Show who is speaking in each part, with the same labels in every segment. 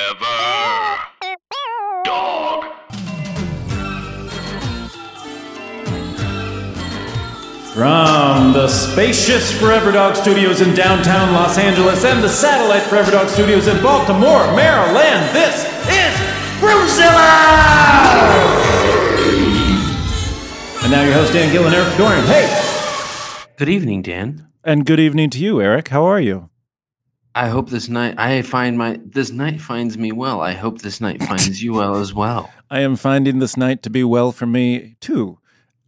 Speaker 1: Forever. Dog.
Speaker 2: From the spacious Forever Dog Studios in downtown Los Angeles and the satellite Forever Dog Studios in Baltimore, Maryland, this is Groovzilla! And now your host, Dan Gill and Eric Dorian. Hey!
Speaker 3: Good evening, Dan.
Speaker 2: And good evening to you, Eric. How are you?
Speaker 3: I hope this night I find my this night finds me well. I hope this night finds you well as well.
Speaker 2: I am finding this night to be well for me, too.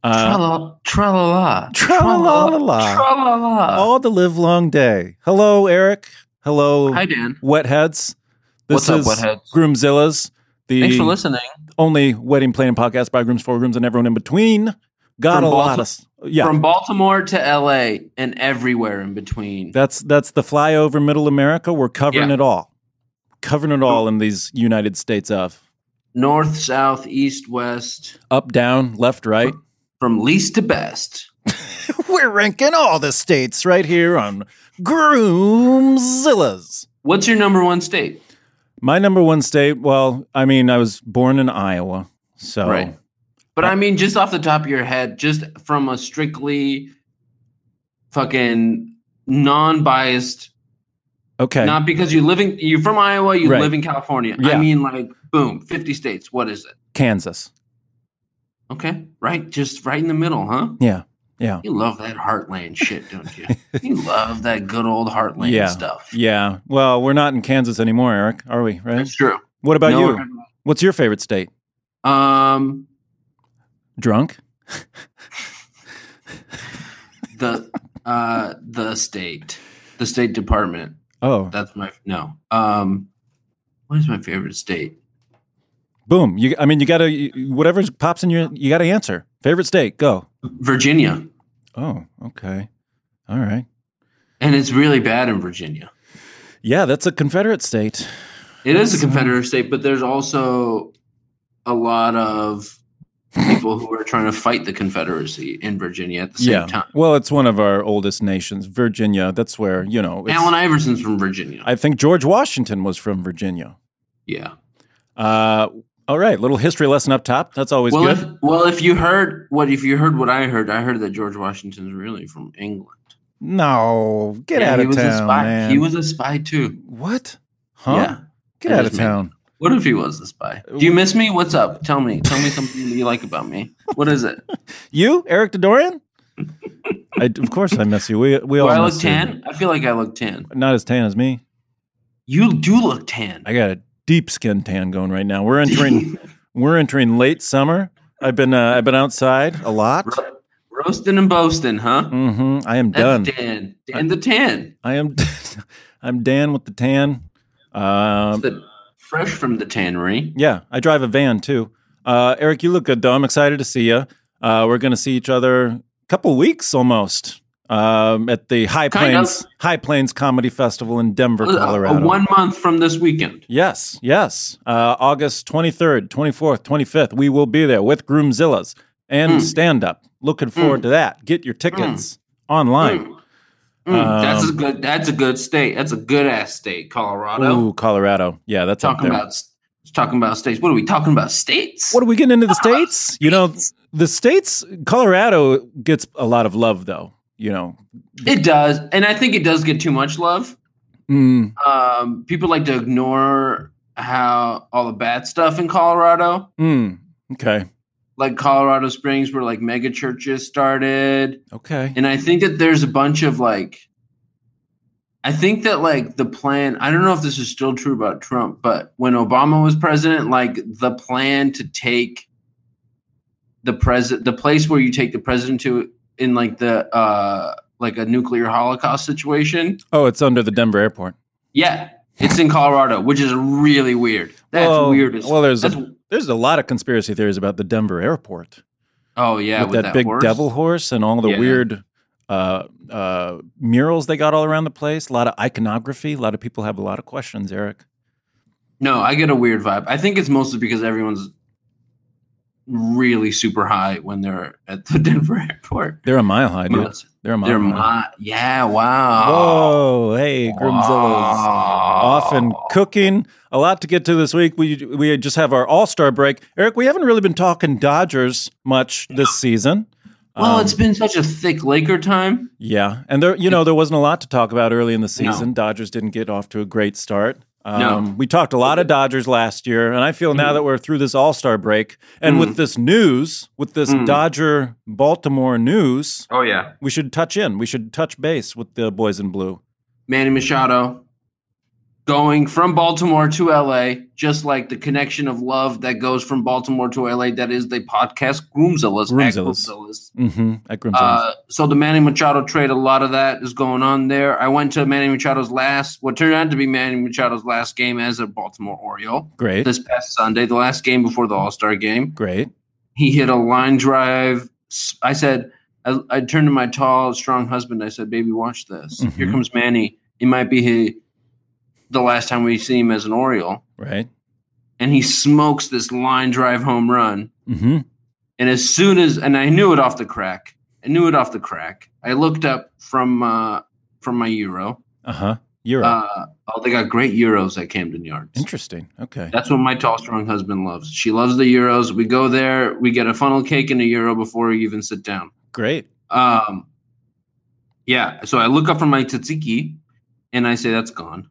Speaker 2: Uh,
Speaker 3: Trala tralala.
Speaker 2: Tra-la-la-la-la.
Speaker 3: Tralala.
Speaker 2: all the live long day. Hello, Eric. Hello,
Speaker 3: Hi Dan.
Speaker 2: Wetheads. This
Speaker 3: What's up,
Speaker 2: is
Speaker 3: Wetheads?
Speaker 2: Groomzilla's. The
Speaker 3: Thanks for listening.
Speaker 2: only wedding planning podcast by grooms for grooms and everyone in between. Got
Speaker 3: From
Speaker 2: a lot
Speaker 3: Balti-
Speaker 2: of s- yeah.
Speaker 3: From Baltimore to LA and everywhere in between.
Speaker 2: that's that's the flyover middle America. We're covering
Speaker 3: Yeah.
Speaker 2: it all, covering it all in these United States of
Speaker 3: North, south, east, west,
Speaker 2: up, down, left, right.
Speaker 3: from least to best.
Speaker 2: We're ranking all the states right here on Groomzilla's.
Speaker 3: What's your number one state?
Speaker 2: My number one state. Well, I mean, I was born in Iowa, so
Speaker 3: Right. But I mean just off the top of your head, just from a strictly fucking non-biased
Speaker 2: okay.
Speaker 3: Not because you live in you're from Iowa, you
Speaker 2: Right.
Speaker 3: live in California. I
Speaker 2: Yeah.
Speaker 3: mean, like, boom, fifty states. What is it?
Speaker 2: Kansas.
Speaker 3: Okay, right, just right in the middle, huh?
Speaker 2: Yeah, yeah,
Speaker 3: You love that heartland shit, don't you? you love that good old heartland
Speaker 2: Yeah.
Speaker 3: stuff.
Speaker 2: yeah. Well, we're not in Kansas anymore, Eric, are we? Right?
Speaker 3: That's true.
Speaker 2: What about
Speaker 3: No,
Speaker 2: you? What's your favorite state?
Speaker 3: Um,
Speaker 2: Drunk?
Speaker 3: the uh, the state, the State Department.
Speaker 2: Oh,
Speaker 3: That's my no. Um, what is my favorite state?
Speaker 2: boom! You, I mean, you gotta you- whatever pops in your, you gotta answer. Favorite state? Go.
Speaker 3: Virginia,
Speaker 2: Oh, okay, all right.
Speaker 3: and it's really bad in Virginia.
Speaker 2: Yeah, that's a Confederate state.
Speaker 3: It is a Confederate state, but there's also a lot of people who are trying to fight the Confederacy in Virginia at the same
Speaker 2: yeah.
Speaker 3: time.
Speaker 2: Well, it's one of our oldest nations, Virginia. That's where you know. It's,
Speaker 3: Alan Iverson's from Virginia.
Speaker 2: I think George Washington was from Virginia.
Speaker 3: yeah.
Speaker 2: Uh, all right, little history lesson up top. That's always
Speaker 3: Well,
Speaker 2: good.
Speaker 3: if well, if you heard what if you heard what I heard, I heard that George Washington's really from England.
Speaker 2: no, get
Speaker 3: Yeah,
Speaker 2: out
Speaker 3: he
Speaker 2: of
Speaker 3: was
Speaker 2: town,
Speaker 3: a spy.
Speaker 2: man.
Speaker 3: He was a spy too.
Speaker 2: what? Huh?
Speaker 3: Yeah.
Speaker 2: Get
Speaker 3: I
Speaker 2: out
Speaker 3: just
Speaker 2: of
Speaker 3: made-
Speaker 2: town.
Speaker 3: What if he was a spy? Do
Speaker 2: Uh,
Speaker 3: you miss me? What's up? Tell me. Tell me something you like about me. What is it?
Speaker 2: You, Eric Dorian? I, of course, I miss you. We we
Speaker 3: Do
Speaker 2: all
Speaker 3: I
Speaker 2: miss
Speaker 3: look
Speaker 2: you.
Speaker 3: tan? I feel like I look tan.
Speaker 2: Not as tan as me.
Speaker 3: You do look tan.
Speaker 2: I got a deep skin tan going right now. We're entering we're entering late summer. I've been uh, I've been outside a lot.
Speaker 3: Ro- roasting and boasting, huh?
Speaker 2: hmm I am done.
Speaker 3: That's Dan. Dan the tan.
Speaker 2: I am I'm Dan with the tan. Um,
Speaker 3: The- fresh from the tannery.
Speaker 2: yeah, I drive a van too. Uh, Eric, you look good though. I'm excited to see you. Uh, we're gonna see each other a couple weeks almost um, at the High
Speaker 3: Kind of.
Speaker 2: Plains High Plains Comedy Festival in Denver,
Speaker 3: Uh,
Speaker 2: Colorado.
Speaker 3: one month from this weekend.
Speaker 2: Yes, yes. Uh, August 23rd, 24th, 25th, we will be there with Groomzillas and
Speaker 3: Mm.
Speaker 2: stand up. Looking
Speaker 3: Hmm.
Speaker 2: forward to that. Get your tickets online.
Speaker 3: Mm. Mm, that's a
Speaker 2: Um,
Speaker 3: good. That's a good state. That's a good ass state, Colorado.
Speaker 2: Ooh, Colorado. Yeah, that's up
Speaker 3: talking
Speaker 2: there.
Speaker 3: about talking about states. What are we talking about? States.
Speaker 2: what are we getting into the states? You know, the states, Colorado gets a lot of love though, you know.
Speaker 3: it does, and I think it does get too much love.
Speaker 2: Mm,
Speaker 3: Um, people like to ignore how all the bad stuff in Colorado,
Speaker 2: mm, okay.
Speaker 3: like Colorado Springs, where like mega churches started.
Speaker 2: Okay.
Speaker 3: And I think that there's a bunch of like, I think that like the plan, I don't know if this is still true about Trump, but when Obama was president, like the plan to take the president, the place where you take the president to in like the, uh, like a nuclear holocaust situation.
Speaker 2: Oh, it's under the Denver airport.
Speaker 3: Yeah. It's in Colorado, which is really weird. That's
Speaker 2: Well,
Speaker 3: weird. As,
Speaker 2: Oh, well, there's a-
Speaker 3: that's-
Speaker 2: There's a lot of conspiracy theories about the Denver airport.
Speaker 3: oh yeah,
Speaker 2: with, that, big
Speaker 3: horse.
Speaker 2: devil horse and all the
Speaker 3: Yeah.
Speaker 2: weird uh, uh, murals they got all around the place. A lot of iconography. A lot of people have a lot of questions, Eric.
Speaker 3: No, I get a weird vibe. I think it's mostly because everyone's really super high when they're at the Denver airport.
Speaker 2: They're a mile high, dude.
Speaker 3: Unless
Speaker 2: They're a mile
Speaker 3: They're
Speaker 2: high.
Speaker 3: my, yeah, wow.
Speaker 2: Uh-huh. Whoa! Hey, Grimzilla's off and cooking. A lot to get to this week. We we just have our All Star break. Eric, we haven't really been talking Dodgers much this season.
Speaker 3: Well,
Speaker 2: Um,
Speaker 3: it's been such a thick Laker time.
Speaker 2: yeah, and there you know there wasn't a lot to talk about early in the season. Dodgers didn't get off to a great start. Um,
Speaker 3: No. Mm.
Speaker 2: We talked a lot of Dodgers last year, and I feel now that we're through this All Star break, and with this news, with this
Speaker 3: Mm.
Speaker 2: Dodger Baltimore news,
Speaker 4: Oh yeah.
Speaker 2: we should touch in. We should touch base with the boys in blue.
Speaker 3: Manny Machado going from Baltimore to LA, just like the connection of love that goes from Baltimore to LA. That is the podcast Groomzillas. at
Speaker 2: Groomzillas.
Speaker 3: Groomzillas.
Speaker 2: Mm-hmm. At Grimzilla's.
Speaker 3: Uh, so the Manny Machado trade, a lot of that is going on there. I went to Manny Machado's last, what turned out to be Manny Machado's last game as a Baltimore Oriole
Speaker 2: great.
Speaker 3: this past Sunday, the last game before the All Star game.
Speaker 2: Great.
Speaker 3: He hit a line drive. S- I said, I, I turned to my tall, strong husband. I said, "Baby, watch this.
Speaker 2: Mhm.
Speaker 3: Here comes Manny. It might be he, the last time we see him as an Oriole."
Speaker 2: Right.
Speaker 3: And he smokes this line drive home run.
Speaker 2: Mm-hmm.
Speaker 3: And as soon as, and I knew it off the crack. I knew it off the crack. I looked up from uh, from my Euro.
Speaker 2: Uh-huh. You're right.
Speaker 3: Uh, oh, they got great Euros at Camden Yards.
Speaker 2: interesting. Okay.
Speaker 3: That's what my tall, strong husband loves. She loves the Euros. We go there. We get a funnel cake and a Euro before we even sit down.
Speaker 2: Great.
Speaker 3: Um, yeah. So I look up from my tzatziki, and I say that's gone.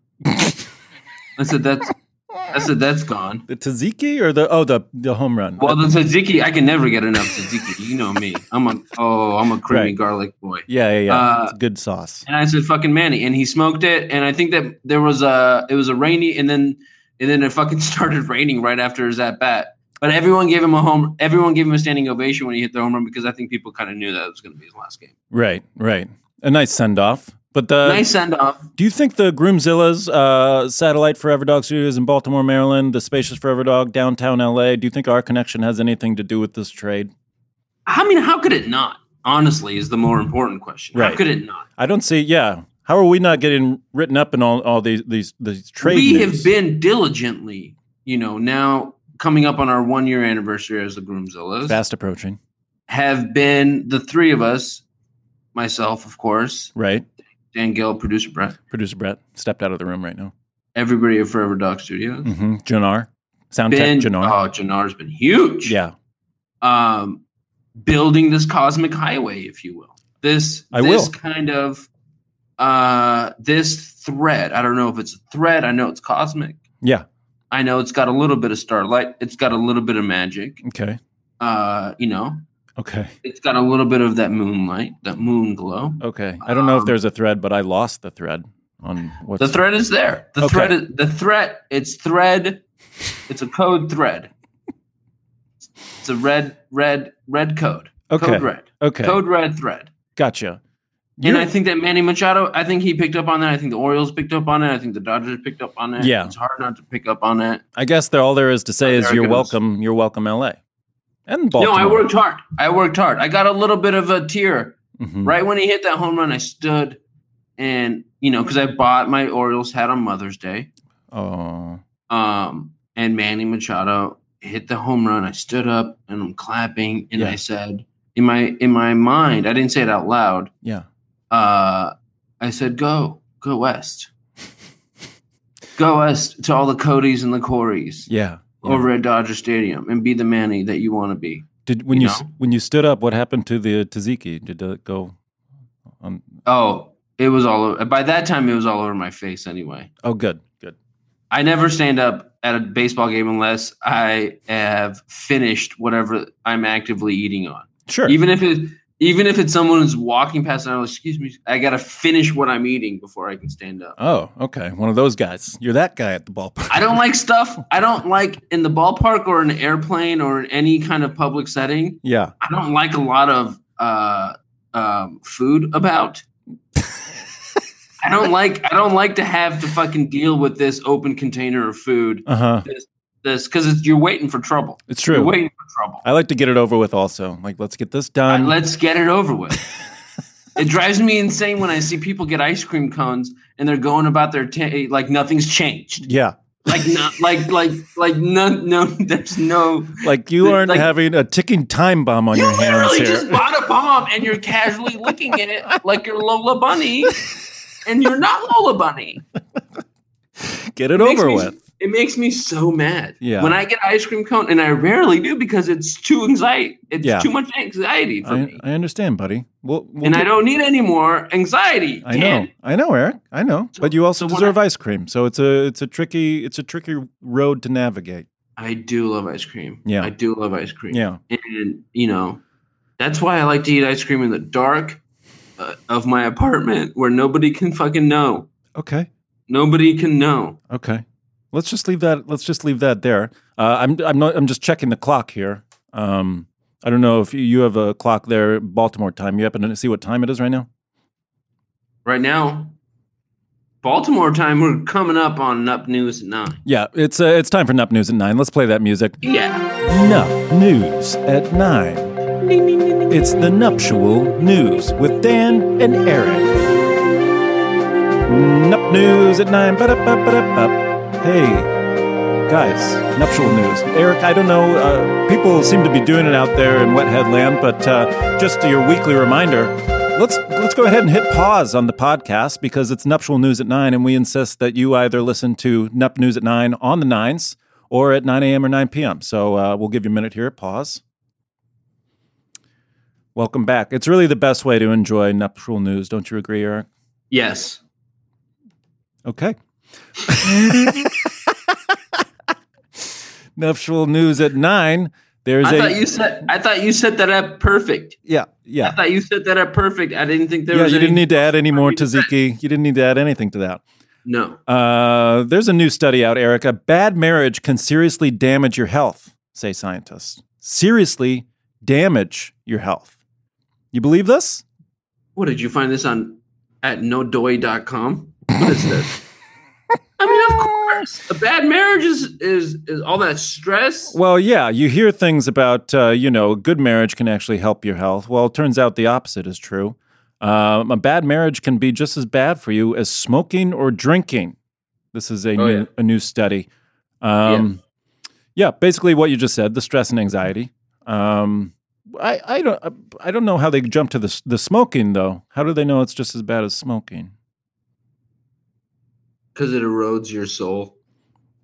Speaker 3: I said that's. I said that's gone.
Speaker 2: The tzatziki or the oh the the home run.
Speaker 3: Well, the tzatziki, I can never get enough tzatziki. You know me. I'm a oh, I'm a creamy
Speaker 2: Right.
Speaker 3: garlic boy.
Speaker 2: yeah, yeah, yeah.
Speaker 3: uh,
Speaker 2: it's good sauce.
Speaker 3: And I said, "Fucking Manny," and he smoked it. And I think that there was a it was a rainy, and then and then it fucking started raining right after his at bat. But everyone gave him a home. Everyone gave him a standing ovation when he hit the home run because I think people kind of knew that it was going to be his last game.
Speaker 2: Right, right. A nice send off. But the
Speaker 3: nice send off.
Speaker 2: do you think the Groomzilla's uh, satellite Forever Dog Studios in Baltimore, Maryland, the spacious Forever Dog downtown LA, do you think our connection has anything to do with this trade?
Speaker 3: I mean, how could it not? Honestly, is the more important question.
Speaker 2: Right.
Speaker 3: How could it not?
Speaker 2: I don't see yeah. How are we not getting written up in all, all these these these trade
Speaker 3: we
Speaker 2: news?
Speaker 3: have been diligently, you know, now coming up on our one year anniversary as the Groomzillas,
Speaker 2: fast approaching,
Speaker 3: have been the three of us, myself, of course,
Speaker 2: right?
Speaker 3: Dan Gill, producer Brett,
Speaker 2: Producer Brett stepped out of the room right now.
Speaker 3: everybody at Forever Dog Studios.
Speaker 2: Mm-hmm. Janar, sound
Speaker 3: Been,
Speaker 2: tech Janar.
Speaker 3: Oh, Janar's been huge.
Speaker 2: yeah,
Speaker 3: Um, building this cosmic highway, if you will. This
Speaker 2: I
Speaker 3: this
Speaker 2: will.
Speaker 3: kind of uh this thread. I don't know if it's a thread, I know it's cosmic.
Speaker 2: yeah.
Speaker 3: I know it's got a little bit of starlight. It's got a little bit of magic.
Speaker 2: Okay,
Speaker 3: Uh, you know,
Speaker 2: okay.
Speaker 3: it's got a little bit of that moonlight, that moon glow.
Speaker 2: Okay. I don't know if
Speaker 3: Um,
Speaker 2: there's a thread, but I lost the thread on what's
Speaker 3: The thread is there. The
Speaker 2: Okay.
Speaker 3: thread. Is, the thread. It's thread. It's a code thread. It's a red, red, red code.
Speaker 2: Okay.
Speaker 3: Code red.
Speaker 2: Okay.
Speaker 3: Code red thread.
Speaker 2: Gotcha.
Speaker 3: and
Speaker 2: You-
Speaker 3: I think that Manny Machado. I think he picked up on that. I think the Orioles picked up on it. I think the Dodgers picked up on it.
Speaker 2: Yeah.
Speaker 3: It's hard not to pick up on it.
Speaker 2: I guess that all there is to say is
Speaker 3: there it
Speaker 2: you're
Speaker 3: goes.
Speaker 2: welcome. You're welcome, LA. And Baltimore.
Speaker 3: No, I worked hard. I worked hard. I got a little bit of a tear
Speaker 2: Mhm.
Speaker 3: Right when he hit that home run, I stood and you know because I bought my Orioles hat on Mother's Day,
Speaker 2: Oh.
Speaker 3: um, and Manny Machado hit the home run. I stood up and I'm clapping, and
Speaker 2: Yeah.
Speaker 3: I said in my in my mind, I didn't say it out loud.
Speaker 2: Yeah.
Speaker 3: Uh, I said, "Go, go West, go West to all the Codys and the Corys
Speaker 2: Yeah. Yeah.
Speaker 3: over at Dodger Stadium, and be the Manny that you want to be."
Speaker 2: Did when
Speaker 3: you
Speaker 2: you, s
Speaker 3: know.
Speaker 2: when you stood up, what happened to the tzatziki? Did it go um,
Speaker 3: Oh, it was all over. By that time, it was all over my face anyway.
Speaker 2: Oh good. Good.
Speaker 3: I never stand up at a baseball game unless I have finished whatever I'm actively eating on.
Speaker 2: Sure.
Speaker 3: Even if it even if it's someone who's walking past and I'm like, excuse me, I gotta finish what I'm eating before I can stand up.
Speaker 2: oh, okay. One of those guys. You're that guy at the ballpark.
Speaker 3: I don't like stuff I don't like in the ballpark or an airplane or in any kind of public setting.
Speaker 2: yeah.
Speaker 3: I don't like a lot of uh, um, food about. I don't like I don't like to have to fucking deal with this open container of food.
Speaker 2: Uh-huh.
Speaker 3: This because you're waiting for trouble.
Speaker 2: It's
Speaker 3: We're
Speaker 2: true.
Speaker 3: waiting for trouble.
Speaker 2: I like to get it over with also. Like let's get this done.
Speaker 3: All right, let's get it over with. it drives me insane when I see people get ice cream cones and they're going about their ta like nothing's changed.
Speaker 2: yeah.
Speaker 3: Like not like like like no no there's no
Speaker 2: Like you
Speaker 3: Like-
Speaker 2: aren't having a ticking time bomb on
Speaker 3: you
Speaker 2: your hands
Speaker 3: literally
Speaker 2: here.
Speaker 3: just bought a bomb and you're casually looking at it like you're Lola Bunny and you're not Lola Bunny.
Speaker 2: Get it
Speaker 3: makes
Speaker 2: over
Speaker 3: me-
Speaker 2: with.
Speaker 3: It makes me so mad.
Speaker 2: Yeah.
Speaker 3: When I get ice cream cone, and I rarely do because it's too anxiety. It's
Speaker 2: Yeah.
Speaker 3: too much anxiety for
Speaker 2: I,
Speaker 3: me,
Speaker 2: I understand, buddy. We'll, we'll
Speaker 3: and I
Speaker 2: get-
Speaker 3: don't need any more anxiety.
Speaker 2: I know, I know, Eric. I know,
Speaker 3: So-
Speaker 2: but you also
Speaker 3: so when
Speaker 2: deserve ice cream. So it's a it's a tricky it's a tricky road to navigate.
Speaker 3: I do love ice cream.
Speaker 2: Yeah.
Speaker 3: I do love ice cream.
Speaker 2: Yeah,
Speaker 3: and you know that's why I like to eat ice cream in the dark uh, of my apartment where nobody can fucking know.
Speaker 2: okay.
Speaker 3: Nobody can know.
Speaker 2: Okay. Let's just leave that. Let's just leave that there. Uh, I'm I'm not. I'm just checking the clock here. Um, I don't know if you- you have a clock there, Baltimore time. You happen to see what time it is right now?
Speaker 3: Right now, Baltimore time. We're coming up on Up News at nine.
Speaker 2: Yeah, it's uh, it's time for Nup News at nine. Let's play that music.
Speaker 3: Yeah.
Speaker 2: Nup News at nine. It's the nuptial news with Dan and Eric. Nup News at nine. Ba-da-ba-ba-da-ba. Hey. Guys, nuptial news. Eric, I don't know, uh, people seem to be doing it out there in wet headland, but uh, just your weekly reminder, let's let's go ahead and hit pause on the podcast because it's nuptial news at 9, and we insist that you either listen to Nup News at 9 on the 9s or at 9 a.m. or 9 p.m. So uh, we'll give you a minute here, pause. Welcome back. It's really the best way to enjoy nuptial news, don't you agree, Eric?
Speaker 3: Yes.
Speaker 2: Okay. Nuptial news at nine. There's
Speaker 3: I
Speaker 2: a
Speaker 3: thought you said. I thought you set that up perfect.
Speaker 2: yeah
Speaker 3: I
Speaker 2: yeah
Speaker 3: thought you set that up perfect. I didn't think there
Speaker 2: yeah.
Speaker 3: was.
Speaker 2: You
Speaker 3: any-
Speaker 2: didn't need to add any more tzatziki. You didn't need to add anything to that.
Speaker 3: No.
Speaker 2: Uh, there's a new study out, Eric. A bad marriage can seriously damage your health, say scientists. Seriously damage your health. You believe this?
Speaker 3: What did you find this on at nodoy.com? What is this? I mean, of course, a bad marriage is is is all that stress.
Speaker 2: Well, yeah, you hear things about, uh, you know, a good marriage can actually help your health. Well, it turns out the opposite is true. Um, a bad marriage can be just as bad for you as smoking or drinking. This is a,
Speaker 3: Oh,
Speaker 2: new,
Speaker 3: yeah.
Speaker 2: a new study. Um, yeah. basically what you just said, the stress and anxiety. Um, I, I don't I don't know how they jump to the s- the smoking though. How do they know it's just as bad as smoking?
Speaker 3: because it erodes your soul.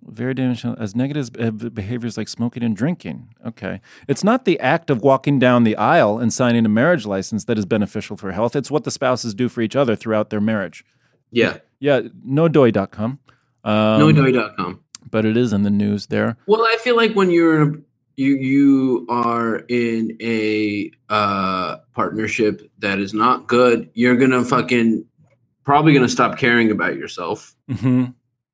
Speaker 2: Very damaging as negative as be- behaviors like smoking and drinking. Okay. It's not the act of walking down the aisle and signing a marriage license that is beneficial for health. It's what the spouses do for each other throughout their marriage.
Speaker 3: Yeah,
Speaker 2: Yeah, nodoy.com. Um,
Speaker 3: nodoy.com.
Speaker 2: But it is in the news there.
Speaker 3: Well, I feel like when you're in a, you you are in a uh, partnership that is not good, you're gonna fucking probably gonna stop caring about yourself.
Speaker 2: hmm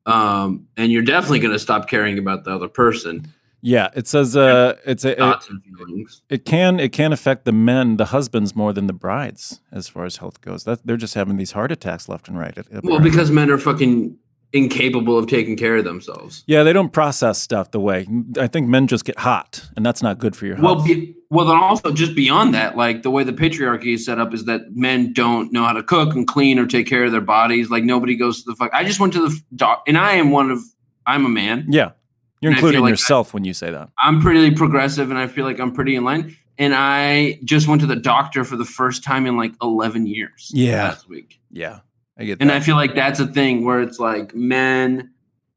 Speaker 3: um, and you're definitely going to stop caring about the other person
Speaker 2: Yeah, it says uh, it's a, it,
Speaker 3: thoughts and feelings.
Speaker 2: it can it can affect the men, the husbands more than the brides as far as health goes. That they're just having these heart attacks left and right.
Speaker 3: Well, because men are fucking incapable of taking care of themselves.
Speaker 2: yeah, they don't process stuff the way I think men just get hot, and that's not good for your health.
Speaker 3: Well, be, well, then also just beyond that, like the way the patriarchy is set up is that men don't know how to cook and clean or take care of their bodies. Like nobody goes to the fuck. I just went to the doc, and I am one of. I'm a man.
Speaker 2: Yeah. You're
Speaker 3: And I feel
Speaker 2: including
Speaker 3: like
Speaker 2: yourself when you say that.
Speaker 3: I'm pretty progressive, and I feel like I'm pretty in line. And I just went to the doctor for the first time in like 11 years.
Speaker 2: Yeah.
Speaker 3: last week.
Speaker 2: Yeah. I get that.
Speaker 3: And I feel like that's a thing where it's like men.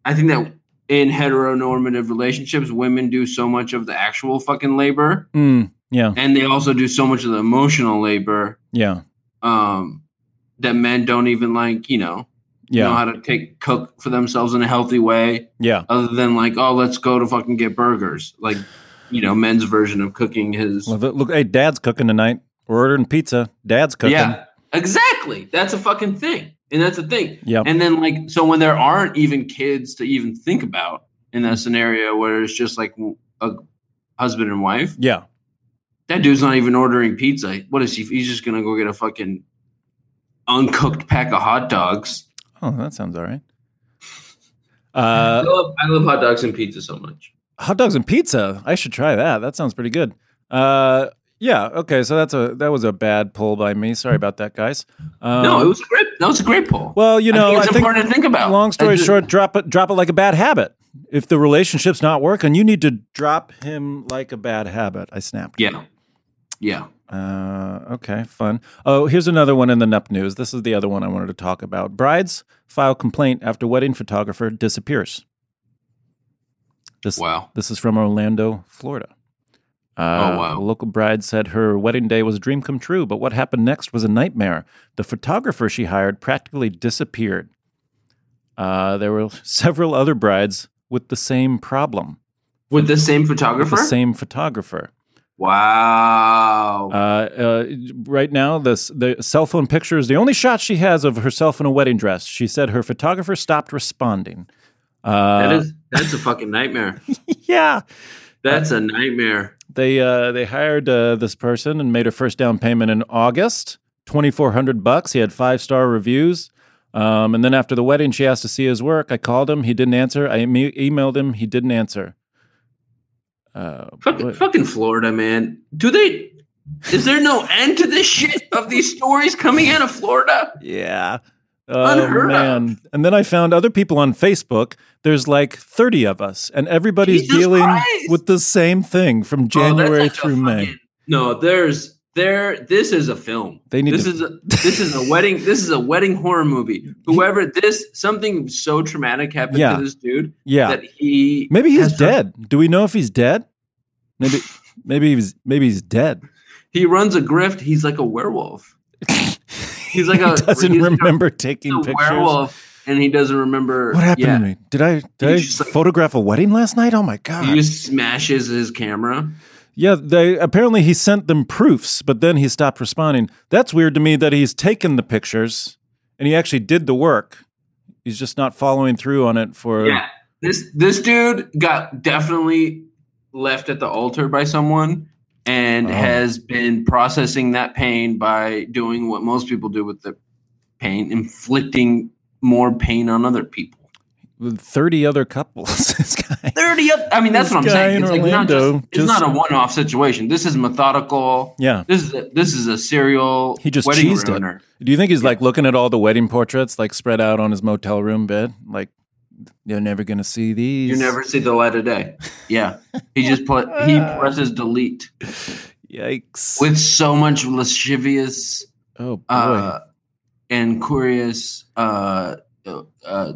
Speaker 3: I think that in heteronormative relationships, women do so much of the actual fucking labor,
Speaker 2: Mm, yeah.
Speaker 3: and they also do so much of the emotional labor
Speaker 2: Yeah.
Speaker 3: um, that men don't even like. You know, know
Speaker 2: Yeah.
Speaker 3: how to take cook for themselves in a healthy way,
Speaker 2: Yeah.
Speaker 3: other than like, oh, let's go to fucking get burgers. Like, you know, men's version of cooking is
Speaker 2: Love it. Look, hey, dad's cooking tonight. We're ordering pizza. Dad's cooking.
Speaker 3: yeah, exactly. That's a fucking thing, and that's a thing.
Speaker 2: Yep.
Speaker 3: And then like so when there aren't even kids to even think about in that scenario where it's just like a husband and wife,
Speaker 2: yeah.
Speaker 3: that dude's not even ordering pizza. What is he? He's just gonna go get a fucking uncooked pack of hot dogs.
Speaker 2: Oh, that sounds all right.
Speaker 3: I,
Speaker 2: Uh,
Speaker 3: love, I love hot dogs and pizza so much.
Speaker 2: hot dogs and pizza. I should try that. That sounds pretty good. Uh, yeah. Okay. So that's a that was a bad pull by me. Sorry about that, guys. Um,
Speaker 3: no, it was a great. That was a great poll.
Speaker 2: well, you know,
Speaker 3: I think
Speaker 2: I
Speaker 3: it's
Speaker 2: think
Speaker 3: important to think about.
Speaker 2: long story
Speaker 3: Oh, I just-
Speaker 2: short, drop it drop it like a bad habit. If the relationship's not working, you need to drop him like a bad habit. I snapped.
Speaker 3: Yeah. Yeah.
Speaker 2: Uh, okay, fun. Oh, here's another one in the NUP news. This is the other one I wanted to talk about. Brides file complaint after wedding photographer disappears. This,
Speaker 3: Wow.
Speaker 2: This is from Orlando, Florida. Uh,
Speaker 3: Oh, wow.
Speaker 2: A local bride said her wedding day was a dream come true, but what happened next was a nightmare. The photographer she hired practically disappeared. Uh, there were several other brides with the same problem,
Speaker 3: With the same
Speaker 2: with
Speaker 3: photographer?
Speaker 2: the same photographer.
Speaker 3: wow.
Speaker 2: Uh, uh, right now, this the cell phone picture is the only shot she has of herself in a wedding dress. She said her photographer stopped responding. Uh,
Speaker 3: that is that's a fucking nightmare.
Speaker 2: yeah.
Speaker 3: That's a nightmare.
Speaker 2: They uh, they hired uh, this person and made her first down payment in August, twenty four hundred bucks. He had five star reviews. Um, and then after the wedding, she asked to see his work. I called him. He didn't answer. I em- emailed him. He didn't answer. Uh,
Speaker 3: Fucking,
Speaker 2: boy.
Speaker 3: fucking Florida, man. Do they? Is there no end to this shit of these stories coming out of Florida?
Speaker 2: Yeah. Oh
Speaker 3: Unheard of.
Speaker 2: man. And then I found other people on Facebook. There's like 30 of us and everybody's
Speaker 3: Jesus
Speaker 2: dealing
Speaker 3: Christ.
Speaker 2: with the same thing from
Speaker 3: Oh, that's
Speaker 2: January
Speaker 3: like a
Speaker 2: through May.
Speaker 3: fucking- No, there's there. This is a film.
Speaker 2: They need
Speaker 3: this
Speaker 2: to-
Speaker 3: is a, this is a wedding. This is a wedding horror movie. Whoever this something so traumatic happened
Speaker 2: Yeah.
Speaker 3: to this dude
Speaker 2: yeah.
Speaker 3: that he
Speaker 2: maybe he's
Speaker 3: has some-
Speaker 2: dead. Do we know if he's dead? Maybe maybe he's maybe he's dead.
Speaker 3: he runs a grift. He's like a werewolf. He's like a
Speaker 2: he doesn't
Speaker 3: he's like a-
Speaker 2: remember
Speaker 3: he's
Speaker 2: taking
Speaker 3: a,
Speaker 2: pictures.
Speaker 3: werewolf, and he doesn't remember
Speaker 2: What happened
Speaker 3: yeah.
Speaker 2: to me? Did I did I
Speaker 3: He's just like-
Speaker 2: photograph a wedding last night? Oh my god.
Speaker 3: He just smashes his camera.
Speaker 2: Yeah, they apparently he sent them proofs, but then he stopped responding. That's weird to me that he's taken the pictures and he actually did the work. He's just not following through on it for
Speaker 3: Yeah, this this dude got definitely left at the altar by someone and
Speaker 2: Oh.
Speaker 3: has been processing that pain by doing what most people do with the pain, inflicting more pain on other people.
Speaker 2: with 30 other couples. this guy.
Speaker 3: Thirty, up, I mean, that's
Speaker 2: This
Speaker 3: what I'm
Speaker 2: guy
Speaker 3: saying.
Speaker 2: in
Speaker 3: It's like not
Speaker 2: Orlando
Speaker 3: just, it's
Speaker 2: just-
Speaker 3: not a one-off situation. This is methodical.
Speaker 2: Yeah.
Speaker 3: This is a, this is a serial
Speaker 2: He just
Speaker 3: wedding
Speaker 2: cheesed it.
Speaker 3: ruiner.
Speaker 2: Do you think he's like looking at all the wedding portraits like spread out on his motel room bed? Like, you're never going to see these.
Speaker 3: You never see the light of day. Yeah, he just put he presses delete.
Speaker 2: Yikes.
Speaker 3: with so much lascivious
Speaker 2: oh, boy.
Speaker 3: uh, and curious uh, uh,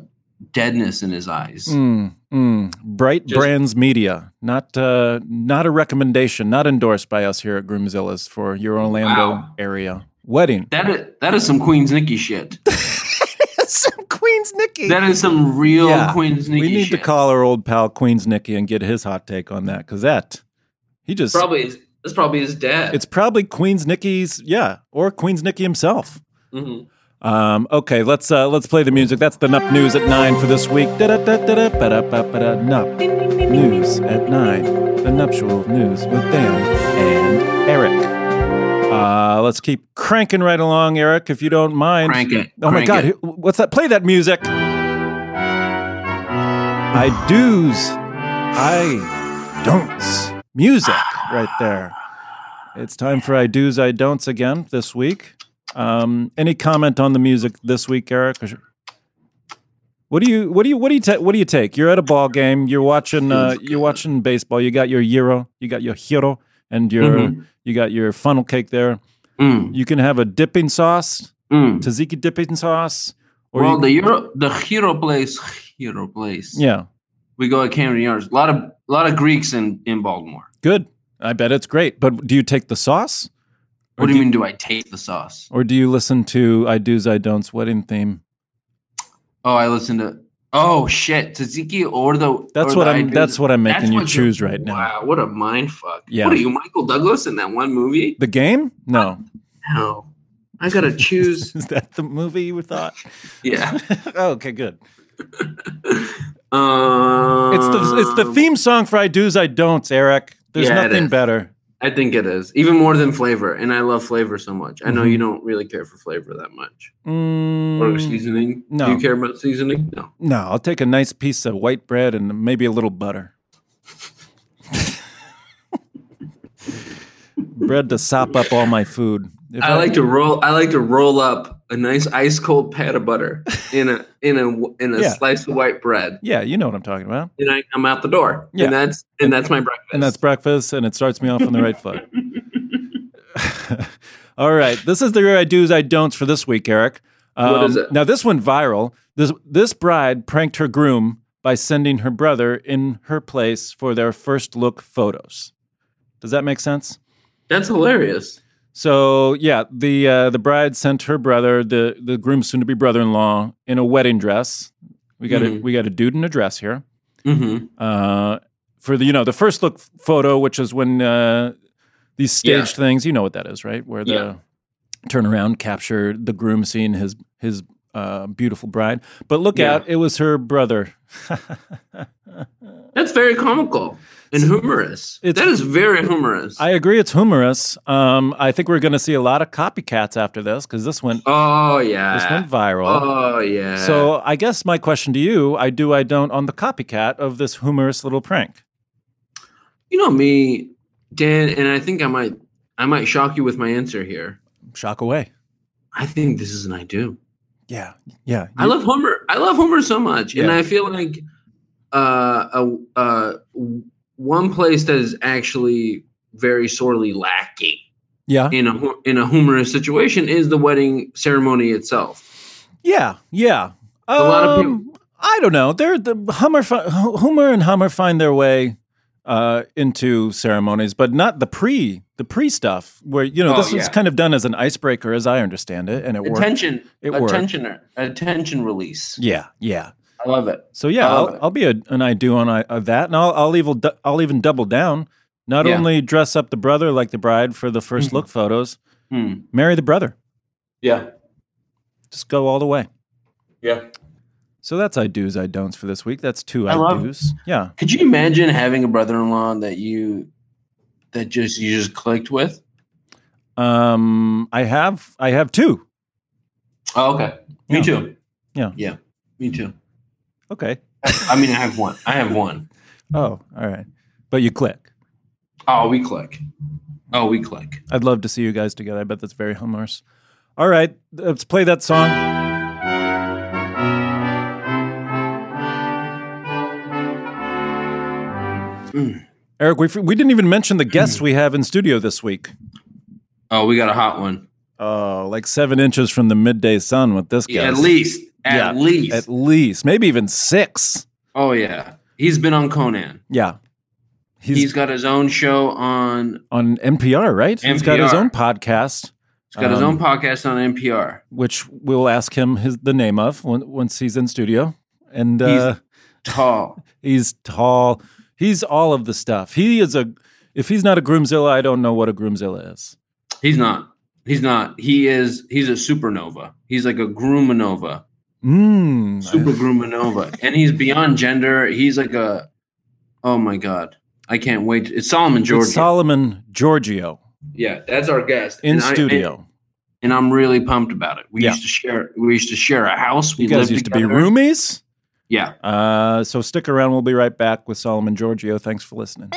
Speaker 3: deadness in his eyes.
Speaker 2: Mm, mm. Bright
Speaker 3: Just-
Speaker 2: Brands Media, not uh, not a recommendation, not endorsed by us here at Groomzilla's for your Orlando
Speaker 3: Wow.
Speaker 2: area wedding.
Speaker 3: That is, that is some Queen's Nikki shit.
Speaker 2: Some Queen's Nikki.
Speaker 3: That is some real
Speaker 2: Yeah.
Speaker 3: Queen's Nikki
Speaker 2: we need
Speaker 3: shit.
Speaker 2: to call our old pal Queen's Nikki and get his hot take on that because that he just
Speaker 3: probably his- that's probably his dad.
Speaker 2: it's probably Queen's Nikki's yeah or Queen's Nikki himself.
Speaker 3: Mhm.
Speaker 2: Um, okay, let's uh, let's play the music. That's the Nup News at nine for this week. Da-da-da-da-da, ba-da-ba-ba-da, Nup News at nine. The nuptial news with Dan and Eric. Uh, let's keep cranking right along, Eric, if you don't mind.
Speaker 3: Crank it.
Speaker 2: Oh my
Speaker 3: Crank
Speaker 2: God,
Speaker 3: it.
Speaker 2: who- what's that? Play that music. I do's, I don'ts. Music right there. It's time for I do's, I don'ts again this week. Um, any comment on the music this week, Eric? Or- What do you what do you what do you ta- what do you take? You're at a ball game. You're watching uh, you're watching baseball. You got your euro. You got your hero, and your
Speaker 3: Mhm.
Speaker 2: you got your funnel cake there.
Speaker 3: Mm,
Speaker 2: You can have a dipping sauce,
Speaker 3: mm.
Speaker 2: tzatziki dipping sauce, or
Speaker 3: well,
Speaker 2: you,
Speaker 3: the Euro, the hero place, hero place.
Speaker 2: yeah,
Speaker 3: we go at Camden Yards. A lot of a lot of Greeks in in Baltimore.
Speaker 2: good. I bet it's great. But do you take the sauce, Or
Speaker 3: What do
Speaker 2: do-
Speaker 3: you mean? Do I take the sauce?
Speaker 2: or do you listen to I do's I don'ts wedding theme?
Speaker 3: Oh, I listen to. Oh shit, tzatziki or the.
Speaker 2: That's
Speaker 3: or
Speaker 2: what
Speaker 3: the
Speaker 2: I'm.
Speaker 3: Idols-
Speaker 2: That's what I'm
Speaker 3: That's
Speaker 2: making you
Speaker 3: what you're-
Speaker 2: choose right now.
Speaker 3: Wow, what a mind fuck.
Speaker 2: Yeah.
Speaker 3: What are you, Michael Douglas, in that one movie?
Speaker 2: The game? No,
Speaker 3: No, I gotta choose.
Speaker 2: is that the movie you thought?
Speaker 3: yeah.
Speaker 2: oh, okay, good.
Speaker 3: Um,
Speaker 2: It's the it's the theme song for I do's I don'ts, Eric. There's
Speaker 3: Yeah, it
Speaker 2: nothing
Speaker 3: is.
Speaker 2: better.
Speaker 3: I think it is even more than flavor, and I love flavor so much. I know
Speaker 2: Mhm.
Speaker 3: you don't really care for flavor that much. Or
Speaker 2: Mm,
Speaker 3: seasoning?
Speaker 2: no.
Speaker 3: Do you care about seasoning? No.
Speaker 2: no, I'll take a nice piece of white bread and maybe a little butter. bread to sop up all my food. If
Speaker 3: I like to roll. I like to roll up a nice ice cold pat of butter in a in a in a
Speaker 2: Yeah.
Speaker 3: slice of white bread,
Speaker 2: Yeah, you know what I'm talking about.
Speaker 3: and I come out the door.
Speaker 2: Yeah.
Speaker 3: And that's and that's my breakfast.
Speaker 2: And that's breakfast, and it starts me off on the right foot. All right, this is the I do's I don'ts for this week, Eric. Um,
Speaker 3: What is it?
Speaker 2: Now this one viral. This this bride pranked her groom by sending her brother in her place for their first look photos. Does that make sense?
Speaker 3: that's hilarious.
Speaker 2: So yeah, the uh, the bride sent her brother, the the groom's soon to be brother in law, in a wedding dress. We got a
Speaker 3: Mhm.
Speaker 2: we got a dude in a dress here
Speaker 3: hmm
Speaker 2: uh, for the you know the first look photo, which is when uh, these staged things, you know what that is, right? Where the
Speaker 3: Yeah.
Speaker 2: turnaround capture the groom seeing his his uh, beautiful bride. But look
Speaker 3: Yeah.
Speaker 2: out, it was her brother.
Speaker 3: That's very comical and humorous.
Speaker 2: It's-
Speaker 3: that is very humorous.
Speaker 2: I agree, it's humorous. Um, I think we're going to see a lot of copycats after this because this went
Speaker 3: oh
Speaker 2: this went
Speaker 3: yeah.
Speaker 2: viral.
Speaker 3: Oh yeah.
Speaker 2: so I guess my question to you, I do, I don't, on the copycat of this humorous little prank.
Speaker 3: you know me, Dan, and I think I might I might shock you with my answer here.
Speaker 2: Shock away.
Speaker 3: I think this is an I do.
Speaker 2: Yeah, yeah.
Speaker 3: I love Homer. I love Homer so much, and
Speaker 2: Yeah.
Speaker 3: I feel like uh, a, uh, one place that is actually very sorely lacking
Speaker 2: yeah.
Speaker 3: in a hu- in a humorous situation is the wedding ceremony itself.
Speaker 2: Yeah, yeah.
Speaker 3: A lot of people-
Speaker 2: Um, I don't know. They're the Hummer, fi- Hummer, and Hummer find their way uh, into ceremonies, but not the pre the pre stuff where you know
Speaker 3: Oh,
Speaker 2: this was
Speaker 3: yeah.
Speaker 2: kind of done as an icebreaker, as I understand it, and it worked.
Speaker 3: Attention,
Speaker 2: It worked.
Speaker 3: attention, attention release.
Speaker 2: Yeah, yeah.
Speaker 3: I love it.
Speaker 2: So yeah,
Speaker 3: I love
Speaker 2: I'll,
Speaker 3: it.
Speaker 2: I'll be a, an I do on I, of that, and I'll I'll even du- I'll even double down. Not
Speaker 3: Yeah.
Speaker 2: only dress up the brother like the bride for the 1st
Speaker 3: Mhm.
Speaker 2: look photos,
Speaker 3: Hmm.
Speaker 2: marry the brother.
Speaker 3: Yeah,
Speaker 2: Just go all the way.
Speaker 3: yeah.
Speaker 2: So that's I do's I don'ts for this week. That's two
Speaker 3: I
Speaker 2: I,
Speaker 3: love-
Speaker 2: do's. Yeah.
Speaker 3: Could you imagine having a brother-in-law that you that just you just clicked with?
Speaker 2: Um, I have I have two.
Speaker 3: Oh, okay.
Speaker 2: Yeah.
Speaker 3: Me too.
Speaker 2: Yeah.
Speaker 3: Yeah. Me too.
Speaker 2: Okay.
Speaker 3: I mean, I have one. I have one.
Speaker 2: Oh, all right. But you click.
Speaker 3: Oh, we click. Oh, we click.
Speaker 2: I'd love to see you guys together. I bet that's very humorous. All right, let's play that song.
Speaker 3: Mm.
Speaker 2: Eric, we, we didn't even mention the guests we have in studio this week.
Speaker 3: Oh, we got a hot one.
Speaker 2: Oh, like seven inches from the midday sun with this guy.
Speaker 3: At least. At
Speaker 2: Yeah,
Speaker 3: least.
Speaker 2: At least. Maybe even six.
Speaker 3: oh yeah. He's been on Conan.
Speaker 2: Yeah. He's,
Speaker 3: He's got his own show on
Speaker 2: on NPR, right? He's got his
Speaker 3: NPR.
Speaker 2: own podcast.
Speaker 3: he's got his
Speaker 2: Um,
Speaker 3: own podcast on NPR.
Speaker 2: which we'll ask him his the name of when, once he's in studio. And uh,
Speaker 3: Tall.
Speaker 2: he's, tall. He's all of the stuff. He is a. If he's not a groomzilla, I don't know what a groomzilla is.
Speaker 3: He's not. He's not. He is he's a supernova. He's like a groomanova.
Speaker 2: Mm,
Speaker 3: Super groomanova. and he's beyond gender. He's like a oh my god. I can't wait. It's Solomon
Speaker 2: It's
Speaker 3: George.
Speaker 2: Solomon Giorgio
Speaker 3: yeah, that's our guest.
Speaker 2: in
Speaker 3: And I- and-
Speaker 2: studio.
Speaker 3: and I'm really pumped about it. We
Speaker 2: Yeah.
Speaker 3: used to share we used to share a house. We
Speaker 2: you guys
Speaker 3: lived
Speaker 2: used to be
Speaker 3: together.
Speaker 2: roomies.
Speaker 3: Yeah.
Speaker 2: Uh, so stick around. We'll be right back with Solomon Giorgio. Thanks for listening.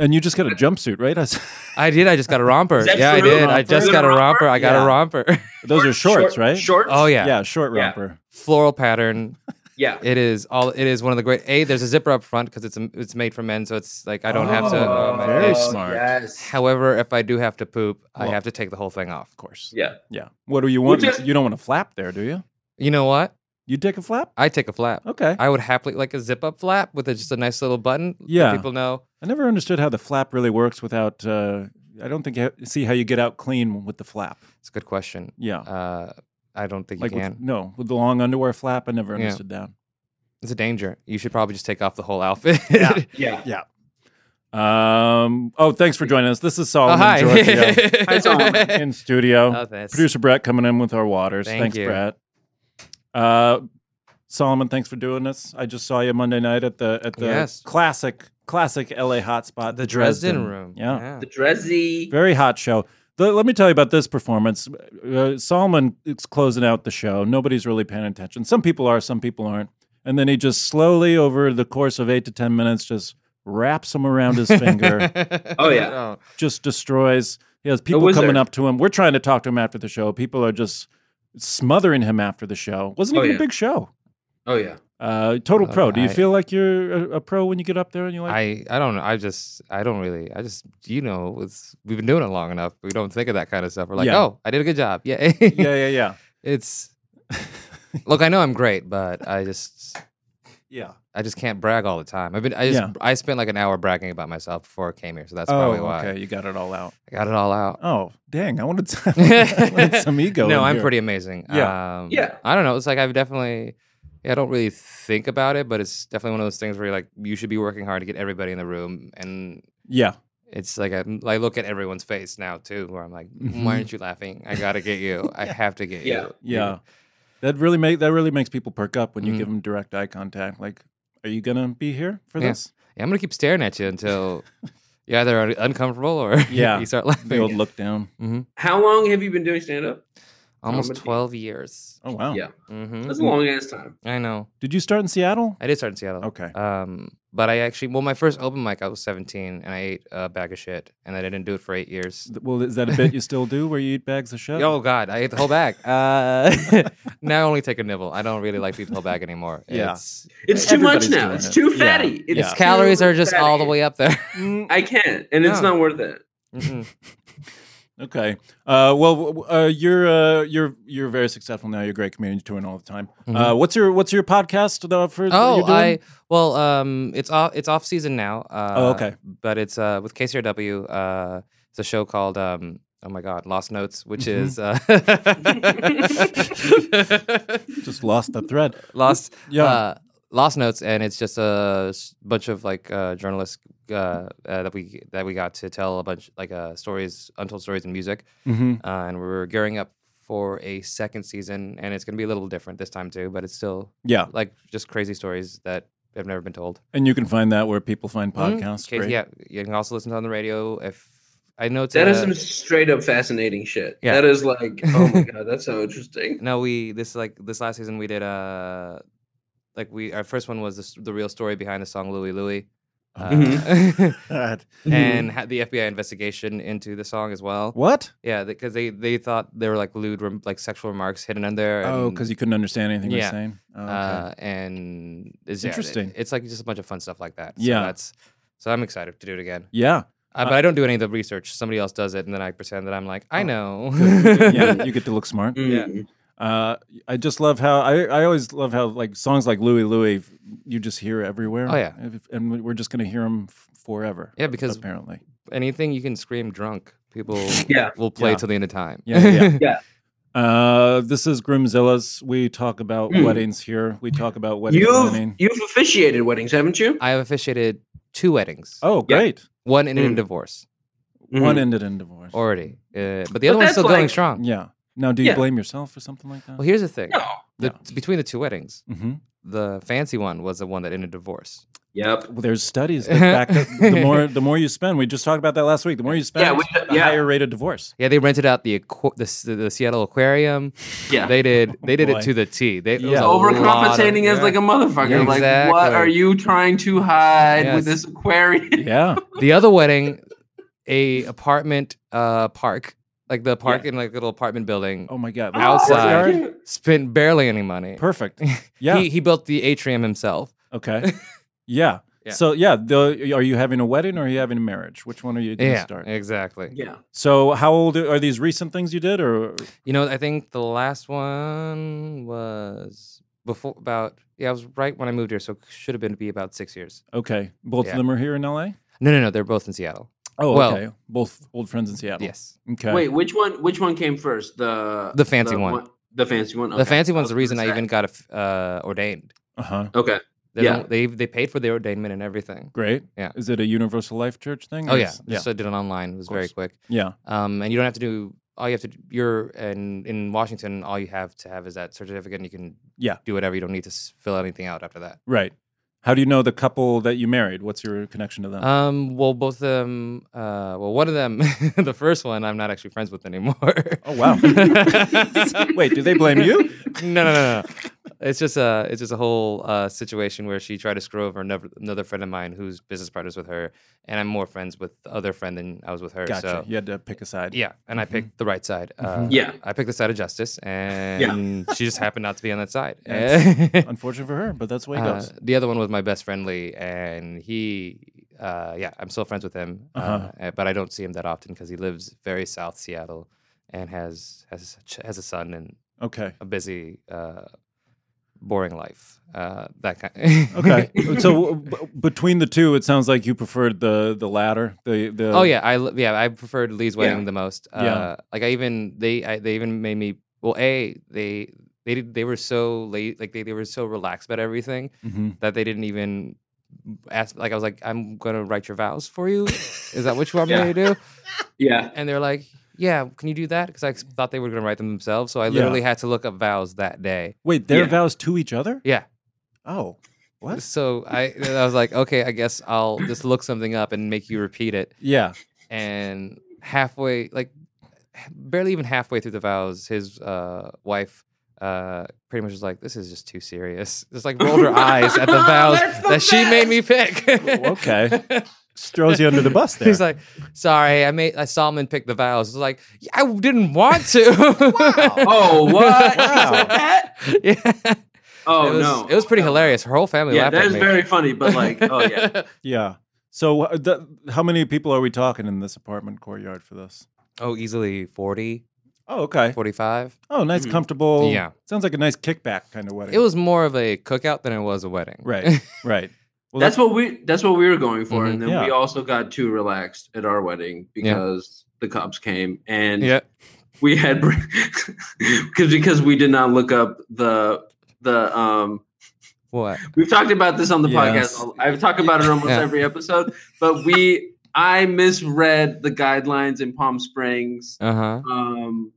Speaker 2: And you just got a jumpsuit, right? I s-
Speaker 4: I did. I just got a romper.
Speaker 3: Is that
Speaker 4: Yeah, I
Speaker 3: true?
Speaker 4: did. I
Speaker 3: Romper?
Speaker 4: just
Speaker 3: Is
Speaker 4: got
Speaker 3: it
Speaker 4: a
Speaker 3: a romper?
Speaker 4: romper. I got
Speaker 2: Yeah.
Speaker 4: a romper.
Speaker 2: Those are shorts,
Speaker 3: Short-
Speaker 2: right?
Speaker 3: Shorts.
Speaker 4: oh yeah.
Speaker 2: Yeah, short
Speaker 3: Yeah.
Speaker 2: romper.
Speaker 4: floral pattern.
Speaker 3: Yeah.
Speaker 4: It is all. It is one of the great. A there's a zipper up front because it's it's made for men, so it's like I don't have to.
Speaker 2: Oh,
Speaker 4: um,
Speaker 2: very
Speaker 4: it's-
Speaker 2: smart.
Speaker 3: Yes.
Speaker 4: However, if I do have to poop, I
Speaker 2: Well.
Speaker 4: have to take the whole thing off. Of course.
Speaker 3: Yeah.
Speaker 2: Yeah. What do you want?
Speaker 3: Which is-
Speaker 2: you don't want a flap there, do you?
Speaker 4: You know what?
Speaker 2: You take a flap?
Speaker 4: I take a flap.
Speaker 2: Okay.
Speaker 4: I would happily like a zip up flap with a, just a nice little button. let
Speaker 2: Yeah.
Speaker 4: People know.
Speaker 2: I never understood how the flap really works without. Uh, I don't think you see how you get out clean with the flap.
Speaker 4: It's a good question.
Speaker 2: Yeah,
Speaker 4: Uh, I don't think
Speaker 2: like
Speaker 4: you
Speaker 2: with,
Speaker 4: can.
Speaker 2: no, with the long underwear flap. I never
Speaker 4: Yeah.
Speaker 2: understood that.
Speaker 4: It's a danger. You should probably just take off the whole outfit.
Speaker 2: Yeah.
Speaker 3: Yeah.
Speaker 2: Um, oh, thanks for joining us. This is
Speaker 4: oh,
Speaker 2: Solomon
Speaker 4: hi.
Speaker 2: Giorgio
Speaker 3: Hi, Solomon.
Speaker 2: in studio.
Speaker 4: Oh, thanks.
Speaker 2: Producer Brett coming in with our waters.
Speaker 4: Thank
Speaker 2: thanks,
Speaker 4: you.
Speaker 2: Brett. Uh, Solomon, thanks for doing this. I just saw you Monday night at the at the
Speaker 4: Yes.
Speaker 2: classic classic LA hotspot,
Speaker 4: the Dresden, room.
Speaker 2: Yeah.
Speaker 3: The Drezzy.
Speaker 2: Very hot show. The, let me tell you about this performance. Uh, Solomon is closing out the show. Nobody's really paying attention. Some people are, some people aren't. And then he just slowly, over the course of eight to 10 minutes, just wraps them around his finger,
Speaker 3: Oh, yeah.
Speaker 2: just destroys. He has people
Speaker 5: wizard.
Speaker 2: coming up to him. We're trying to talk to him after the show. People are just smothering him after the show. Wasn't
Speaker 3: Oh,
Speaker 2: even a
Speaker 3: yeah.
Speaker 2: big show.
Speaker 3: Oh yeah.
Speaker 2: Uh, total
Speaker 4: Look,
Speaker 2: pro. Do you
Speaker 4: I-
Speaker 2: feel like you're a, a pro when you get up there and you're like,
Speaker 4: I, I don't know. I just I don't really. I just you know it's we've been doing it long enough. We don't think of that kind of stuff. We're like,
Speaker 2: Yeah.
Speaker 4: oh, I did a good job. Yeah,
Speaker 2: yeah, yeah, yeah,
Speaker 4: It's look, I know I'm great, but I just
Speaker 2: yeah.
Speaker 4: I just can't brag all the time. I've been I just
Speaker 2: Yeah.
Speaker 4: I spent like an hour bragging about myself before I came here, so that's
Speaker 2: oh,
Speaker 4: probably why
Speaker 2: okay. You got it all out.
Speaker 4: I got it all out.
Speaker 2: Oh, dang! I wanted, some- I wanted some ego.
Speaker 4: no,
Speaker 2: in
Speaker 4: I'm
Speaker 2: here.
Speaker 4: pretty amazing.
Speaker 2: Yeah.
Speaker 4: um,
Speaker 5: Yeah.
Speaker 4: I don't know. It's like I've definitely. Yeah, I don't really think about it, but it's definitely one of those things where you're like, you should be working hard to get everybody in the room, and
Speaker 2: Yeah,
Speaker 4: it's like I, I look at everyone's face now too, where I'm like,
Speaker 2: Mhm.
Speaker 4: why aren't you laughing? I gotta get you. I have to get
Speaker 5: Yeah.
Speaker 4: you.
Speaker 2: yeah. That really make that really makes people perk up when you
Speaker 4: Mhm.
Speaker 2: give them direct eye contact. Like, are you gonna be here for
Speaker 4: Yeah.
Speaker 2: this?
Speaker 4: Yeah, I'm gonna keep staring at you until you're either un- uncomfortable or
Speaker 2: Yeah.
Speaker 4: you start
Speaker 2: The old
Speaker 4: laughing.
Speaker 2: look down.
Speaker 4: hmm
Speaker 5: How long have you been doing stand up?
Speaker 4: Almost
Speaker 5: Comedy.
Speaker 4: 12 years.
Speaker 2: Oh wow!
Speaker 5: Yeah.
Speaker 4: hmm
Speaker 5: That's a long ass time.
Speaker 4: I know.
Speaker 2: Did you start in Seattle?
Speaker 4: I did start in Seattle.
Speaker 2: Okay.
Speaker 4: Um, but I actually, well, my first open mic, I was 17 and I ate a bag of shit and I didn't do it for eight years.
Speaker 2: Th- Well, is that a bit you still do where you eat bags of shit?
Speaker 4: Oh God, I ate the whole bag. Uh, now I only take a nibble. I don't really like to eat the whole bag anymore.
Speaker 2: Yeah.
Speaker 4: It's,
Speaker 5: It's too
Speaker 2: Everybody's
Speaker 5: much now.
Speaker 2: doing
Speaker 5: It's
Speaker 2: it.
Speaker 5: too
Speaker 2: Yeah.
Speaker 5: fatty. It's
Speaker 2: Yeah.
Speaker 4: its calories
Speaker 5: too
Speaker 4: are just all the
Speaker 5: fatty.
Speaker 4: way up there.
Speaker 2: Mm,
Speaker 5: I can't, and it's
Speaker 4: No.
Speaker 5: not worth it.
Speaker 2: Mm-hmm.
Speaker 4: Mm-mm.
Speaker 2: okay. Uh, well, w- w- uh, you're uh, you're you're very successful now. You're a great comedian. You're touring all the time. Uh, what's your what's your podcast? The, for that
Speaker 4: Mm-hmm. oh,
Speaker 2: you're doing?
Speaker 4: I well, um, it's off it's off season now. Uh,
Speaker 2: Oh, okay.
Speaker 4: But it's uh with KCRW. Uh, it's a show called um. Oh my God, Lost Notes, which
Speaker 2: Mhm.
Speaker 4: is uh,
Speaker 2: just lost the thread.
Speaker 4: Lost
Speaker 2: Yeah.
Speaker 4: uh, Lost Notes, and it's just a s- bunch of like uh, journalists uh, uh, that we that we got to tell a bunch like uh, stories, untold stories in music,
Speaker 2: hmm
Speaker 4: uh, and we're gearing up for a second season, and it's gonna be a little different this time too, but it's still
Speaker 2: Yeah,
Speaker 4: like just crazy stories that have never been told.
Speaker 2: and you can find that where people find podcasts.
Speaker 4: Okay,
Speaker 2: Great.
Speaker 4: Mm-hmm. Yeah, you can also listen to it on the radio. If I know it's uh,
Speaker 5: That
Speaker 4: a-
Speaker 5: is some straight up fascinating shit.
Speaker 4: Yeah.
Speaker 5: That is like, oh my god, that's so interesting.
Speaker 4: no, we this like this last season we did uh like we our first one was the, s- the real story behind the song Louie Louie. Uh,
Speaker 2: Oh, Mm-hmm. God.
Speaker 4: and had the FBI investigation into the song as well.
Speaker 2: What?
Speaker 4: Yeah, because they they thought there were like lewd rem- like sexual remarks hidden in there.
Speaker 2: Oh,
Speaker 4: and,
Speaker 2: because you couldn't understand anything they're
Speaker 4: Um, Yeah.
Speaker 2: saying. Oh, okay.
Speaker 4: uh, and it's, yeah, it-
Speaker 2: Interesting.
Speaker 4: it's like just a bunch of fun stuff like that. So
Speaker 2: Yeah.
Speaker 4: that's so I'm excited to do it again.
Speaker 2: yeah,
Speaker 4: Uh, but I don't do any of the research. Somebody else does it, and then I pretend that I'm like, I
Speaker 2: Oh,
Speaker 4: know.
Speaker 2: yeah. You get to look smart.
Speaker 4: Yeah.
Speaker 5: Mm.
Speaker 2: Uh, I just love how I, I always love how like songs like Louie Louie you just hear everywhere.
Speaker 4: Oh, yeah.
Speaker 2: If- and we're just gonna hear them forever.
Speaker 4: Yeah, because-
Speaker 2: apparently,
Speaker 4: Anything you can scream drunk, people
Speaker 5: Yeah.
Speaker 4: will play
Speaker 2: Yeah.
Speaker 4: till the end of time.
Speaker 2: Yeah, yeah, yeah. uh, this is Groomzilla's. We talk about
Speaker 4: Hmm.
Speaker 5: Mm.
Speaker 2: weddings here. We talk about wedding
Speaker 5: You've
Speaker 2: planning.
Speaker 5: you've officiated weddings, haven't you?
Speaker 4: I have officiated two weddings.
Speaker 2: Oh, Hmm.
Speaker 5: Yeah.
Speaker 2: great!
Speaker 4: One ended in
Speaker 5: Mm.
Speaker 4: divorce Mm-hmm.
Speaker 2: One
Speaker 5: Mhm.
Speaker 2: ended in divorce.
Speaker 4: already, uh, but the other one's
Speaker 5: that's
Speaker 4: still going
Speaker 5: like-
Speaker 4: strong.
Speaker 2: yeah. Now, do you
Speaker 5: Yeah.
Speaker 2: blame yourself for something like that?
Speaker 4: Well, here's the thing:
Speaker 5: No.
Speaker 4: the, between the two weddings,
Speaker 2: hmm
Speaker 4: the fancy one was the one that ended divorce.
Speaker 5: Mm-hmm. Yep.
Speaker 2: Well, there's studies that back up the more the more you spend. We just talked about that last week. The more you spend,
Speaker 5: Yeah, we-
Speaker 2: the
Speaker 5: yeah.
Speaker 2: higher rate of divorce.
Speaker 4: Yeah, they rented out the aqua- the, S- the Seattle Aquarium.
Speaker 5: Yeah.
Speaker 4: They did they did
Speaker 2: Boy.
Speaker 4: it to the T. They, it was
Speaker 2: Yeah.
Speaker 4: a lot of-
Speaker 5: Overcompensating as
Speaker 4: yeah.
Speaker 5: like a motherfucker.
Speaker 4: Yeah,
Speaker 5: Like, what
Speaker 4: exactly.
Speaker 5: are you trying to hide
Speaker 4: Yes.
Speaker 5: with this aquarium?
Speaker 2: Yeah,
Speaker 4: the other wedding, a apartment uh, park, like the park in like a little apartment building,
Speaker 2: Oh my god!
Speaker 4: Outside.
Speaker 2: Courtyard?
Speaker 4: spent barely any money.
Speaker 2: Perfect. Yeah.
Speaker 4: he, he built the atrium himself.
Speaker 2: okay. Yeah.
Speaker 4: Yeah.
Speaker 2: So yeah, the, are you having a wedding or are you having a marriage? Which one are you going to
Speaker 4: Yeah,
Speaker 2: start?
Speaker 4: exactly.
Speaker 5: Yeah.
Speaker 2: So how old are these recent things you did? Or
Speaker 4: You know, I think the last one was before about yeah, I was right when I moved here, so it should have been be about six years.
Speaker 2: okay, both of
Speaker 4: Yeah.
Speaker 2: them are here in L.A.
Speaker 4: No, no, no, they're both in Seattle.
Speaker 2: Oh,
Speaker 4: Well-
Speaker 2: okay. Both old friends in Seattle.
Speaker 4: Yes.
Speaker 2: Okay.
Speaker 5: Wait, which one? Which one came first? The
Speaker 4: The fancy one.
Speaker 5: The fancy one.
Speaker 4: The
Speaker 5: Okay.
Speaker 4: fancy
Speaker 5: was
Speaker 4: one's the
Speaker 5: gonna
Speaker 4: reason I
Speaker 5: say.
Speaker 4: even got a, uh, ordained.
Speaker 2: Uh huh.
Speaker 5: Okay.
Speaker 4: They
Speaker 5: Yeah.
Speaker 4: yeah. they they paid for the ordainment and everything.
Speaker 2: Great.
Speaker 4: Yeah.
Speaker 2: Is it a Universal Life Church thing?
Speaker 4: Oh
Speaker 2: or
Speaker 4: yeah,
Speaker 2: is-
Speaker 4: just I did it online. It was very
Speaker 2: course.
Speaker 4: quick.
Speaker 2: Yeah.
Speaker 4: Um, and you don't have to do all you have to. do- You're in in Washington. All you have to have is that certificate, and you can
Speaker 2: Yeah.
Speaker 4: do whatever. You don't need to s- fill anything out after that.
Speaker 2: Right. How do you know the couple that you married? What's your connection to them?
Speaker 4: Um, well, both of them. Uh, well, one of them, the first one, I'm not actually friends with anymore.
Speaker 2: oh wow. Wait, do they blame you?
Speaker 4: no, no, no, no. it's just a it's just a whole uh, situation where she tried to screw over another, another friend of mine who's business partners with her, and I'm more friends with the other friend than I was with her.
Speaker 2: Gotcha.
Speaker 4: So
Speaker 2: You had to pick a side.
Speaker 4: yeah, and I picked the right side. Uh,
Speaker 3: Yeah.
Speaker 4: I picked the side of justice, and she just happened not to be on that side.
Speaker 2: Yes. Unfortunate for her, but that's the way it
Speaker 4: Uh,
Speaker 2: goes.
Speaker 4: the other one was my best friend Lee, and he, uh, yeah, I'm still friends with him, uh
Speaker 2: Uh-huh.
Speaker 4: uh, but I don't see him that often because he lives very south Seattle, and has has ch- has a son and
Speaker 2: Okay.
Speaker 4: a busy, uh, boring life. Uh, that kind.
Speaker 2: Okay. so b- between the two, it sounds like you preferred the the latter. The the
Speaker 4: oh yeah, I li- yeah I preferred Lee's wedding
Speaker 3: Yeah.
Speaker 4: the most. Uh,
Speaker 2: Yeah.
Speaker 4: Like I even they I, they even made me well a they they did, they were so late like they, they were so relaxed about everything
Speaker 2: Mhm.
Speaker 4: that they didn't even ask. Like I was like, I'm gonna write your vows for you. Is that what you want
Speaker 3: Yeah.
Speaker 4: me to do?
Speaker 3: Yeah.
Speaker 4: And they're like, Yeah, can you do that? Because I ex- thought they were gonna write them themselves. So I
Speaker 2: Yeah.
Speaker 4: literally had to look up vows that day.
Speaker 2: Wait, their
Speaker 3: Yeah.
Speaker 2: vows to each other?
Speaker 4: Yeah.
Speaker 2: Oh, what?
Speaker 4: So I and I was like, Okay, I guess I'll just look something up and make you repeat it.
Speaker 2: Yeah.
Speaker 4: And halfway, like barely even halfway through the vows, his uh, wife. Uh, pretty much was like this is just too serious. Just like rolled her eyes at the vows
Speaker 3: That's the
Speaker 4: that she made me
Speaker 2: Well,
Speaker 4: pick.
Speaker 2: Okay. Just throws you under the bus there.
Speaker 4: He's like, sorry, I made I saw him and picked the vows. I was like, "Yeah, I didn't want to.
Speaker 3: Oh, what? You
Speaker 2: Wow.
Speaker 3: said that?
Speaker 4: yeah.
Speaker 3: Oh
Speaker 4: it was,
Speaker 3: no.
Speaker 4: It was pretty hilarious. Her whole family
Speaker 3: Yeah,
Speaker 4: laughed
Speaker 3: that
Speaker 4: at
Speaker 3: is
Speaker 4: me.
Speaker 3: very funny, but like, oh yeah.
Speaker 2: yeah. So uh, the, how many people are we talking in this apartment courtyard for this?
Speaker 4: oh, easily 40,
Speaker 2: Oh, okay.
Speaker 4: 45.
Speaker 2: Oh, nice,
Speaker 3: Mhm.
Speaker 2: comfortable.
Speaker 4: Hmm. Yeah.
Speaker 2: Sounds like a nice kickback kind of wedding.
Speaker 4: It was more of a cookout than it was a wedding.
Speaker 2: Right. right. Well,
Speaker 3: that's what we that's what we were going for,
Speaker 4: Mhm.
Speaker 3: and then we
Speaker 2: Yeah.
Speaker 3: also got too relaxed at our wedding because the cops came and
Speaker 4: yeah.
Speaker 3: we had because because we did not look up the the um
Speaker 4: What?
Speaker 3: we've talked about this on the
Speaker 2: Yes.
Speaker 3: podcast i've talked about it almost
Speaker 4: Yeah.
Speaker 3: every episode but we i misread the guidelines in palm springs
Speaker 4: Uh huh.
Speaker 3: um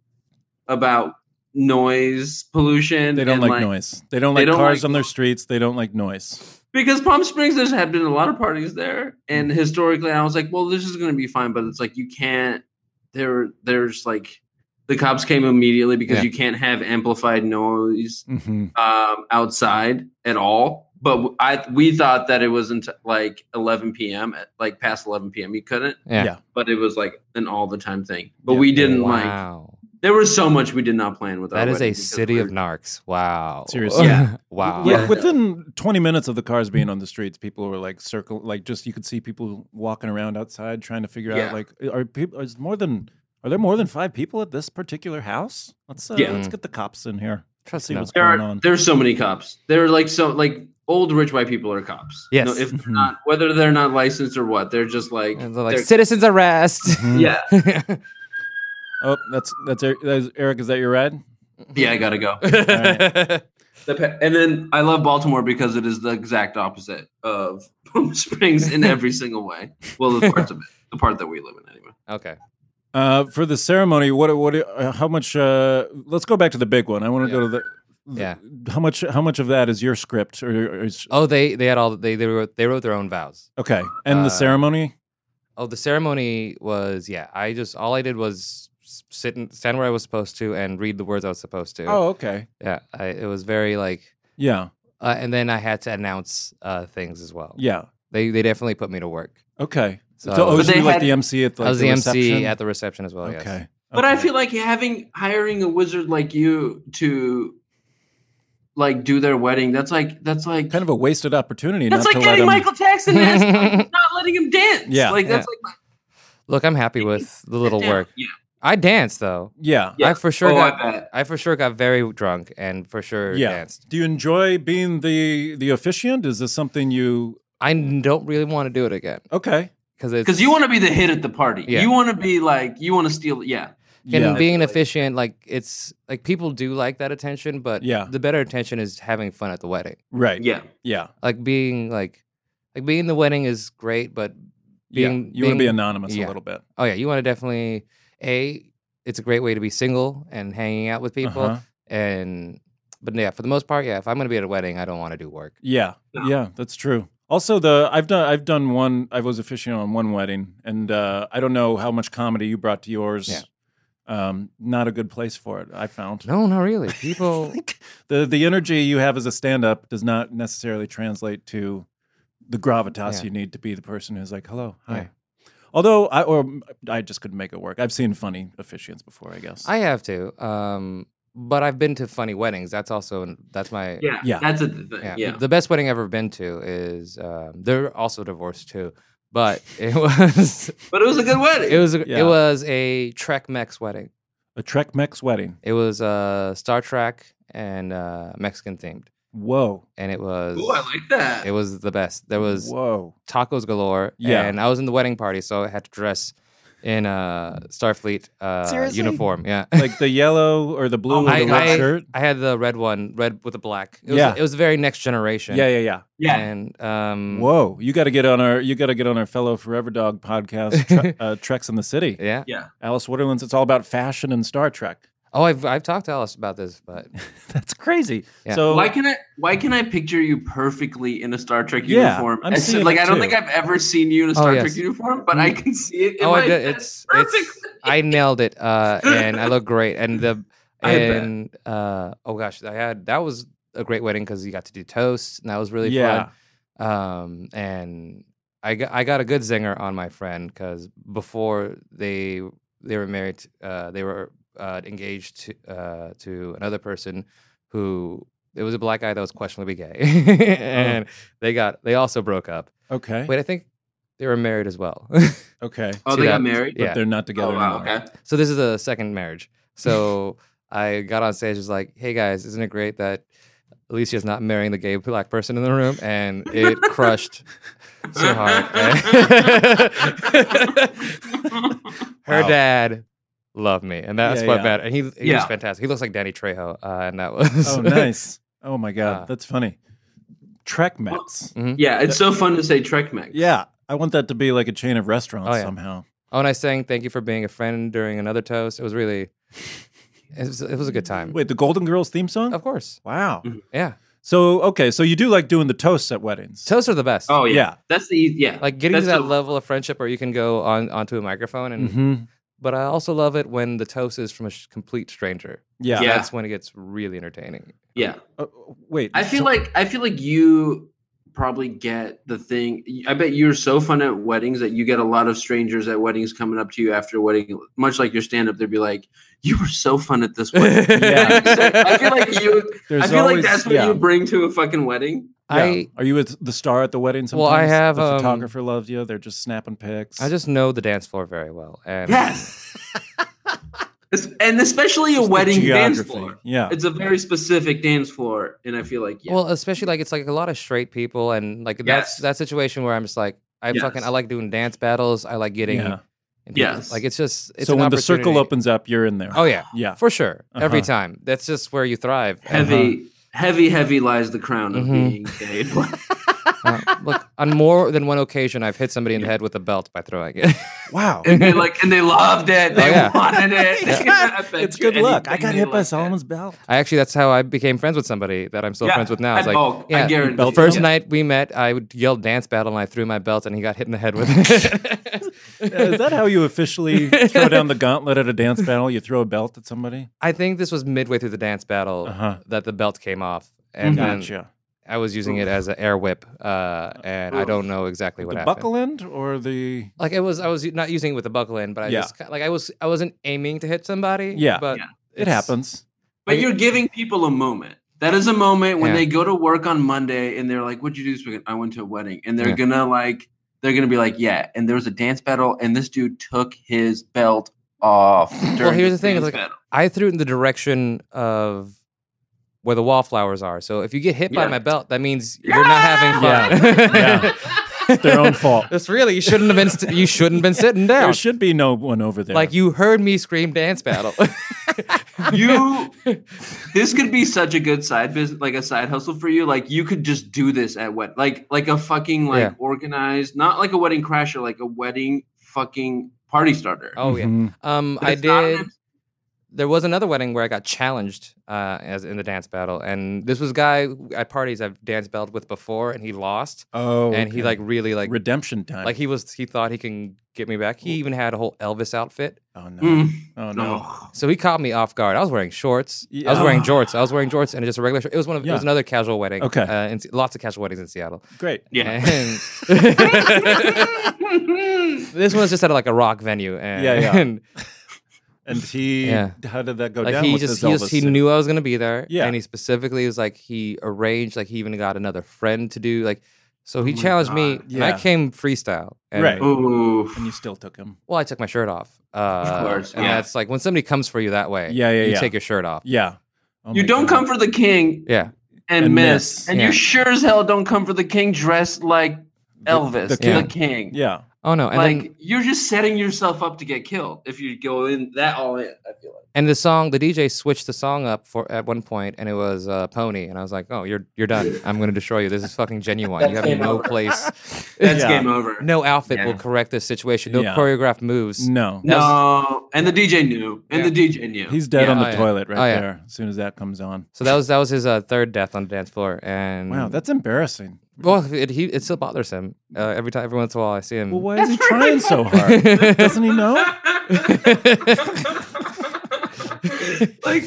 Speaker 3: about noise pollution
Speaker 2: They don't
Speaker 3: and,
Speaker 2: like, noise. They don't
Speaker 3: they
Speaker 2: like
Speaker 3: don't
Speaker 2: cars
Speaker 3: like-
Speaker 2: on their streets. They don't like noise.
Speaker 3: because Palm Springs, there's have been a lot of parties there,
Speaker 2: Mm-hmm.
Speaker 3: and historically, I was like, well, this is going to be fine, but it's like you can't. There, there's like the cops came immediately because
Speaker 4: Yeah.
Speaker 3: you can't have amplified noise
Speaker 4: Mm-hmm.
Speaker 2: hmm
Speaker 3: um, outside at all. But w- I we thought that it wasn't like 11 p.m. at like past 11 p.m. You couldn't,
Speaker 4: Yeah.
Speaker 2: Yeah.
Speaker 3: but it was like an all the time thing. But
Speaker 2: Yeah.
Speaker 3: we didn't like.
Speaker 4: wow.
Speaker 3: There was so much we did not plan with. our
Speaker 4: that is
Speaker 3: wedding
Speaker 4: a
Speaker 3: because
Speaker 4: city
Speaker 3: we
Speaker 4: of narcs. Wow.
Speaker 2: Seriously.
Speaker 3: Yeah.
Speaker 4: wow.
Speaker 2: Wi-
Speaker 3: Yeah.
Speaker 2: Within 20 minutes of the cars being on the streets, people were like circle, like just you could see people walking around outside trying to figure
Speaker 3: Yeah.
Speaker 2: out like are people is more than are there more than five people at this particular house? Let's uh,
Speaker 3: Yeah.
Speaker 2: let's get the cops in here.
Speaker 4: Trust
Speaker 2: See
Speaker 4: no.
Speaker 2: what's
Speaker 3: there
Speaker 2: going
Speaker 3: are
Speaker 2: on.
Speaker 3: there's so many cops. There are like so like old rich white people are cops.
Speaker 4: Yes.
Speaker 3: No, if
Speaker 2: Mhm.
Speaker 3: they're not whether they're not licensed or what, they're just like,
Speaker 4: And they're like
Speaker 3: they're-
Speaker 4: citizens arrest.
Speaker 2: Mhm.
Speaker 3: yeah,
Speaker 2: Oh, that's that's, Er- that's Eric. Is that your ride?
Speaker 3: yeah, I gotta go.
Speaker 2: right.
Speaker 3: The pa- And then I love Baltimore because it is the exact opposite of Palm Springs in every single way. Well, the parts of it, the part that we live in anyway.
Speaker 4: okay.
Speaker 2: Uh, for the ceremony, what what uh, how much? Uh, let's go back to the big one. I want to go to the. the-
Speaker 4: Yeah.
Speaker 2: How much? How much of that is your script? Or, or is,
Speaker 4: Oh, they they had all they they wrote they wrote their own vows.
Speaker 2: okay, and
Speaker 4: Uh,
Speaker 2: the ceremony.
Speaker 4: Oh, the ceremony was yeah. I just all I did was s- sit and stand where I was supposed to and read the words I was supposed to.
Speaker 2: Oh, okay.
Speaker 4: yeah. I, it was very like,
Speaker 2: Yeah,
Speaker 4: uh, and then I had to announce uh, things as well.
Speaker 2: yeah.
Speaker 4: they they definitely put me to work.
Speaker 2: Okay. So,
Speaker 4: So,
Speaker 2: oh,
Speaker 3: But
Speaker 2: so
Speaker 3: they
Speaker 2: you like
Speaker 3: had-
Speaker 2: the MC at the,
Speaker 4: I was the, MC
Speaker 2: reception?
Speaker 4: at the reception as well.
Speaker 2: okay.
Speaker 4: Yes.
Speaker 3: But I
Speaker 2: Okay.
Speaker 3: feel like having hiring a wizard like you to like do their wedding. That's like that's like
Speaker 2: kind of a wasted opportunity
Speaker 3: that's
Speaker 2: not
Speaker 3: like
Speaker 2: to let
Speaker 3: getting
Speaker 2: him.
Speaker 3: Michael Jackson as like, not letting him dance.
Speaker 2: Yeah.
Speaker 3: like that's
Speaker 4: Yeah. Look, I'm happy with the little
Speaker 3: like
Speaker 4: work.
Speaker 3: Yeah,
Speaker 4: I danced though.
Speaker 2: yeah.
Speaker 3: Yeah.
Speaker 4: I for sure
Speaker 3: Oh, I
Speaker 4: got
Speaker 3: bet.
Speaker 4: I, for sure got very drunk and for sure
Speaker 2: Yeah.
Speaker 4: danced.
Speaker 2: Do you enjoy being the the officiant? Is this something you?
Speaker 4: I don't really want to do it again
Speaker 2: Okay.
Speaker 4: because it's
Speaker 3: because you want to be the hit at the party.
Speaker 4: Yeah.
Speaker 3: You want to be like you want to steal. Yeah,
Speaker 4: and
Speaker 2: Yeah.
Speaker 4: being an
Speaker 3: Like-
Speaker 4: efficient like it's like people do like that attention but
Speaker 2: Yeah.
Speaker 4: the better attention is having fun at the wedding
Speaker 2: Right.
Speaker 3: yeah,
Speaker 2: Yeah.
Speaker 4: like being like like being the wedding is great but Being-
Speaker 2: yeah. You want to be
Speaker 4: being-
Speaker 2: anonymous
Speaker 4: yeah.
Speaker 2: a little bit.
Speaker 4: oh yeah you want to definitely a it's a great way to be single and hanging out with people
Speaker 2: Uh-huh.
Speaker 4: and but yeah for the most part yeah if i'm going to be at a wedding i don't want to do work
Speaker 2: Yeah,
Speaker 3: No.
Speaker 2: yeah, that's true. Also, the I've done I've done one. I was officiating on one wedding, and uh, I don't know how much comedy you brought to yours.
Speaker 4: Yeah.
Speaker 2: Um, not a good place for it, I found.
Speaker 4: No, not really. People,
Speaker 2: the the energy you have as a stand up does not necessarily translate to the gravitas
Speaker 4: Yeah.
Speaker 2: you need to be the person who's like, "Hello, hi."
Speaker 4: Yeah.
Speaker 2: Although I or I just couldn't make it work. I've seen funny officiants before, I guess.
Speaker 4: I have to. Um, but I've been to funny weddings. That's also that's my
Speaker 3: Yeah,
Speaker 2: Yeah.
Speaker 3: That's a th- thing. Yeah.
Speaker 4: yeah. The best wedding I've ever been to is um, they're also divorced too, but it was
Speaker 3: But it was a good wedding.
Speaker 4: it was a,
Speaker 2: Yeah.
Speaker 4: it was a Trek Mex wedding.
Speaker 2: a Trek Mex wedding.
Speaker 4: It was uh, Star Trek and uh, Mexican themed,
Speaker 2: Whoa,
Speaker 4: and it was
Speaker 3: Ooh, I like that.
Speaker 4: it was the best. There was
Speaker 2: whoa.
Speaker 4: tacos galore.
Speaker 2: Yeah.
Speaker 4: And I was in the wedding party, so I had to dress in a Starfleet uh,
Speaker 2: Seriously?
Speaker 4: uniform. Yeah.
Speaker 2: Like the yellow or the blue
Speaker 3: Oh
Speaker 2: or the
Speaker 3: my
Speaker 2: red
Speaker 3: God.
Speaker 2: shirt.
Speaker 4: I had the red one, red with the black. It was,
Speaker 2: Yeah.
Speaker 4: It was very next generation.
Speaker 2: Yeah, yeah, yeah.
Speaker 3: yeah.
Speaker 4: And um,
Speaker 2: Whoa, you got to get on our you got to get on our fellow Forever Dog podcast, Tre- uh, Treks in the City.
Speaker 4: Yeah.
Speaker 2: Alice Waterlands. It's all about fashion and Star Trek.
Speaker 4: Oh, I've, I've talked to Alice about this, but
Speaker 2: That's crazy.
Speaker 4: Yeah.
Speaker 2: So
Speaker 3: Why can I? Why can I picture you perfectly in a Star Trek
Speaker 2: Yeah,
Speaker 3: uniform?
Speaker 2: I'm
Speaker 3: Except,
Speaker 2: seeing
Speaker 3: like
Speaker 2: it
Speaker 3: I don't
Speaker 2: too.
Speaker 3: think I've ever seen you in a Star
Speaker 4: Oh, yes.
Speaker 3: Trek uniform, but I can see it. In
Speaker 4: oh,
Speaker 3: my
Speaker 4: I did.
Speaker 3: head
Speaker 4: It's it's
Speaker 3: perfectly.
Speaker 4: I nailed it, uh, and I look great. And the
Speaker 3: I bet.
Speaker 4: and uh, oh gosh, I had that was a great wedding because you got to do toasts, and that was really fun.
Speaker 2: yeah,
Speaker 4: um, and I got, I got a good zinger on my friend because before they they were married, uh, they were uh, engaged to uh, to another person who it was a black guy that was questionably gay, and they got they also broke up.
Speaker 2: okay,
Speaker 4: Wait, I think they were married as well.
Speaker 2: okay.
Speaker 3: Oh,
Speaker 4: See
Speaker 3: they got
Speaker 4: that?
Speaker 3: married.
Speaker 2: But
Speaker 4: yeah.
Speaker 2: they're not
Speaker 3: Oh
Speaker 2: together
Speaker 3: wow.
Speaker 2: anymore.
Speaker 3: Okay.
Speaker 4: So this is a second marriage. So I got on stage, was like, "Hey guys, isn't it great that Alicia's not marrying the gay black person in the room?" And it crushed so hard. Her
Speaker 2: Wow.
Speaker 4: dad loved me, and that's
Speaker 2: Yeah,
Speaker 4: what
Speaker 2: yeah.
Speaker 4: mattered. And he, he was
Speaker 3: Yeah.
Speaker 4: fantastic. He looks like Danny Trejo, uh, and that was
Speaker 2: Oh, nice. Oh my God,
Speaker 4: Uh,
Speaker 2: that's funny. Trek Mets.
Speaker 3: Yeah, it's so fun to say Trek Mech.
Speaker 2: Yeah, I want that to be like a chain of restaurants
Speaker 4: Oh, yeah.
Speaker 2: somehow.
Speaker 4: oh, and I sang "Thank You for Being a Friend" during another toast. It was really, it was, it was a good time.
Speaker 2: Wait, the Golden Girls theme song?
Speaker 4: Of course,
Speaker 2: Wow.
Speaker 3: Mm-hmm.
Speaker 4: yeah.
Speaker 2: So okay, so you do like doing the toasts at weddings?
Speaker 4: Toasts are the best.
Speaker 3: Oh yeah.
Speaker 2: Yeah.
Speaker 3: That's the eas- yeah.
Speaker 4: like getting
Speaker 3: That's
Speaker 4: to that
Speaker 3: the-
Speaker 4: level of friendship where you can go on onto a microphone and
Speaker 2: hmm
Speaker 4: but i also love it when the toast is from a sh- complete stranger
Speaker 2: Yeah.
Speaker 3: Yeah.
Speaker 4: that's when it gets really entertaining
Speaker 3: yeah.
Speaker 2: Uh, wait.
Speaker 3: I feel
Speaker 2: so-
Speaker 3: like I feel like you probably get the thing. I bet you're so fun at weddings that you get a lot of strangers at weddings coming up to you after a wedding, much like your stand up. They'd be like, "You were so fun at this wedding."
Speaker 2: Yeah.
Speaker 3: I feel like you.
Speaker 2: there's
Speaker 3: I feel
Speaker 2: always,
Speaker 3: like that's what
Speaker 2: yeah,
Speaker 3: you bring to a fucking wedding.
Speaker 4: i
Speaker 2: yeah. Are you with the star at the wedding? Sometimes
Speaker 4: Well, I have,
Speaker 2: the
Speaker 4: um,
Speaker 2: photographer loves you. They're just snapping pics.
Speaker 4: i just know the dance floor very well and
Speaker 3: Yes. It's- and especially a
Speaker 2: Just the
Speaker 3: wedding dance
Speaker 2: geography.
Speaker 3: floor.
Speaker 2: Yeah.
Speaker 3: It's a very specific dance floor, and I feel like yeah.
Speaker 4: well especially like it's like a lot of straight people and like
Speaker 3: Yes.
Speaker 4: that's that situation where i'm just like i fucking
Speaker 3: Yes.
Speaker 4: i like doing dance battles i like getting
Speaker 2: Yeah.
Speaker 4: in people's-
Speaker 3: Yes.
Speaker 4: like it's just it's
Speaker 2: so
Speaker 4: an
Speaker 2: when the circle
Speaker 4: opportunity.
Speaker 2: opens up, you're in there.
Speaker 4: oh yeah
Speaker 2: yeah.
Speaker 4: for sure every
Speaker 2: Uh-huh.
Speaker 4: time that's just where you thrive And,
Speaker 3: heavy, heavy, heavy lies the crown of
Speaker 2: Mm-hmm.
Speaker 4: Mhm.
Speaker 3: being gay.
Speaker 4: uh, look on more than one occasion i've hit somebody in the head with a belt by throwing it
Speaker 2: Wow.
Speaker 3: and they like and they loved it. They
Speaker 4: Oh, yeah.
Speaker 3: wanted it. I bet
Speaker 2: it's
Speaker 3: you
Speaker 2: good luck. I
Speaker 3: anything
Speaker 2: got
Speaker 3: they
Speaker 2: hit by
Speaker 3: liked it.
Speaker 2: Solomon's belt.
Speaker 4: I actually that's how I became friends with somebody that I'm still
Speaker 3: Yeah,
Speaker 4: friends with now.
Speaker 3: I
Speaker 4: It's like
Speaker 3: bulk. I
Speaker 4: yeah,
Speaker 3: guarantee
Speaker 4: the
Speaker 3: you.
Speaker 4: first
Speaker 3: Yeah.
Speaker 4: night we met, I would yell dance battle and I threw my belt and he got hit in the head with it.
Speaker 2: Is that how you officially throw down the gauntlet at a dance battle? You throw a belt at somebody?
Speaker 4: I think this was midway through the dance battle
Speaker 2: Uh-huh.
Speaker 4: that the belt came off. And
Speaker 3: Mm-hmm.
Speaker 4: then
Speaker 2: Gotcha.
Speaker 4: I was using it as an air whip, uh, and I don't know exactly what
Speaker 2: The
Speaker 4: happened.
Speaker 2: buckle end or the
Speaker 4: Like it was, I was not using it with the buckle in, but I
Speaker 2: Yeah.
Speaker 4: just ki- like I was, I wasn't aiming to hit somebody.
Speaker 2: Yeah.
Speaker 4: but
Speaker 3: Yeah.
Speaker 2: it
Speaker 4: it's-
Speaker 2: happens.
Speaker 3: But you're giving people a moment. That is a moment when
Speaker 4: Yeah.
Speaker 3: they go to work on Monday and they're like, "What'd you do this weekend?" I went to a wedding, and they're
Speaker 4: Yeah.
Speaker 3: gonna like, they're gonna be like, "Yeah." And there was a dance battle, and this dude took his belt off. during
Speaker 4: here's the thing, it's
Speaker 3: dance
Speaker 4: like-
Speaker 3: battle.
Speaker 4: I threw it in the direction of where the wallflowers are. So if you get hit by
Speaker 3: Yeah.
Speaker 4: my belt, that means you're not having fun.
Speaker 2: Yeah. It's their own fault.
Speaker 4: It's really you shouldn't have been st- you shouldn't have been sitting down.
Speaker 2: There should be no one over there.
Speaker 4: Like you heard me scream dance battle.
Speaker 3: you this could be such a good side business like a side hustle for you like you could just do this at what like like a fucking like
Speaker 4: Yeah.
Speaker 3: organized not like a wedding crasher like a wedding fucking party starter
Speaker 4: oh yeah.
Speaker 2: Mhm.
Speaker 4: Um
Speaker 3: But
Speaker 4: I
Speaker 3: it's not an
Speaker 4: did
Speaker 3: MC.
Speaker 4: there was another wedding where I got challenged uh, as in the dance battle, and this was a guy at parties I've dance battled with before, and he lost,
Speaker 2: Oh,
Speaker 4: and he
Speaker 2: okay.
Speaker 4: like really like
Speaker 2: redemption time.
Speaker 4: like he was he thought he can get me back. He even had a whole Elvis outfit,
Speaker 2: oh no,
Speaker 3: Mm.
Speaker 2: oh no.
Speaker 3: No.
Speaker 4: so he caught me off guard. I was wearing shorts, I was
Speaker 2: Yeah.
Speaker 4: wearing jorts, I was wearing jorts, and just a regular. Shirt. It was one of it was
Speaker 2: Yeah.
Speaker 4: another casual wedding.
Speaker 2: Okay.
Speaker 4: uh, in, Se- lots of casual weddings in Seattle.
Speaker 2: Great.
Speaker 3: Yeah.
Speaker 4: And- this one's just at like a rock venue, and
Speaker 2: Yeah, yeah.
Speaker 4: and
Speaker 2: And he,
Speaker 4: Yeah.
Speaker 2: how did that go
Speaker 4: like
Speaker 2: down?
Speaker 4: he
Speaker 2: with
Speaker 4: just
Speaker 2: his
Speaker 4: he, just,
Speaker 2: Elvis
Speaker 4: he
Speaker 2: thing?
Speaker 4: knew I was gonna be there.
Speaker 2: Yeah.
Speaker 4: And he specifically was like he arranged like he even got another friend to do like so he
Speaker 3: Oh my
Speaker 4: challenged me
Speaker 3: God.
Speaker 4: and
Speaker 2: Yeah.
Speaker 4: I came freestyle. And,
Speaker 2: Right.
Speaker 3: Ooh.
Speaker 2: and you still took him.
Speaker 4: Well, I took my shirt off. Uh,
Speaker 3: course,
Speaker 4: and
Speaker 3: yeah.
Speaker 4: that's like when somebody comes for you that way.
Speaker 2: Yeah, yeah,
Speaker 4: You
Speaker 2: yeah.
Speaker 4: take your shirt off.
Speaker 2: Yeah. Oh
Speaker 3: You
Speaker 2: my
Speaker 3: don't
Speaker 2: God.
Speaker 3: come for the king
Speaker 4: Yeah.
Speaker 3: and,
Speaker 2: And
Speaker 3: miss.
Speaker 2: miss.
Speaker 3: And
Speaker 4: Yeah.
Speaker 3: you sure as hell don't come for the king dressed like Elvis,
Speaker 2: the
Speaker 3: the
Speaker 2: king.
Speaker 3: king.
Speaker 2: Yeah.
Speaker 4: Oh no. And
Speaker 3: like
Speaker 4: then,
Speaker 3: you're just setting yourself up to get killed if you go in that all in. I feel like
Speaker 4: and the song the DJ switched the song up for at one point and it was uh, Pony and I was like, oh you're you're done. I'm gonna destroy you. This is fucking genuine. you
Speaker 3: That's
Speaker 4: have
Speaker 3: game
Speaker 4: no
Speaker 3: over.
Speaker 4: place.
Speaker 3: that's
Speaker 2: Yeah.
Speaker 3: game over.
Speaker 4: No outfit
Speaker 3: Yeah. Mm.
Speaker 4: will correct this situation. No
Speaker 2: Yeah.
Speaker 4: choreographed moves.
Speaker 2: No.
Speaker 3: No, and the DJ knew, and the DJ knew.
Speaker 2: He's dead
Speaker 4: Yeah.
Speaker 2: on the
Speaker 4: Oh, yeah.
Speaker 2: toilet
Speaker 4: Oh,
Speaker 2: right
Speaker 4: yeah.
Speaker 2: there as soon as that comes on.
Speaker 4: So that was that was his uh, third death on the dance floor, and
Speaker 2: Wow, that's embarrassing.
Speaker 4: well, it, he it still bothers him uh, every time, every once in a while I see him.
Speaker 2: Well, why is he trying so hard? Doesn't he know?
Speaker 3: like,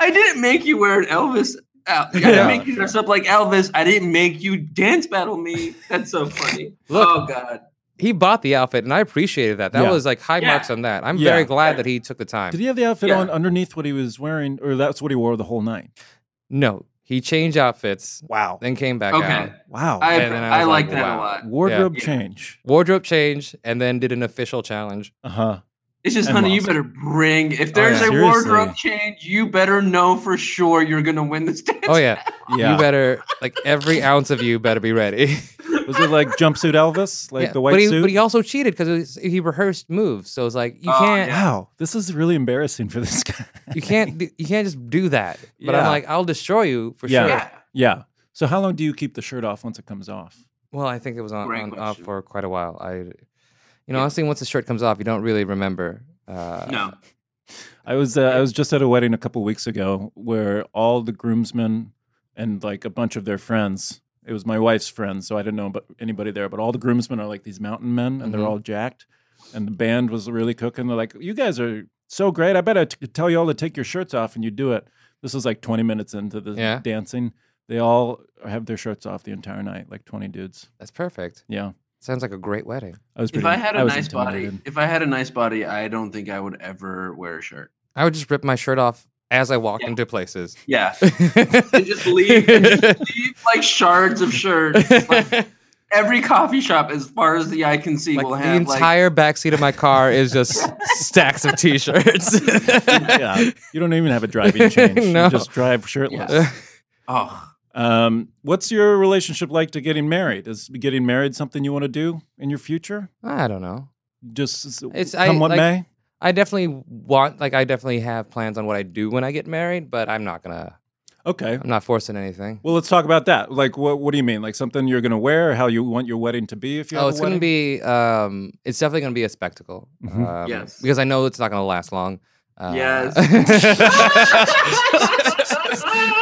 Speaker 3: I didn't make you wear an Elvis. Out. I didn't
Speaker 4: Yeah.
Speaker 3: make you dress up like Elvis. I didn't make you dance battle me. That's so funny.
Speaker 4: Look.
Speaker 3: oh God.
Speaker 4: he bought the outfit, and I appreciated that. That
Speaker 2: Yeah.
Speaker 4: was like high
Speaker 3: Yeah.
Speaker 4: marks on that. I'm
Speaker 2: Yeah.
Speaker 4: very glad that he took the time.
Speaker 2: Did he have the outfit
Speaker 3: Yeah.
Speaker 2: on underneath what he was wearing, or that's what he wore the whole night?
Speaker 4: no, he changed outfits,
Speaker 2: Wow.
Speaker 4: then came back
Speaker 3: Okay.
Speaker 4: out,
Speaker 2: Wow.
Speaker 3: I,
Speaker 4: And uh, then I
Speaker 3: I,
Speaker 4: was
Speaker 3: like,
Speaker 4: like,
Speaker 3: that
Speaker 4: wow.
Speaker 3: a lot.
Speaker 2: Wardrobe
Speaker 3: Yeah.
Speaker 2: change.
Speaker 4: wardrobe change, and then did an official challenge.
Speaker 2: Uh huh.
Speaker 3: It's just,
Speaker 2: And
Speaker 3: honey, you
Speaker 2: lost.
Speaker 3: better bring.
Speaker 4: Oh,
Speaker 3: If there's
Speaker 2: yeah.
Speaker 3: a
Speaker 2: Seriously.
Speaker 3: wardrobe change, you better know for sure you're gonna win this dance.
Speaker 4: Oh yeah,
Speaker 2: Yeah.
Speaker 4: you better like every ounce of you better be ready.
Speaker 2: Was it like jumpsuit Elvis, like
Speaker 4: Yeah,
Speaker 2: the white
Speaker 4: but he,
Speaker 2: suit?
Speaker 4: But he also cheated because he rehearsed moves, so it's like you
Speaker 3: Oh,
Speaker 4: can't.
Speaker 3: yeah.
Speaker 2: wow, this is really embarrassing for this guy.
Speaker 4: You can't do- you can't just do that. But I'm
Speaker 2: Yeah.
Speaker 4: like, I'll destroy you for
Speaker 2: Yeah.
Speaker 4: sure.
Speaker 3: Yeah.
Speaker 2: yeah. So how long do you keep the shirt off once it comes off?
Speaker 4: Well, I think it was on,
Speaker 3: Great
Speaker 4: on off
Speaker 3: question.
Speaker 4: for quite a while. I, you know, honestly, once the shirt comes off, you don't really remember. Uh,
Speaker 3: No.
Speaker 2: I was uh, I was just at a wedding a couple weeks ago where all the groomsmen and like a bunch of their friends. It was my wife's friends, so I didn't know about anybody there. But all the groomsmen are like these mountain men, and they're
Speaker 4: Mhm.
Speaker 2: all jacked. And the band was really cooking. They're like, "You guys are so great! I bet I t- could tell you all to take your shirts off, and you do it." This was like 20 minutes into the
Speaker 4: Yeah.
Speaker 2: dancing. They all have their shirts off the entire night, like 20 dudes.
Speaker 4: that's perfect.
Speaker 2: Yeah,
Speaker 4: Sounds like a great wedding.
Speaker 2: I was.
Speaker 3: If
Speaker 2: Pretty,
Speaker 3: I had a
Speaker 2: was
Speaker 3: nice body,
Speaker 2: intimidated.
Speaker 3: if I had a nice body, I don't think I would ever wear a shirt.
Speaker 4: I would just rip my shirt off as I walk
Speaker 3: Yeah.
Speaker 4: into places.
Speaker 3: Yeah. and just leave, and just leave like shards of shirts. Like,
Speaker 4: like
Speaker 3: every coffee shop, as far as the eye can see, will
Speaker 4: the
Speaker 3: have like
Speaker 4: entire backseat of my car is just stacks of t-shirts.
Speaker 2: yeah, you don't even have a driving change.
Speaker 4: No.
Speaker 2: You just drive shirtless.
Speaker 3: Yeah. oh,
Speaker 2: Um, what's your relationship like to getting married? Is getting married something you want to do in your future?
Speaker 4: I don't know.
Speaker 2: Just s-
Speaker 4: It's- I-
Speaker 2: come what
Speaker 4: like-
Speaker 2: may.
Speaker 4: I definitely want, like, I definitely have plans on what I do when I get married, but I'm not gonna,
Speaker 2: Okay.
Speaker 4: I'm not forcing anything.
Speaker 2: Well, let's talk about that. Like, what what do you mean? Like something you're going to wear? How you want your wedding to be? If you
Speaker 4: Oh,
Speaker 2: have
Speaker 4: it's
Speaker 2: a
Speaker 4: gonna
Speaker 2: wedding?
Speaker 4: be. Um, it's definitely gonna be a spectacle.
Speaker 2: Mhm.
Speaker 4: Um,
Speaker 3: Yes.
Speaker 4: because I know it's not gonna last long. Uh,
Speaker 3: Yes.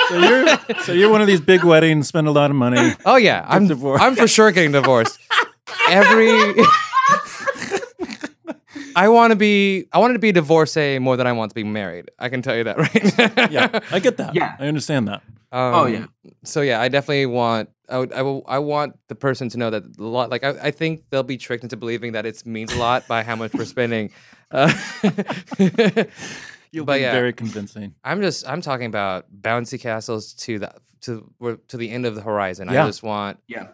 Speaker 2: So you're so you're one of these big weddings, spend a lot of money.
Speaker 4: oh yeah, I'm
Speaker 2: divorced.
Speaker 4: I'm for sure getting divorced. Every. I want to be. I wanted to be a divorcee more than I want to be married. I can tell you that right now.
Speaker 2: Yeah, I get that.
Speaker 3: Yeah.
Speaker 2: I understand that.
Speaker 4: Um,
Speaker 3: Oh, yeah.
Speaker 4: So yeah, I definitely want. I would, I, will, I want the person to know that a lot. Like I, I think they'll be tricked into believing that it means a lot by how much we're spending. Uh,
Speaker 2: You'll
Speaker 4: But
Speaker 2: be
Speaker 4: yeah.
Speaker 2: very convincing.
Speaker 4: I'm just I'm talking about bouncy castles to the to we're- to the end of the horizon.
Speaker 2: Yeah.
Speaker 4: I just want
Speaker 3: Yeah.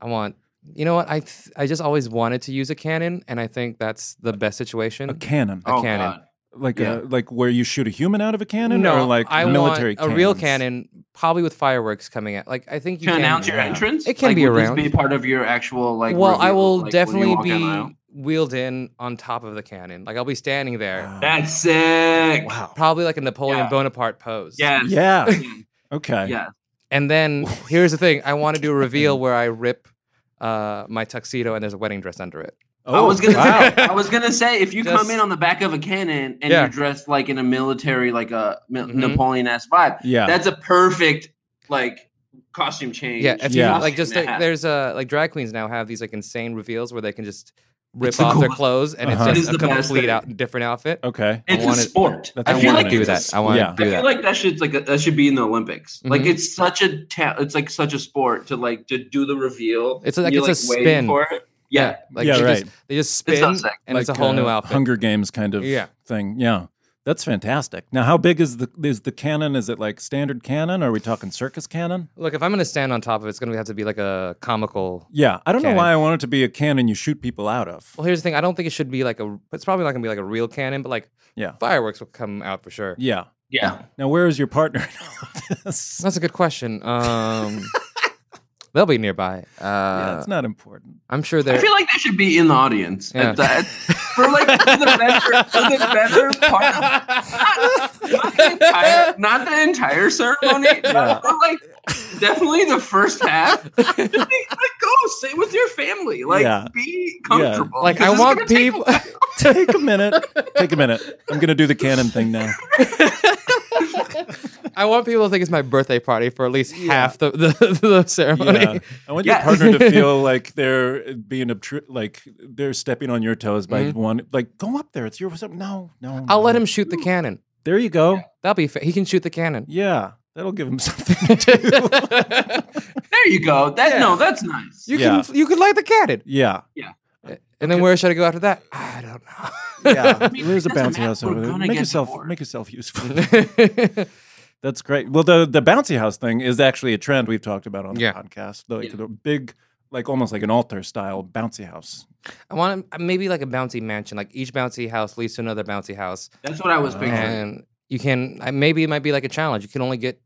Speaker 4: I want you know what I th- I just always wanted to use a cannon, and I think that's the best situation.
Speaker 2: A cannon,
Speaker 4: A
Speaker 3: oh
Speaker 4: cannon.
Speaker 3: God.
Speaker 2: like
Speaker 3: yeah.
Speaker 2: a, like where you shoot a human out of a cannon,
Speaker 4: no,
Speaker 2: or like
Speaker 4: I
Speaker 2: military
Speaker 4: want a real
Speaker 2: cannons?
Speaker 4: cannon, probably with fireworks coming out. Like I think you
Speaker 3: To
Speaker 4: can
Speaker 3: announce your
Speaker 2: yeah.
Speaker 3: entrance,
Speaker 4: It can
Speaker 3: Like,
Speaker 4: be
Speaker 3: would this
Speaker 4: around.
Speaker 3: Be part of your actual like.
Speaker 4: well, I
Speaker 3: reveal,
Speaker 4: will
Speaker 3: like, when you
Speaker 4: definitely
Speaker 3: walk down the aisle?
Speaker 4: be wheeled in on top of the cannon. Like I'll be standing there,
Speaker 2: Wow.
Speaker 3: That's sick.
Speaker 2: Ah, Wow.
Speaker 4: probably like a Napoleon
Speaker 3: Yeah.
Speaker 4: Bonaparte pose.
Speaker 3: Yes.
Speaker 2: Yeah. Okay.
Speaker 3: Yes.
Speaker 4: And then here's the thing: I want to do a reveal where I rip uh, my tuxedo and there's a wedding dress under it.
Speaker 3: I
Speaker 2: Oh,
Speaker 3: was gonna
Speaker 4: wow.
Speaker 3: say, I was gonna say if you come
Speaker 4: Just-
Speaker 3: in on the back of a cannon and
Speaker 4: Yeah.
Speaker 3: you're dressed like in a military like a
Speaker 4: Mhm.
Speaker 3: Napoleon esque vibe,
Speaker 2: Yeah.
Speaker 3: that's a perfect like costume change.
Speaker 4: Yeah, if
Speaker 2: Yeah.
Speaker 4: you like just
Speaker 3: Costume
Speaker 4: like,
Speaker 3: hat.
Speaker 4: there's uh like drag queens now have these like insane reveals where they can just rip
Speaker 3: It's the
Speaker 4: off their
Speaker 3: coolest-
Speaker 4: clothes and
Speaker 2: Uh-huh.
Speaker 4: it's
Speaker 3: It
Speaker 4: just
Speaker 3: is
Speaker 4: a
Speaker 3: the best
Speaker 4: complete
Speaker 3: thing.
Speaker 4: out different outfit.
Speaker 2: okay.
Speaker 4: I
Speaker 3: it's a
Speaker 4: wanna-
Speaker 3: sport.
Speaker 2: That's-
Speaker 4: I,
Speaker 2: I
Speaker 4: want
Speaker 2: wanna
Speaker 4: to do
Speaker 3: it's a
Speaker 4: that. I
Speaker 3: sport.
Speaker 4: want to
Speaker 2: Yeah.
Speaker 4: do
Speaker 3: I
Speaker 4: that.
Speaker 3: feel like that shit's like a, that should be in the Olympics. Like
Speaker 4: Mhm.
Speaker 3: it's such a ta- it's like such a sport to like to do the reveal.
Speaker 4: It's like-
Speaker 3: and you're,
Speaker 4: it's a
Speaker 3: waiting
Speaker 4: spin.
Speaker 3: for it. Yeah,
Speaker 4: like
Speaker 2: Yeah,
Speaker 4: they
Speaker 2: right.
Speaker 4: just they
Speaker 3: It's
Speaker 4: just spin
Speaker 3: not
Speaker 4: and
Speaker 3: sex.
Speaker 4: it's a
Speaker 2: Like,
Speaker 4: whole new
Speaker 2: uh,
Speaker 4: outfit.
Speaker 2: Hunger Games kind of
Speaker 4: Yeah.
Speaker 2: thing. Yeah. That's fantastic. Now, how big is the is the cannon? Is it like standard cannon? Are we talking circus cannon?
Speaker 4: Look, if I'm gonna stand on top of it, it's gonna have to be like a comical.
Speaker 2: Yeah, I don't know
Speaker 4: Cannon.
Speaker 2: why I want it to be a cannon you shoot people out of.
Speaker 4: Well, here's the thing. I don't think it should be like a. It's probably not gonna be like a real cannon, but like
Speaker 2: Yeah.
Speaker 4: fireworks will come out for sure.
Speaker 2: Yeah.
Speaker 3: yeah.
Speaker 2: Now, where is your partner in all of this?
Speaker 4: That's a good question. Um, they'll be nearby. Uh,
Speaker 2: yeah, it's not important.
Speaker 4: I'm sure they're.
Speaker 3: I feel like they should be in the audience
Speaker 4: Yeah.
Speaker 3: at that for like for the better for the better part. Of, not the entire, not the entire ceremony,
Speaker 2: Yeah.
Speaker 3: but like definitely the first half. Just be- like, go sit with your family. Like,
Speaker 2: Yeah.
Speaker 3: be comfortable.
Speaker 4: like
Speaker 3: 'cause
Speaker 4: I
Speaker 3: it's
Speaker 4: want
Speaker 3: gonna take
Speaker 4: people.
Speaker 2: Take a minute. Take a minute. I'm gonna do the cannon thing now.
Speaker 4: I want people to think it's my birthday party for at least half the the, the ceremony.
Speaker 2: Yeah. I want
Speaker 3: Yeah.
Speaker 2: your partner to feel like they're being obtru- like they're stepping on your toes by one. Like, go up there. It's your no, no.
Speaker 4: Mm-hmm. I'll let
Speaker 2: no.
Speaker 4: him shoot the cannon.
Speaker 2: There you go.
Speaker 4: That'll be. Fa- he can shoot the cannon.
Speaker 2: Yeah, that'll give him something to do.
Speaker 3: There you go. That no, that's nice.
Speaker 4: You
Speaker 2: Yeah.
Speaker 4: can you can light the cannon.
Speaker 2: yeah,
Speaker 4: And then where should I go after that? I don't
Speaker 2: yeah.
Speaker 4: know.
Speaker 3: mean,
Speaker 2: There's a
Speaker 3: it doesn't
Speaker 2: bouncy
Speaker 3: matter.
Speaker 2: house
Speaker 3: We're
Speaker 2: over there.
Speaker 3: gonna
Speaker 2: Make
Speaker 3: get
Speaker 2: yourself,
Speaker 3: bored.
Speaker 2: make yourself useful.
Speaker 4: Yeah.
Speaker 2: That's great. Well, the the bouncy house thing is actually a trend we've talked about on the
Speaker 4: Yeah.
Speaker 2: podcast. Like
Speaker 3: Yeah.
Speaker 2: the big, like almost like an altar style bouncy house.
Speaker 4: I want to- maybe like a bouncy mansion. Like each bouncy house leads to another bouncy house,
Speaker 3: That's what I was picturing.
Speaker 4: and you can I- maybe it might be like a challenge. You can only get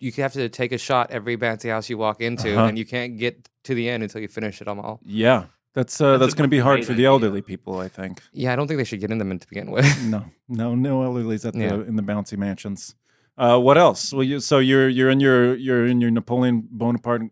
Speaker 4: you have to take a shot every bouncy house you walk into,
Speaker 2: Uh-huh.
Speaker 4: and you can't get to the end until you finish it all.
Speaker 2: Yeah, that's uh,
Speaker 3: That's a
Speaker 2: that's going to be hard
Speaker 3: great
Speaker 2: for the
Speaker 3: idea.
Speaker 2: elderly people, I think.
Speaker 4: Yeah, I don't think they should get in them to begin with.
Speaker 2: No, no, no elderlies at the
Speaker 4: Yeah.
Speaker 2: in the bouncy mansions. Uh, what else? Well, you, so you're you're in your you're in your Napoleon Bonaparte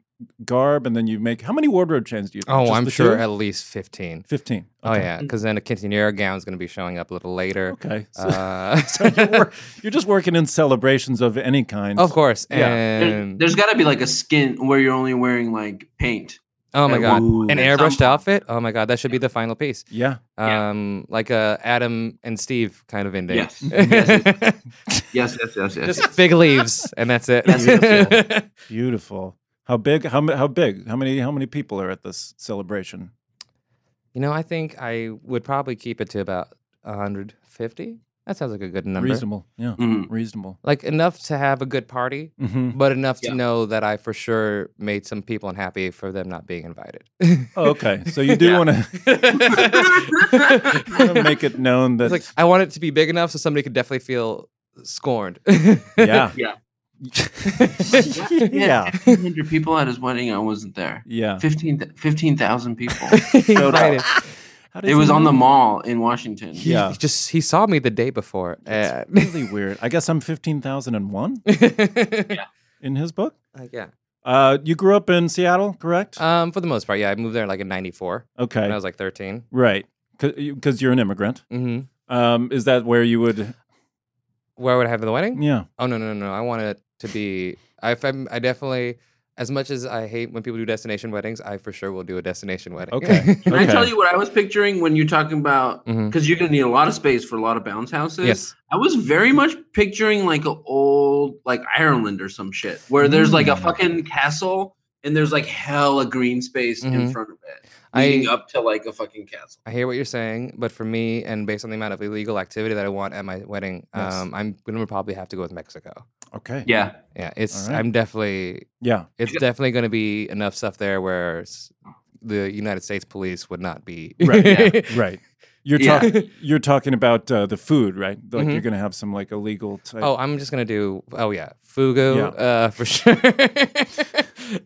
Speaker 2: garb, and then you make how many wardrobe chains do you?
Speaker 4: Oh,
Speaker 2: Just
Speaker 4: I'm
Speaker 2: the
Speaker 4: sure
Speaker 2: two?
Speaker 4: at least 15.
Speaker 2: fifteen.
Speaker 4: Oh, yeah, because then a quinceanera gown is going to be showing up a little later.
Speaker 2: Okay, so,
Speaker 4: Uh,
Speaker 2: so you're, wor- you're just working in celebrations of any kind.
Speaker 4: of course.
Speaker 2: Yeah.
Speaker 3: There,
Speaker 4: And
Speaker 3: has got to be like a skin where you're only wearing like paint.
Speaker 4: oh, my
Speaker 3: there
Speaker 4: God.
Speaker 2: Ooh.
Speaker 4: An
Speaker 3: At some
Speaker 4: airbrushed
Speaker 3: point.
Speaker 4: outfit? Oh, my God. That should be the final piece.
Speaker 2: yeah,
Speaker 3: Yeah.
Speaker 4: Um, Like a Adam and Steve kind of ending.
Speaker 3: Yes. Yes, Yes, yes, yes, yes.
Speaker 4: Just fig leaves, and that's it.
Speaker 3: That's it,
Speaker 2: beautiful. How big? How ma- how big? How many how many people are at this celebration?
Speaker 4: you know, I think I would probably keep it to about 150. That sounds like a good number.
Speaker 2: Reasonable. Yeah,
Speaker 3: Mhm.
Speaker 2: reasonable.
Speaker 4: Like enough to have a good party,
Speaker 2: hmm
Speaker 4: but enough
Speaker 3: Yeah.
Speaker 4: to know that I for sure made some people unhappy for them not being invited.
Speaker 2: Oh, okay, so you do
Speaker 3: Yeah.
Speaker 2: want to
Speaker 4: it's
Speaker 2: make it known that
Speaker 4: like I want it to be big enough so somebody could definitely feel scorned.
Speaker 2: yeah yeah.
Speaker 3: Yeah, 1,500 people at his wedding. I wasn't there.
Speaker 2: yeah.
Speaker 3: 15 15,000 people.
Speaker 4: Invited.
Speaker 2: How does
Speaker 3: it
Speaker 2: he
Speaker 3: was on
Speaker 2: know?
Speaker 3: the mall in Washington.
Speaker 4: He,
Speaker 2: Yeah.
Speaker 4: he just he saw me the day before.
Speaker 2: That's
Speaker 4: and-
Speaker 2: really weird. I guess I'm 15,001 in his book.
Speaker 4: Like, yeah.
Speaker 2: Uh, you grew up in Seattle, correct?
Speaker 3: Uh,
Speaker 4: Um, for the most part, yeah. I moved there like in '94
Speaker 2: okay.
Speaker 4: when I was like 13.
Speaker 2: right. Because you're an immigrant.
Speaker 4: hmm
Speaker 2: Um, is that where you would?
Speaker 4: Where would I have the wedding?
Speaker 2: Yeah.
Speaker 4: Oh no no no! no. I want it to be. I if I'm, I definitely. As much as I hate when people do destination weddings, I for sure will do a destination wedding.
Speaker 2: Okay.
Speaker 3: Can I
Speaker 2: Okay.
Speaker 3: tell you what I was picturing when you're talking about?
Speaker 4: Mhm.
Speaker 3: Because you're gonna need a lot of space for a lot of bounce houses.
Speaker 4: Yes.
Speaker 3: I was very much picturing like an old like Ireland or some shit where there's like a
Speaker 2: Mm.
Speaker 3: fucking castle and there's like hella green space in
Speaker 2: Mm-hmm.
Speaker 4: Mhm.
Speaker 3: front of it,
Speaker 4: I-
Speaker 3: leading up to like a fucking castle.
Speaker 4: I hear what you're saying, but for me, and based on the amount of illegal activity that I want at my wedding,
Speaker 2: Yes.
Speaker 4: um, I'm gonna probably have to go with Mexico.
Speaker 2: Okay.
Speaker 3: Yeah,
Speaker 4: Yeah, it's
Speaker 2: All right.
Speaker 4: I'm definitely
Speaker 2: Yeah.
Speaker 4: it's definitely gonna be enough stuff there where s- the United States police would not be
Speaker 2: Right, Right. You're
Speaker 3: Yeah. Mm-hmm.
Speaker 2: talking. You're talking about uh, the food, right? Like
Speaker 4: Mhm.
Speaker 2: you're gonna have some like illegal type.
Speaker 4: Oh, I'm just gonna do. Oh yeah, fugu
Speaker 2: Yeah.
Speaker 4: Uh, for sure.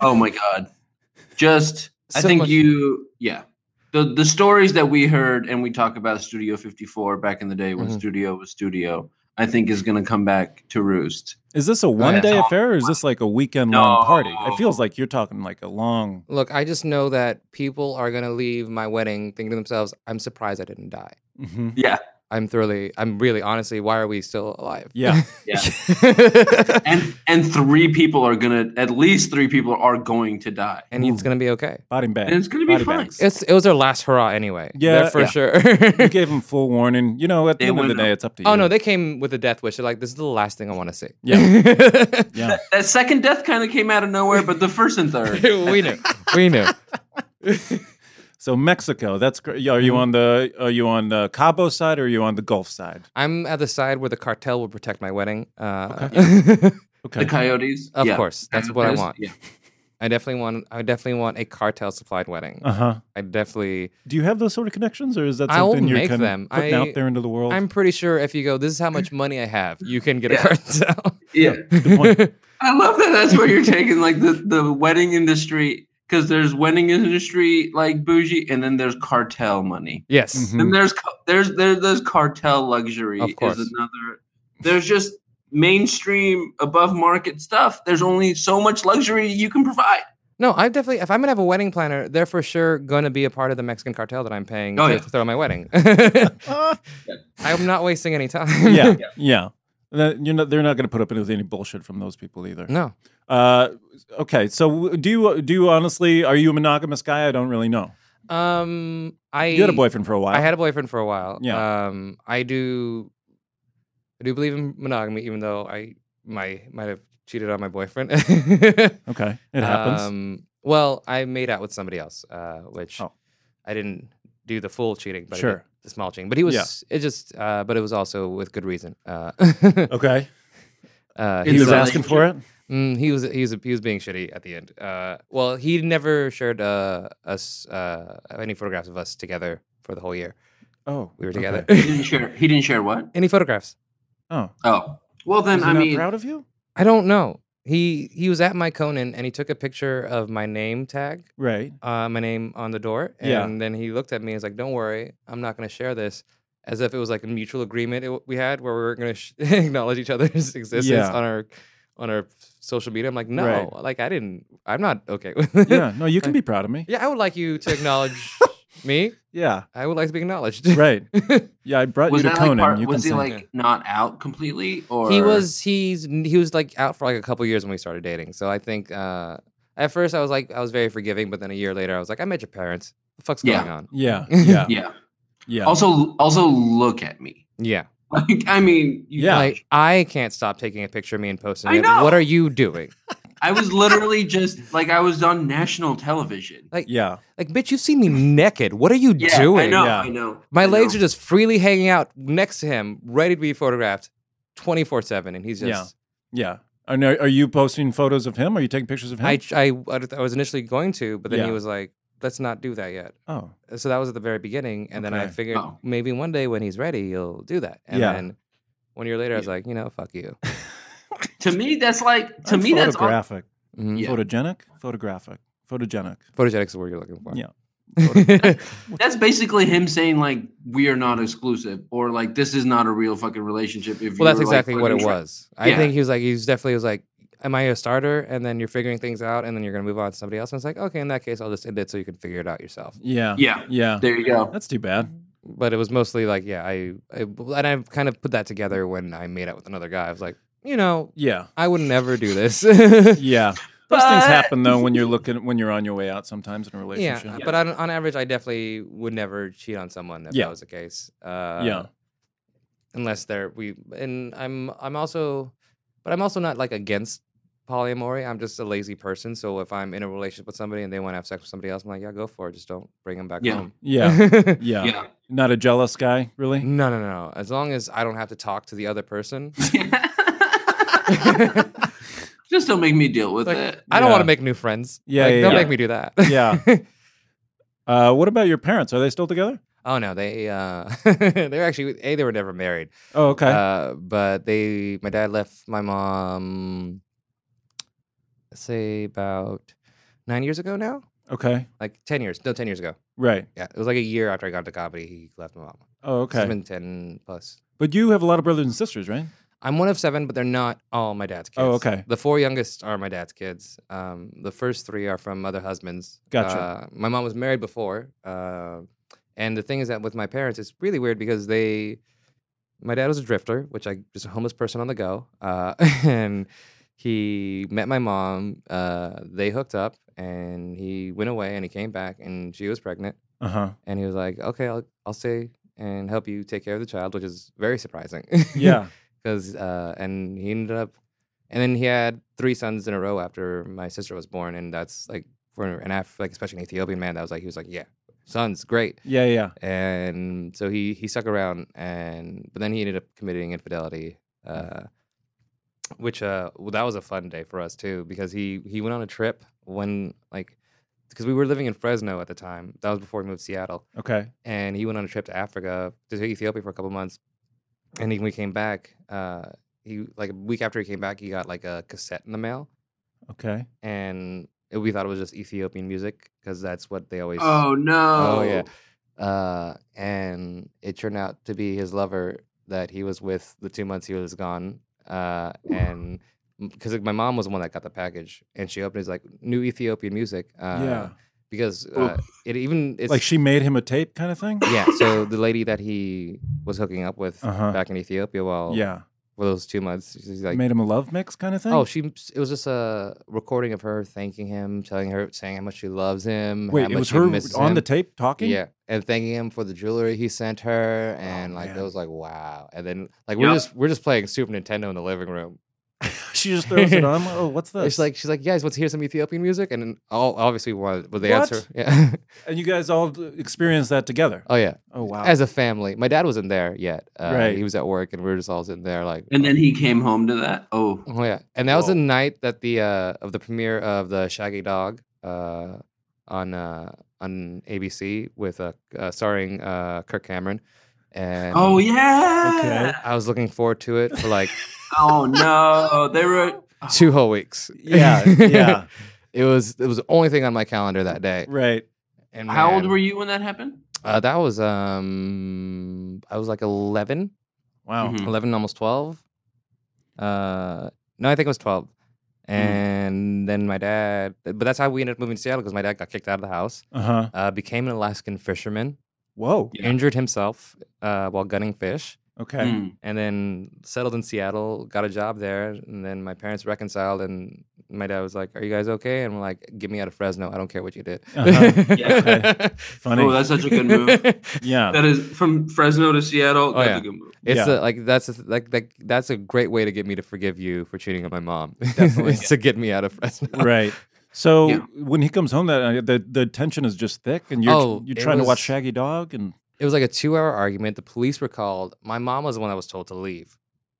Speaker 3: Oh my god. Just I
Speaker 4: So
Speaker 3: think
Speaker 4: much-
Speaker 3: you yeah. The the stories that we heard and we talk about Studio 54 back in the day when
Speaker 4: Mhm.
Speaker 3: Studio was Studio. I think is going to come back to roost.
Speaker 2: Is this a one day affair or is this like a weekend long party? It feels like you're talking like a long.
Speaker 4: Look, I just know that people are gonna leave my wedding thinking to themselves, "I'm surprised I didn't die."
Speaker 2: Mhm.
Speaker 3: Yeah.
Speaker 4: I'm thoroughly, I'm really, honestly, why are we still alive?
Speaker 2: Yeah.
Speaker 3: And and three people are going to at least three people are going to die.
Speaker 4: and it's gonna be okay.
Speaker 2: Body bag.
Speaker 3: And it's gonna be
Speaker 2: body
Speaker 3: fine.
Speaker 2: bags.
Speaker 4: It's it was their last hurrah anyway.
Speaker 2: Yeah.
Speaker 4: They're for
Speaker 2: Yeah.
Speaker 4: sure.
Speaker 2: You gave them full warning. You know, at the
Speaker 3: They
Speaker 2: end of the
Speaker 3: went
Speaker 2: day, it's up to you.
Speaker 4: oh no, they came with a death wish. They're like, "This is the last thing I want to see."
Speaker 2: Yeah. yeah.
Speaker 3: That second death kind of came out of nowhere, but the first and third.
Speaker 4: we knew. We knew.
Speaker 2: So Mexico, that's great. Are
Speaker 3: Mm-hmm.
Speaker 2: you on the are you on the Cabo side or are you on the Gulf side?
Speaker 4: I'm at the side where the cartel will protect my wedding. Uh,
Speaker 2: Okay.
Speaker 3: The coyotes.
Speaker 4: of
Speaker 3: Yeah.
Speaker 4: course, that's what I want.
Speaker 3: Yeah.
Speaker 4: I definitely want. I definitely want a cartel supplied wedding.
Speaker 2: Uh huh.
Speaker 4: I definitely.
Speaker 2: Do you have those sort of connections, or is that
Speaker 4: I'll
Speaker 2: something you're
Speaker 4: make
Speaker 2: kind
Speaker 4: them.
Speaker 2: of putting
Speaker 4: I-
Speaker 2: out there into the world?
Speaker 4: I'm pretty sure if you go, this is how much money I have. You can get a
Speaker 3: Yeah.
Speaker 4: cartel.
Speaker 3: yeah.
Speaker 2: Good point.
Speaker 3: I love that. That's where you're taking like the, the wedding industry because there's wedding industry like bougie, and then there's cartel money.
Speaker 4: yes.
Speaker 2: Mhm.
Speaker 3: Then there's ca- there's there, there's cartel luxury.
Speaker 4: Of course.
Speaker 3: Is another. There's just mainstream above market stuff. There's only so much luxury you can provide.
Speaker 4: No, I definitely. If I'm gonna have a wedding planner, they're for sure gonna be a part of the Mexican cartel that I'm paying
Speaker 3: Oh,
Speaker 4: to,
Speaker 3: yeah.
Speaker 4: to throw my wedding.
Speaker 2: Uh,
Speaker 4: I'm not wasting any time.
Speaker 2: yeah, yeah. That- You're not, they're not going to put up with any bullshit from those people either.
Speaker 4: No.
Speaker 2: Uh, okay, so do you do you honestly are you a monogamous guy? I don't really know.
Speaker 4: Um. I.
Speaker 2: You had a boyfriend for a while.
Speaker 4: I had a boyfriend for a while.
Speaker 2: Yeah.
Speaker 4: Um, I do. I do believe in monogamy, even though I might might have cheated on my boyfriend. it
Speaker 2: okay, it happens.
Speaker 4: Um, well, I made out with somebody else, uh, which
Speaker 2: Oh.
Speaker 4: I didn't do the full cheating, but I did
Speaker 2: Sure.
Speaker 4: the small cheating. But he was
Speaker 2: Yeah.
Speaker 4: it just, uh, but it was also with good reason. Uh,
Speaker 2: okay,
Speaker 4: uh,
Speaker 2: he
Speaker 3: In
Speaker 2: was
Speaker 3: the
Speaker 2: asking for it.
Speaker 4: Mm, he was he was he was being shitty at the end. Uh, well, he never shared uh, us uh, any photographs of us together for the whole year.
Speaker 2: Oh,
Speaker 4: We were
Speaker 2: okay.
Speaker 4: together.
Speaker 3: He didn't share. He didn't share what?
Speaker 4: any photographs?
Speaker 2: Oh,
Speaker 3: Oh, well then
Speaker 2: is he
Speaker 3: I
Speaker 2: not
Speaker 3: mean,
Speaker 2: proud of you?
Speaker 4: I don't know. He he was at my Conan and he took a picture of my name tag,
Speaker 2: Right.
Speaker 4: uh, my name on the door, and
Speaker 2: Yeah.
Speaker 4: then he looked at me and was like, "Don't worry, I'm not going to share this," as if it was like a mutual agreement it, we had where we were going to sh- acknowledge each other's existence
Speaker 2: Yeah.
Speaker 4: on our on our social media. I'm like, no,
Speaker 2: Right.
Speaker 4: like I didn't. I'm not okay with it.
Speaker 2: Yeah. No, you can be proud of me.
Speaker 4: Yeah, I would like you to acknowledge me.
Speaker 2: Yeah.
Speaker 4: I would like to be acknowledged.
Speaker 2: Right. Yeah, I brought
Speaker 3: was
Speaker 2: you to
Speaker 3: that like
Speaker 2: Conan.
Speaker 3: part,
Speaker 2: you
Speaker 3: was
Speaker 2: can
Speaker 3: he
Speaker 2: say-
Speaker 3: like not out completely, or
Speaker 4: He was he's he was like out for like a couple years when we started dating. So I think uh at first I was like I was very forgiving, but then a year later I was like I met your parents. The fuck's
Speaker 3: Yeah.
Speaker 4: going on?
Speaker 2: Yeah. Yeah.
Speaker 3: Yeah.
Speaker 2: Yeah.
Speaker 3: Also, also look at me.
Speaker 4: Yeah.
Speaker 3: Like I mean, you
Speaker 2: Yeah.
Speaker 4: Like I can't stop taking a picture of me and posting
Speaker 3: I
Speaker 4: it.
Speaker 3: know.
Speaker 4: What are you doing?
Speaker 3: I was literally just like I was on national television.
Speaker 4: Like
Speaker 2: yeah.
Speaker 4: like bitch, you've seen me naked. What are you
Speaker 3: Yeah,
Speaker 4: doing?
Speaker 3: I know,
Speaker 2: yeah.
Speaker 3: I know.
Speaker 4: My
Speaker 3: I
Speaker 4: legs
Speaker 3: know.
Speaker 4: are just freely hanging out next to him, ready to be photographed 24/7 and he's just
Speaker 2: Yeah. Yeah. And are, are you posting photos of him? Are you taking pictures of him?
Speaker 4: I, I I was initially going to, but then
Speaker 2: Yeah.
Speaker 4: he was like, "Let's not do that yet."
Speaker 2: oh,
Speaker 4: So that was at the very beginning, and then I
Speaker 2: Okay.
Speaker 4: figured
Speaker 3: Oh.
Speaker 4: maybe one day when he's ready, he'll do that. And
Speaker 2: Yeah.
Speaker 4: then one year later, I was like, "You know, fuck you."
Speaker 3: to me that's like to
Speaker 2: That's
Speaker 3: me that's all,
Speaker 2: photographic,
Speaker 4: Mhm.
Speaker 3: Yeah.
Speaker 2: photogenic, photographic, photogenic.
Speaker 4: Photogenics is what you're looking for.
Speaker 2: Yeah.
Speaker 3: that's basically him saying like we are not exclusive or like this is not a real fucking relationship. If
Speaker 4: well, that's
Speaker 3: you were, like,
Speaker 4: exactly what it
Speaker 3: fucking tra-
Speaker 4: was. I
Speaker 3: Yeah.
Speaker 4: think he was like, he was definitely was like, "Am I a starter?" And then you're figuring things out, and then you're gonna move on to somebody else. And it's like, okay, in that case, I'll just end it so you can figure it out yourself.
Speaker 2: Yeah.
Speaker 3: Yeah,
Speaker 2: Yeah.
Speaker 3: there you go.
Speaker 2: That's too bad.
Speaker 4: But it was mostly like, yeah, I, I and I kind of put that together when I made out with another guy. I was like, you know,
Speaker 2: Yeah.
Speaker 4: I would never do this.
Speaker 2: Yeah. Those things
Speaker 3: But-
Speaker 2: happen though when you're looking when you're on your way out sometimes in a relationship.
Speaker 4: Yeah, but on, on average, I definitely would never cheat on someone if
Speaker 2: Yeah.
Speaker 4: that was the case. Uh,
Speaker 2: Yeah.
Speaker 4: unless they're we and I'm I'm also, but I'm also not like against polyamory. I'm just a lazy person. So if I'm in a relationship with somebody and they want to have sex with somebody else, I'm like, yeah, go for it. Just don't bring them back
Speaker 3: Yeah.
Speaker 4: home.
Speaker 2: Yeah.
Speaker 4: no,
Speaker 2: Yeah.
Speaker 3: Yeah.
Speaker 2: Not a jealous guy, really?
Speaker 4: no, no, no. As long as I don't have to talk to the other person,
Speaker 3: just don't make me deal with
Speaker 4: Like,
Speaker 3: it.
Speaker 4: I don't
Speaker 2: Yeah.
Speaker 4: want to make new friends.
Speaker 2: Yeah,
Speaker 4: Like,
Speaker 2: yeah,
Speaker 4: don't
Speaker 2: yeah.
Speaker 4: make me do that.
Speaker 2: Yeah. Uh, what about your parents? Are they still together?
Speaker 4: oh no, they uh, they're actually a they were never married.
Speaker 2: Oh, okay.
Speaker 4: Uh, but they, my dad left my mom, say about nine years ago now,
Speaker 2: okay.
Speaker 4: like ten years, no, ten years ago.
Speaker 2: Right.
Speaker 4: Yeah, it was like a year after I got into comedy, he left my mom.
Speaker 2: Oh,
Speaker 4: So It's
Speaker 2: okay.
Speaker 4: been ten plus.
Speaker 2: But you have a lot of brothers and sisters, right?
Speaker 4: I'm one of seven, but they're not all my dad's kids.
Speaker 2: Oh, okay.
Speaker 4: The four youngest are my dad's kids. Um, the first three are from other husbands.
Speaker 2: Gotcha.
Speaker 4: Uh, my mom was married before, uh, and the thing is that with my parents, it's really weird because they, my dad was a drifter, which I just a homeless person on the go, uh, and he met my mom. Uh, they hooked up, and he went away, and he came back, and she was pregnant,
Speaker 2: Uh huh.
Speaker 4: and he was like, "Okay, I'll I'll stay." And help you take care of the child, which is very surprising.
Speaker 2: Yeah.
Speaker 4: because uh, and he ended up and then he had three sons in a row after my sister was born and that's like for an Af- like especially an Ethiopian man that was like he was like yeah sons great
Speaker 2: yeah, yeah.
Speaker 4: and so he he stuck around and but then he ended up committing infidelity uh, which uh well, that was a fun day for us too because he he went on a trip when like because we were living in Fresno at the time that was before we moved to Seattle
Speaker 2: Okay.
Speaker 4: and he went on a trip to Africa to Ethiopia for a couple months. And he, when he came back, uh, he like a week after he came back, he got like a cassette in the mail,
Speaker 2: Okay.
Speaker 4: and it, we thought it was just Ethiopian music because that's what they always.
Speaker 5: Oh no!
Speaker 4: Oh, yeah, uh, and it turned out to be his lover that he was with the two months he was gone, uh, and because my mom was the one that got the package, and she opened it, it's like new Ethiopian music. Uh,
Speaker 2: yeah.
Speaker 4: because uh, it even it's
Speaker 2: Like she made him a tape kind of thing?
Speaker 4: yeah. So the lady that he was hooking up with
Speaker 2: Uh-huh.
Speaker 4: back in Ethiopia, while
Speaker 2: yeah.
Speaker 4: for those two months, she's like,
Speaker 2: made him a love mix kind of thing?
Speaker 4: oh, she. It was just a recording of her thanking him, telling her, saying how much she loves him. how
Speaker 2: Wait, it
Speaker 4: much
Speaker 2: was
Speaker 4: she
Speaker 2: her
Speaker 4: misses
Speaker 2: on the
Speaker 4: him.
Speaker 2: tape talking? Oh,
Speaker 4: Yeah, and thanking him for the jewelry he sent her, and like
Speaker 2: man.
Speaker 4: it was like wow, and then like we're
Speaker 5: Yup.
Speaker 4: just we're just playing Super Nintendo in the living room.
Speaker 2: she just throws it on. Oh, what's this?
Speaker 4: She's like she's like, you guys want to hear some Ethiopian music? And then all obviously wanted, but they
Speaker 2: What?
Speaker 4: answer, yeah,
Speaker 2: and you guys all experienced that together.
Speaker 4: oh yeah,
Speaker 2: Oh wow.
Speaker 4: as a family. My dad wasn't there yet. Uh,
Speaker 2: Right.
Speaker 4: he was at work, and we were just all sitting there like,
Speaker 5: And then he came home to that. Oh,
Speaker 4: Oh yeah, and that was the night that the uh, of the premiere of the Shaggy Dog uh, on uh, on ABC with uh, uh, starring uh, Kirk Cameron. And
Speaker 5: oh yeah!
Speaker 4: I was looking forward to it for like
Speaker 5: Oh no! They were.
Speaker 4: two whole weeks.
Speaker 2: yeah, yeah.
Speaker 4: it was it was the only thing on my calendar that day.
Speaker 2: Right.
Speaker 4: And
Speaker 5: How old
Speaker 4: man,
Speaker 5: were you when that happened?
Speaker 4: Uh, that was um I was like 11,
Speaker 2: Wow.
Speaker 5: Mhm.
Speaker 4: 11 almost twelve. Uh, no, I think it was twelve.
Speaker 5: Mm.
Speaker 4: And then my dad, but that's how we ended up moving to Seattle because my dad got kicked out of the house.
Speaker 2: Uh-huh.
Speaker 4: uh, became an Alaskan fisherman,
Speaker 2: Whoa.
Speaker 5: Yeah.
Speaker 4: injured himself uh, while gunning fish,
Speaker 2: Okay.
Speaker 3: Hmm.
Speaker 5: Mm.
Speaker 4: and then settled in Seattle, got a job there. And then my parents reconciled, and my dad was like, Are you guys okay? And I'm like, Get me out of Fresno. I don't care what you did.
Speaker 2: Uh-huh. Funny.
Speaker 5: Oh, that's such a good move.
Speaker 2: yeah.
Speaker 5: That is from Fresno to Seattle.
Speaker 4: Oh,
Speaker 5: That's
Speaker 4: yeah.
Speaker 5: a good move.
Speaker 4: It's
Speaker 2: Yeah.
Speaker 4: a- like that's a, th- like like that's a great way to get me to forgive you for cheating on my mom.
Speaker 2: Definitely.
Speaker 4: It's to get me out of Fresno.
Speaker 2: right. So
Speaker 5: Yeah.
Speaker 2: when he comes home that night, the the tension is just thick, and you're
Speaker 4: Oh,
Speaker 2: you're
Speaker 4: it
Speaker 2: trying to watch
Speaker 4: was-
Speaker 2: Shaggy Dog and
Speaker 4: It was like a two-hour argument. The police were called. My mom was the one that was told to leave,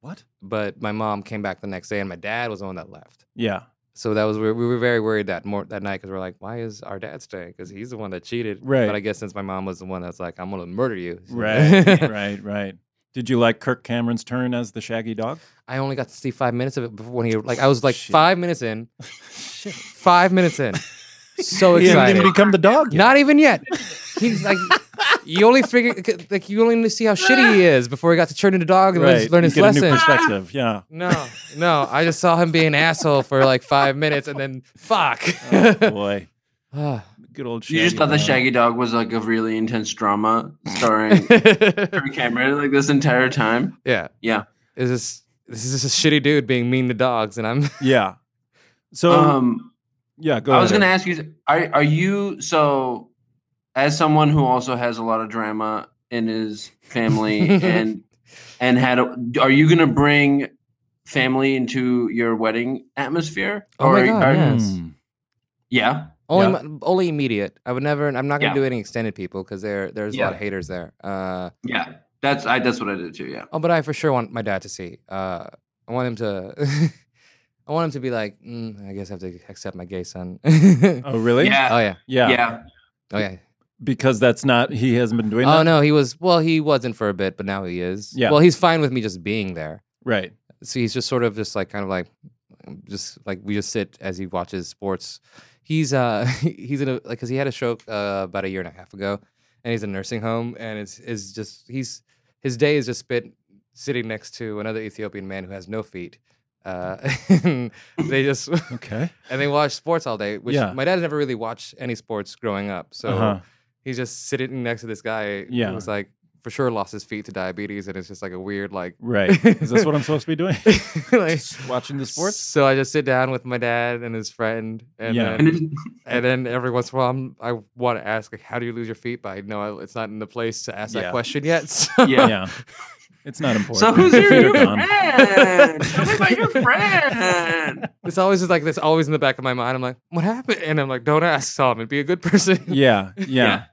Speaker 2: what?
Speaker 4: but my mom came back the next day, and my dad was the one that left.
Speaker 2: Yeah.
Speaker 4: so that was we we were very worried that more that night because we're like, why is our dad staying? Because he's the one that cheated.
Speaker 2: Right.
Speaker 4: But I guess since my mom was the one that's like, I'm gonna murder you. she-
Speaker 2: Right. right. Right. Did you like Kirk Cameron's turn as the Shaggy Dog?
Speaker 4: I only got to see five minutes of it before when he like I was like
Speaker 2: Shit.
Speaker 4: five minutes in, five minutes in, so
Speaker 2: He didn't even
Speaker 4: Oh, excited.
Speaker 2: become the dog. Yet.
Speaker 4: Not even yet. He's like. You only figure like you only see how shitty he is before he got to turn into dog and learn his-
Speaker 2: Right.
Speaker 4: learn
Speaker 2: You
Speaker 4: his
Speaker 2: get a new
Speaker 4: lesson.
Speaker 2: perspective. Yeah.
Speaker 4: No, no, I just saw him be an asshole for like five minutes and then fuck.
Speaker 2: Boy,
Speaker 4: Ah.
Speaker 2: good old. Shaggy
Speaker 5: You just thought the
Speaker 2: Dog.
Speaker 5: Shaggy Dog was like a really intense drama starring Kirk Cameron like this entire time.
Speaker 4: Yeah.
Speaker 5: Yeah.
Speaker 4: Is this this is just a shitty dude being mean to dogs and I'm
Speaker 2: Yeah. So
Speaker 5: Um,
Speaker 2: yeah, go.
Speaker 5: I was
Speaker 2: ahead.
Speaker 5: gonna ask you: Are are you so? As someone who also has a lot of drama in his family and and had, a, are you gonna bring family into your wedding atmosphere?
Speaker 4: Oh my
Speaker 5: Or
Speaker 4: God,
Speaker 5: are-
Speaker 4: yeah. ask-
Speaker 2: Hmm.
Speaker 5: yeah.
Speaker 4: only
Speaker 2: Yeah.
Speaker 4: my- only immediate. I would never I'm not gonna
Speaker 5: Yeah.
Speaker 4: do any extended people because there there's a lot
Speaker 5: Yeah.
Speaker 4: of haters there. Uh
Speaker 5: Yeah, that's I. That's what I did too. Yeah.
Speaker 4: oh but I for sure want my dad to see. Uh I want him to I want him to be like, mm, I guess I have to accept my gay son. oh
Speaker 2: Oh really?
Speaker 5: Yeah.
Speaker 4: yeah.
Speaker 2: yeah.
Speaker 5: Yeah.
Speaker 4: Oh yeah.
Speaker 2: Because that's not he hasn't been doing
Speaker 4: Oh
Speaker 2: that.
Speaker 4: no, he was well, he wasn't for a bit, but now he is.
Speaker 2: Yeah.
Speaker 4: Well, he's fine with me just being there.
Speaker 2: Right.
Speaker 4: so he's just sort of just like kind of like um, just like we just sit as he watches sports he's uh he's in a like because he had a stroke uh, about a year and a half ago and he's in a nursing home and it's is just he's his day is just spent sitting next to another Ethiopian man who has no feet. Uh, and they just
Speaker 2: Okay.
Speaker 4: and they watch sports all day, which
Speaker 2: Yeah.
Speaker 4: my dad never really watched any sports growing up. So
Speaker 2: Uh-huh.
Speaker 4: he's just sitting next to this guy
Speaker 2: Yeah.
Speaker 4: who's like for sure lost his feet to diabetes, and it's just like a weird like
Speaker 2: Right. Is this what I'm supposed to be doing?
Speaker 4: like
Speaker 2: watching the sports?
Speaker 4: So I just sit down with my dad and his friend, and
Speaker 2: Yeah.
Speaker 4: then
Speaker 3: And
Speaker 4: and then every once in a while, I'm, I want to ask, like, how do you lose your feet? But I know I- it's not in the place to ask
Speaker 2: Yeah.
Speaker 4: that question yet. So
Speaker 3: Yeah.
Speaker 2: Yeah. It's not important.
Speaker 3: So who's your
Speaker 2: Feet are
Speaker 3: new
Speaker 2: gone.
Speaker 3: friend? Tell me about your friend.
Speaker 4: it's always just like that's always in the back of my mind. I'm like, what happened? And I'm like, don't ask Solomon. Be a good person.
Speaker 2: Yeah, yeah.
Speaker 3: Yeah.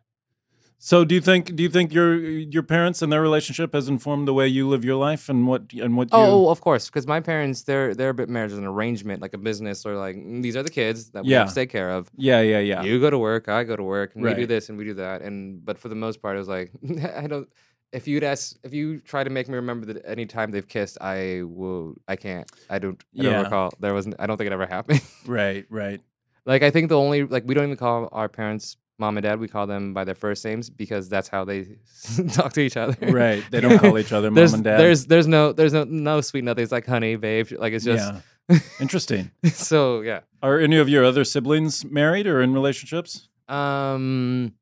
Speaker 2: So do you think do you think your your parents and their relationship has informed the way you live your life and what and what you
Speaker 4: Oh, of course, because my parents, their their bit marriage is an arrangement, like a business, or like "Mm, these are the kids that we have
Speaker 2: Yeah.
Speaker 4: to take care of.
Speaker 2: Yeah, yeah, yeah.
Speaker 4: You go to work, I go to work, and we do
Speaker 2: Right.
Speaker 4: this and we do that. And but for the most part, it was like I don't. If you'd ask, if you try to make me remember that any time they've kissed, I will. I can't. I don't. I
Speaker 2: Yeah.
Speaker 4: don't recall. There wasn't. I don't think it ever happened.
Speaker 2: right, right.
Speaker 4: like I think the only like we don't even call our parents mom and dad. We call them by their first names because that's how they talk to each other.
Speaker 2: Right. They don't call each other mom
Speaker 4: There's,
Speaker 2: and dad.
Speaker 4: there's there's no there's no no sweet nothings like honey babe like it's just
Speaker 2: Yeah. Interesting.
Speaker 4: so yeah
Speaker 2: Are any of your other siblings married or in relationships?
Speaker 4: um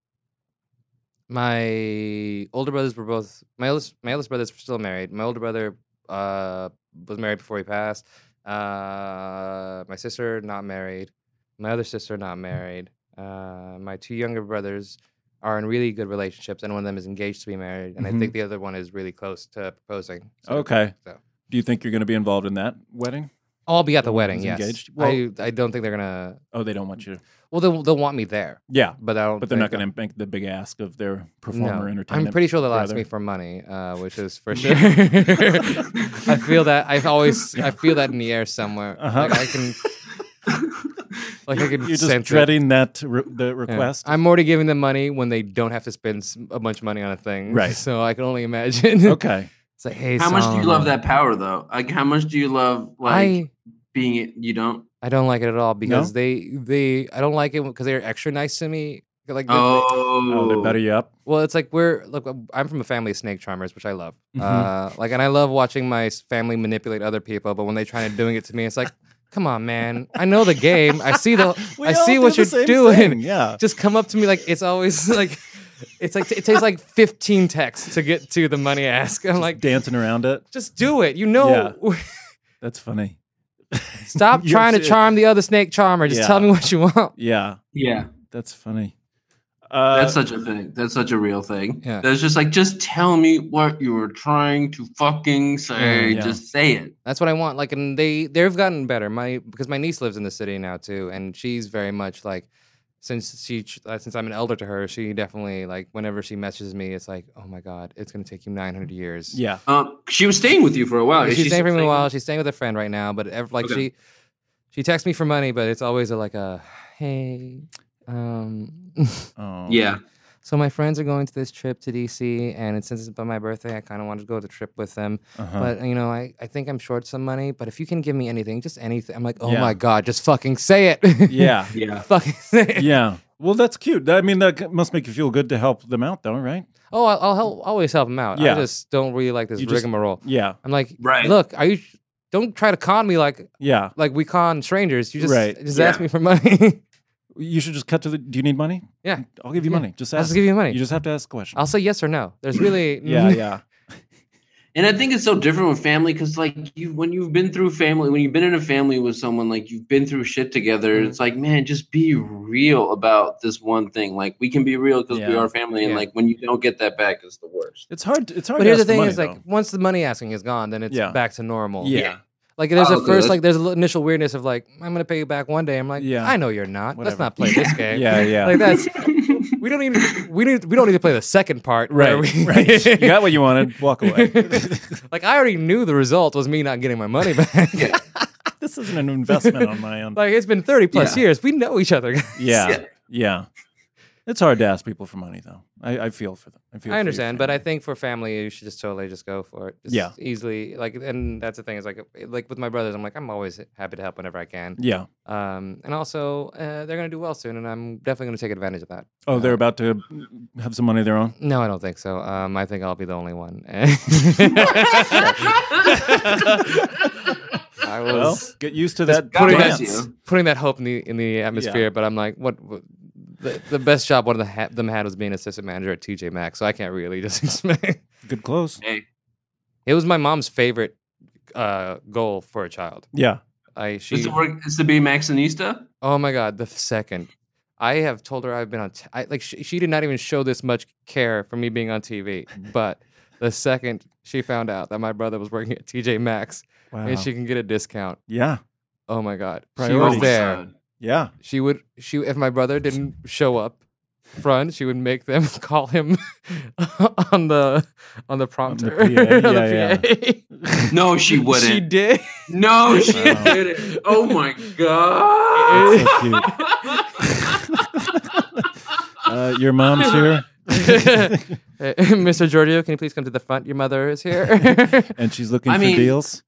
Speaker 4: my older brothers were both my eldest my eldest brother's still married my older brother uh was married before he passed uh my sister not married my other sister not married uh my two younger brothers are in really good relationships and one of them is engaged to be married and
Speaker 2: Mhm.
Speaker 4: I think the other one is really close to proposing so-
Speaker 2: Okay.
Speaker 4: so.
Speaker 2: Do you think you're going to be involved in that wedding?
Speaker 4: I'll be at the
Speaker 2: The one
Speaker 4: wedding.
Speaker 2: who's
Speaker 4: Yes,
Speaker 2: engaged?
Speaker 4: I, I don't think they're gonna.
Speaker 2: Oh, they don't want you. to-
Speaker 4: Well, they'll, they'll want me there,
Speaker 2: Yeah,
Speaker 4: but I don't.
Speaker 2: but they're not
Speaker 4: think-
Speaker 2: going to make the big ask of their
Speaker 4: no.
Speaker 2: performer entertainment.
Speaker 4: I'm pretty sure they'll ask
Speaker 2: brother.
Speaker 4: me for money, uh, which is for sure. I feel that I've always I feel that in the air somewhere.
Speaker 2: Uh-huh.
Speaker 4: Like I can like I can
Speaker 2: You're just
Speaker 4: sense it.
Speaker 2: dreading that re- the
Speaker 4: Yeah.
Speaker 2: request.
Speaker 4: I'm already giving them money when they don't have to spend s- a bunch of money on a thing.
Speaker 2: Right.
Speaker 4: So I can only imagine.
Speaker 2: Okay.
Speaker 4: It's like, hey,
Speaker 3: How much do you love
Speaker 4: Solomon,
Speaker 3: that power though? Like how much do you love like
Speaker 4: I
Speaker 3: being you don't?
Speaker 4: I don't like it at all because they they I don't like it because they're extra nice to me. Like they- they-
Speaker 3: Oh,
Speaker 2: Oh, they better you up.
Speaker 4: Well, it's like we're look. I'm from a family of snake charmers, which I love.
Speaker 2: Mhm.
Speaker 4: Uh, like, and I love watching my s- family manipulate other people. But when they try to doing it to me, it's like, come on, man. I know the game. I see the.
Speaker 2: We
Speaker 4: I
Speaker 2: all
Speaker 4: see
Speaker 2: do
Speaker 4: what
Speaker 2: the
Speaker 4: you're
Speaker 2: same
Speaker 4: doing.
Speaker 2: thing, Yeah.
Speaker 4: Just come up to me like it's always like, it's like it takes like 15 texts to get to the money ask. I'm like,
Speaker 2: dancing around it.
Speaker 4: just do it. You know,
Speaker 2: That's funny.
Speaker 4: stop
Speaker 2: You're
Speaker 4: trying to
Speaker 2: serious.
Speaker 4: charm the other snake charmer. Just
Speaker 2: Yeah.
Speaker 4: tell me what you want.
Speaker 2: Yeah,
Speaker 3: yeah.
Speaker 2: that's funny. Uh,
Speaker 3: That's such a thing. That's such a real thing.
Speaker 4: Yeah.
Speaker 3: That's just like, just tell me what you were trying to fucking say.
Speaker 2: Yeah, yeah.
Speaker 3: Just say it.
Speaker 4: That's what I want. Like, and they they've gotten better. My because my niece lives in the city now too, and she's very much like since she ch- uh, since I'm an elder to her, she definitely like whenever she messages me, it's like, oh my god, it's gonna take you 900 years.
Speaker 2: yeah,
Speaker 3: Um, she was staying with you for a while.
Speaker 4: she's,
Speaker 3: Is she
Speaker 4: staying for
Speaker 3: still
Speaker 4: me a while. She's staying with a friend right now, but ev- like
Speaker 3: Okay.
Speaker 4: she she texts me for money, but it's always a, like a hey. Um,
Speaker 2: oh,
Speaker 3: Yeah.
Speaker 4: so my friends are going to this trip to DC, and since it's by my birthday, I kind of wanted to go on the trip with them
Speaker 2: uh-huh.
Speaker 4: but you know, I, I think I'm short some money. But if you can give me anything, just anything, I'm like, oh
Speaker 2: Yeah.
Speaker 4: my god, just fucking say it.
Speaker 2: yeah,
Speaker 3: Yeah.
Speaker 4: fucking say it.
Speaker 2: yeah. Well, that's cute. I mean, that must make you feel good to help them out, though, right?
Speaker 4: Oh, I'll, I'll help, always help him out.
Speaker 2: Yeah.
Speaker 4: I just don't really like this
Speaker 2: You just-
Speaker 4: rigmarole.
Speaker 2: Yeah,
Speaker 4: I'm like,
Speaker 3: Right.
Speaker 4: look, are you? Don't try to con me like
Speaker 2: yeah.
Speaker 4: like we con strangers. You just
Speaker 2: Right.
Speaker 4: just
Speaker 3: Yeah.
Speaker 4: ask me for money.
Speaker 2: You should just cut to the. Do you need money?
Speaker 4: Yeah.
Speaker 2: I'll give you
Speaker 4: Yeah.
Speaker 2: money. Just
Speaker 4: I'll
Speaker 2: ask.
Speaker 4: just give you money.
Speaker 2: You just have to ask a question.
Speaker 4: I'll say yes or no. There's really
Speaker 2: yeah, yeah,
Speaker 3: And I think it's so different with family because, like, you when you've been through family, when you've been in a family with someone, like you've been through shit together.
Speaker 4: Mm-hmm.
Speaker 3: It's like, man, just be real about this one thing. Like, we can be real because we
Speaker 2: Yeah.
Speaker 3: are family, and
Speaker 4: Yeah.
Speaker 3: like when you don't get that back, it's the worst.
Speaker 2: It's hard. It's hard.
Speaker 4: But
Speaker 2: to
Speaker 4: here's
Speaker 2: ask for
Speaker 4: the thing:
Speaker 2: money,
Speaker 4: is like once the money asking is gone, then it's
Speaker 2: Yeah.
Speaker 4: back to normal.
Speaker 2: though. yeah,
Speaker 4: Like there's
Speaker 3: Oh,
Speaker 4: a
Speaker 3: okay,
Speaker 4: first,
Speaker 3: that's-
Speaker 4: like there's a little initial weirdness of like I'm gonna pay you back one day. I'm like,
Speaker 2: Yeah.
Speaker 4: I know you're not.
Speaker 2: Whatever.
Speaker 4: Let's not play this game.
Speaker 2: yeah, yeah.
Speaker 4: Like that's we don't even we need we don't need to play the second part.
Speaker 2: right,
Speaker 4: where we,
Speaker 2: right. You got what you wanted. Walk away.
Speaker 4: like I already knew the result was me not getting my money back.
Speaker 3: Yeah.
Speaker 2: this isn't an investment on my end.
Speaker 4: like it's been thirty plus
Speaker 3: Yeah.
Speaker 4: years. We know each other.
Speaker 2: yeah,
Speaker 3: Yeah.
Speaker 2: yeah. It's hard to ask people for money, though. I, I feel for them. I, feel for
Speaker 4: I
Speaker 2: your
Speaker 4: understand, but I
Speaker 2: family.
Speaker 4: think for family, you should just totally just go for it. Just
Speaker 2: Yeah.
Speaker 4: easily. Like, and that's the thing is like, like with my brothers, I'm like, I'm always happy to help whenever I can.
Speaker 2: Yeah.
Speaker 4: Um, and also, uh, they're gonna do well soon, and I'm definitely gonna take advantage of that.
Speaker 2: Oh, they're about to have some money of their own.
Speaker 4: No, I don't think so. Um, I think I'll be the only one. I
Speaker 2: Well,
Speaker 4: was
Speaker 2: get used to
Speaker 4: just
Speaker 2: that.
Speaker 3: God
Speaker 4: putting
Speaker 3: bless
Speaker 2: Dance.
Speaker 3: you.
Speaker 4: putting that hope in the in the atmosphere, but I'm like, what? what the, the best job one of the ha- them had was being assistant manager at TJ Maxx, so I can't really just expect.
Speaker 2: Good clothes.
Speaker 4: It was my mom's favorite uh, goal for a child.
Speaker 2: Yeah.
Speaker 4: I
Speaker 3: It's
Speaker 4: she
Speaker 3: to, work, it's to be Maxinista.
Speaker 4: oh my god the second I have told her I've been on t- I, like she, she did not even show this much care for me being on TV, but the second she found out that my brother was working at TJ Maxx
Speaker 2: Wow.
Speaker 4: and she can get a discount,
Speaker 2: yeah.
Speaker 4: oh my god she
Speaker 2: Priorities.
Speaker 4: was there.
Speaker 2: Yeah.
Speaker 4: She would she if my brother didn't show up front, she would make them call him on the on the prompter
Speaker 2: PA,
Speaker 4: on
Speaker 2: yeah,
Speaker 4: the PA.
Speaker 3: No, she
Speaker 4: She
Speaker 3: wouldn't.
Speaker 4: did. Oh.
Speaker 3: no, she
Speaker 2: Wow.
Speaker 3: didn't. Oh my god.
Speaker 2: So cute. uh, your mom's here,
Speaker 4: Uh, Mr. Giorgio, can you please come to the front? Your mother is here.
Speaker 2: and she's looking
Speaker 3: I
Speaker 2: for
Speaker 3: mean-
Speaker 2: deals.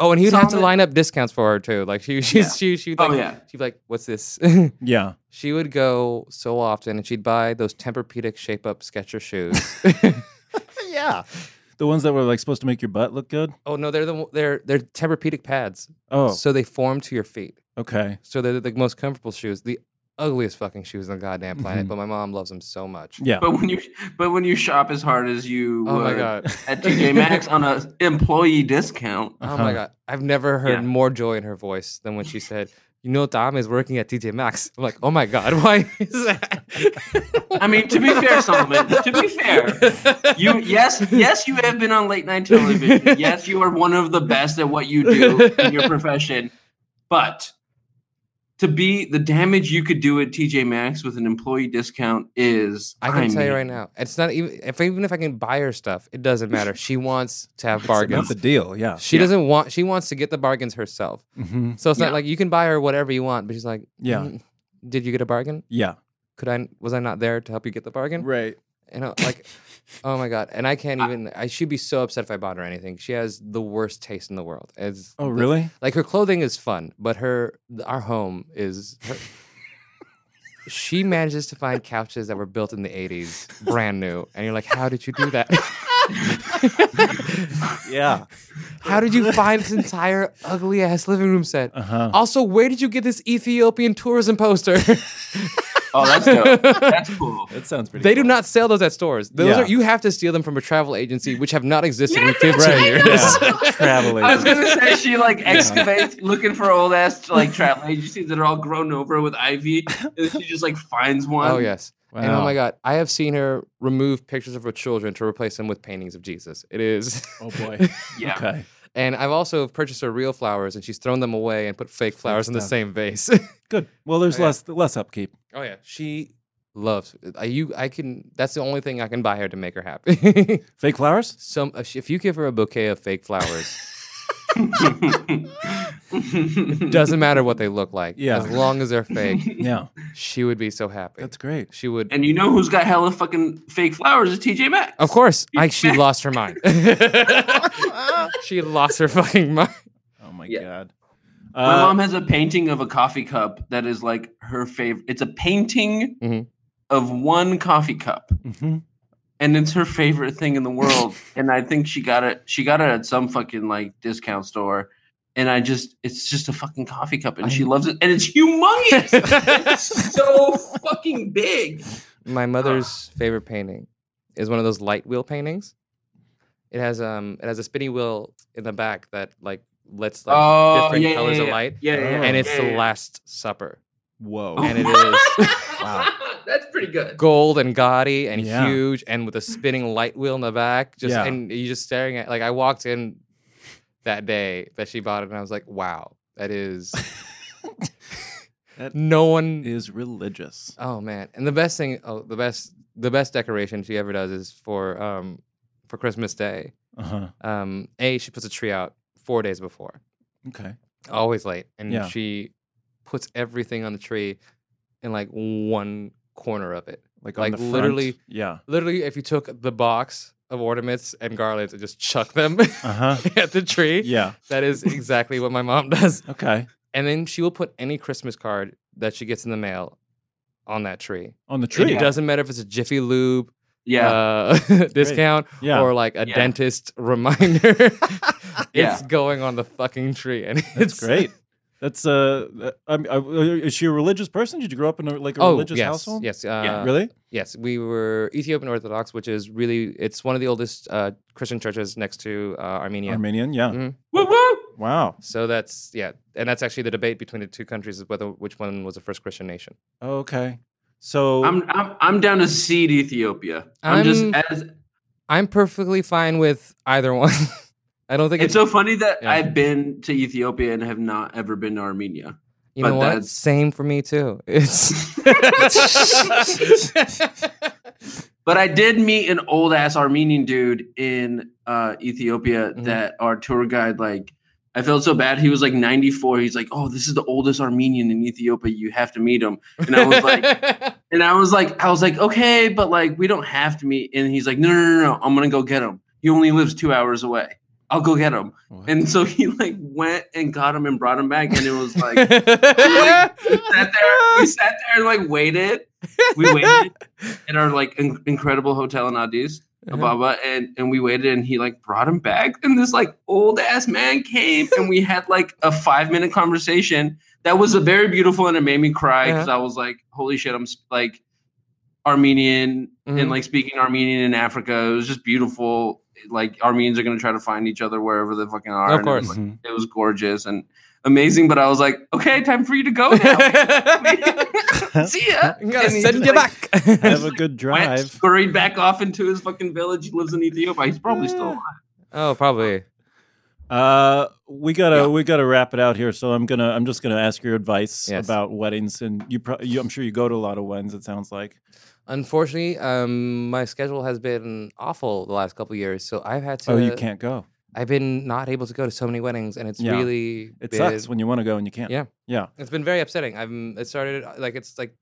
Speaker 4: oh, and he'd have to
Speaker 3: Solomon-
Speaker 4: line up discounts for her too. Like she, she,
Speaker 3: Yeah.
Speaker 4: she, she'd
Speaker 3: Oh,
Speaker 4: like,
Speaker 3: yeah.
Speaker 4: she'd be like, what's this?
Speaker 2: Yeah.
Speaker 4: she would go so often, and she'd buy those Tempur-Pedic shape-up Skechers shoes.
Speaker 2: yeah. The ones that were like supposed to make your butt look good.
Speaker 4: oh no, they're the they're they're Tempur-Pedic pads.
Speaker 2: Oh,
Speaker 4: So they form to your feet.
Speaker 2: okay.
Speaker 4: So they're the most comfortable shoes, the ugliest fucking shoes on the goddamn planet. But my mom loves them so much.
Speaker 2: Yeah.
Speaker 3: But when Mm-hmm. you but when you shop as hard as you
Speaker 4: Oh my
Speaker 3: would
Speaker 4: god.
Speaker 3: at TJ Maxx on an employee discount,
Speaker 4: Oh
Speaker 2: Uh-huh.
Speaker 4: my god. I've never heard
Speaker 3: Yeah.
Speaker 4: more joy in her voice than when she said, You know Dom is working at TJ Maxx. I'm like, oh my god, why is that?
Speaker 3: I mean, to be fair, Solomon, to be fair, you yes yes you have been on late night television. Yes, you are one of the best at what you do in your profession. But to be the damage you could do at TJ Maxx with an employee discount is
Speaker 4: I can tell
Speaker 3: mean,
Speaker 4: you right now, it's not even if even if I can buy her stuff, it doesn't matter. She wants to have
Speaker 2: That's
Speaker 4: bargains.
Speaker 2: the deal. Yeah.
Speaker 4: She doesn't want she wants to get the bargains herself.
Speaker 2: hmm
Speaker 4: So it's
Speaker 3: Yeah.
Speaker 4: not like you can buy her whatever you want, but she's like,
Speaker 2: Yeah.
Speaker 4: "Mm, Did you get a bargain?
Speaker 2: Yeah.
Speaker 4: Could I was I not there to help you get the bargain?
Speaker 2: Right.
Speaker 4: And I, like, oh my god! And I can't even. I should be so upset if I bought her anything. She has the worst taste in the world. It's
Speaker 2: Oh,
Speaker 4: the-
Speaker 2: really?
Speaker 4: like her clothing is fun, but her our home is. Her, she manages to find couches that were built in the '80s, brand new, and you're like, "How did you do that?
Speaker 2: Yeah.
Speaker 4: How did you find this entire ugly ass living room set?
Speaker 2: Uh huh.
Speaker 4: Also, where did you get this Ethiopian tourism poster?
Speaker 3: Oh, that's dope. That's cool.
Speaker 2: That sounds pretty.
Speaker 4: They
Speaker 2: cool.
Speaker 4: do not sell those at stores. Those
Speaker 2: Yeah.
Speaker 4: are you have to steal them from a travel agency, which have not existed in
Speaker 3: Yeah,
Speaker 4: 15
Speaker 3: that's
Speaker 2: Right.
Speaker 4: years.
Speaker 2: Yeah. Travel
Speaker 3: I was
Speaker 2: agent.
Speaker 3: gonna say she like excavates looking for old ass like travel agencies that are all grown over with ivy, and she just like finds one.
Speaker 4: Oh yes. And
Speaker 2: Wow.
Speaker 4: oh my god, I have seen her remove pictures of her children to replace them with paintings of Jesus. It is.
Speaker 2: Oh boy.
Speaker 3: yeah.
Speaker 2: Okay.
Speaker 4: And I've also purchased her real flowers and she's thrown them away and put fake flowers in the
Speaker 2: stuff.
Speaker 4: same vase.
Speaker 2: Good. Well, there's
Speaker 4: Oh, yeah.
Speaker 2: less less upkeep.
Speaker 4: oh yeah. She loves I you I can that's the only thing I can buy her to make her happy.
Speaker 2: Fake flowers.
Speaker 4: Some if you give her a bouquet of fake flowers, doesn't matter what they look like.
Speaker 2: Yeah.
Speaker 4: As long as they're fake,
Speaker 2: Yeah.
Speaker 4: she would be so happy.
Speaker 2: That's great.
Speaker 4: she would
Speaker 3: and you know who's got hella fucking fake flowers is TJ Maxx.
Speaker 4: Of course, I, she lost her mind. she lost her fucking mind.
Speaker 2: Oh my
Speaker 3: Yeah.
Speaker 2: god.
Speaker 3: My
Speaker 2: Uh,
Speaker 3: mom has a painting of a coffee cup that is like her favorite. It's a painting
Speaker 4: Mhm.
Speaker 3: of one coffee cup,
Speaker 2: mhm.
Speaker 3: and it's her favorite thing in the world. and I think she got it. She got it at some fucking like discount store. And I just, it's just a fucking coffee cup, and she loves it, and it's humongous. it's so fucking big.
Speaker 4: My mother's
Speaker 3: Ah.
Speaker 4: favorite painting is one of those light wheel paintings. It has um, it has a spinny wheel in the back that like lets like
Speaker 3: oh,
Speaker 4: different
Speaker 3: yeah,
Speaker 4: colors
Speaker 3: yeah,
Speaker 4: of
Speaker 3: yeah.
Speaker 4: light,
Speaker 3: Yeah, yeah, yeah.
Speaker 4: and it's
Speaker 3: yeah,
Speaker 4: the
Speaker 3: yeah.
Speaker 4: Last Supper,
Speaker 2: Whoa.
Speaker 3: Oh,
Speaker 4: and it is
Speaker 2: Wow.
Speaker 3: That's pretty good.
Speaker 4: gold and gaudy and
Speaker 2: Yeah.
Speaker 4: huge, and with a spinning light wheel in the back. Just
Speaker 2: Yeah.
Speaker 4: and you just staring at. Like I walked in that day that she bought it, and I was like, wow, that is.
Speaker 2: That
Speaker 4: no one
Speaker 2: is religious.
Speaker 4: Oh man! And the best thing, oh, the best, the best decoration she ever does is for um for Christmas Day.
Speaker 2: Uh huh.
Speaker 4: Um, a she puts a tree out four days before,
Speaker 2: Okay.
Speaker 4: always late, and
Speaker 2: Yeah.
Speaker 4: she puts everything on the tree in like one corner of it.
Speaker 2: Like,
Speaker 4: Like,
Speaker 2: on the front.
Speaker 4: literally-
Speaker 2: Yeah.
Speaker 4: Literally, if you took the box of ornaments and garlands and just chuck them
Speaker 2: Uh huh.
Speaker 4: at the tree,
Speaker 2: Yeah.
Speaker 4: that is exactly what my mom does.
Speaker 2: Okay.
Speaker 4: And then she will put any Christmas card that she gets in the mail on that tree.
Speaker 2: On the
Speaker 4: It
Speaker 2: tree.
Speaker 4: doesn't matter if it's a Jiffy Lube
Speaker 3: Yeah.
Speaker 4: uh, discount
Speaker 2: Yeah.
Speaker 4: or like a
Speaker 3: Yeah.
Speaker 4: dentist reminder.
Speaker 3: Yeah.
Speaker 4: It's going on the fucking tree, and
Speaker 2: That's
Speaker 4: it's
Speaker 2: great. That's uh, I, I, is she a religious person? Did you grow up in a, like a
Speaker 4: oh,
Speaker 2: religious
Speaker 4: yes,
Speaker 2: household?
Speaker 4: Yes, uh,
Speaker 2: Really?
Speaker 4: Yes, we were Ethiopian Orthodox, which is really it's one of the oldest uh, Christian churches next to uh, Armenia.
Speaker 2: Armenian? Yeah.
Speaker 4: Mhm.
Speaker 3: Woo woo.
Speaker 2: Wow.
Speaker 4: So that's yeah, and that's actually the debate between the two countries is whether which one was the first Christian nation.
Speaker 2: Okay. So
Speaker 3: I'm I'm I'm down to seed Ethiopia. I'm, just
Speaker 4: I'm-
Speaker 3: as
Speaker 4: I'm perfectly fine with either one. I don't think
Speaker 3: it's so funny that
Speaker 4: Yeah.
Speaker 3: I've been to Ethiopia and have not ever been to Armenia.
Speaker 4: You
Speaker 3: But
Speaker 4: know what?
Speaker 3: that's-
Speaker 4: Same for me too. It's
Speaker 3: But I did meet an old ass Armenian dude in uh, Ethiopia
Speaker 4: Mhm.
Speaker 3: that our tour guide like. I felt so bad. He was like 94. He's like, "Oh, this is the oldest Armenian in Ethiopia. You have to meet him." And I was like, and I was like, "I was like, okay, but like, we don't have to meet." And he's like, "No, no, no, no. I'm gonna go get him. He only lives two hours away. I'll go get him."
Speaker 2: What?
Speaker 3: And so he like went and got him and brought him back, and it was like we sat there, we sat there and like waited. We waited in our like in- incredible hotel in Addis
Speaker 4: Uh-huh.
Speaker 3: Ababa, and and we waited, and he like brought him back, and this like old ass man came, and we had like a five minute conversation that was a very beautiful, and it made me cry
Speaker 4: Uh-huh.
Speaker 3: because I was like, holy shit, I'm s- like Armenian
Speaker 4: Mhm.
Speaker 3: and like speaking Armenian in Africa. It was just beautiful. Like Armenians are gonna try to find each other wherever they fucking are.
Speaker 4: Of
Speaker 3: and it was,
Speaker 4: course.
Speaker 3: like, it was gorgeous and amazing. But I was like, okay, time for you to go now. See ya.
Speaker 4: I'm gonna
Speaker 3: And he
Speaker 4: send
Speaker 3: just,
Speaker 4: you
Speaker 3: like,
Speaker 4: back.
Speaker 2: have a good
Speaker 3: Went,
Speaker 2: drive.
Speaker 3: scurried back off into his fucking village. He lives in Ethiopia. He's probably still alive.
Speaker 4: oh, probably.
Speaker 2: Uh, we gotta
Speaker 3: Yeah.
Speaker 2: we gotta wrap it out here. So I'm gonna I'm just gonna ask your advice
Speaker 4: Yes.
Speaker 2: about weddings, and you, pro- you I'm sure you go to a lot of weddings. It sounds like.
Speaker 4: Unfortunately, um, my schedule has been awful the last couple years, so I've had to.
Speaker 2: oh, you can't go.
Speaker 4: I've been not able to go to so many weddings, and it's
Speaker 2: Yeah.
Speaker 4: really
Speaker 2: It
Speaker 4: been-
Speaker 2: sucks when you want to go and you can't.
Speaker 4: Yeah.
Speaker 2: Yeah.
Speaker 4: It's been very upsetting. I've it started like it's like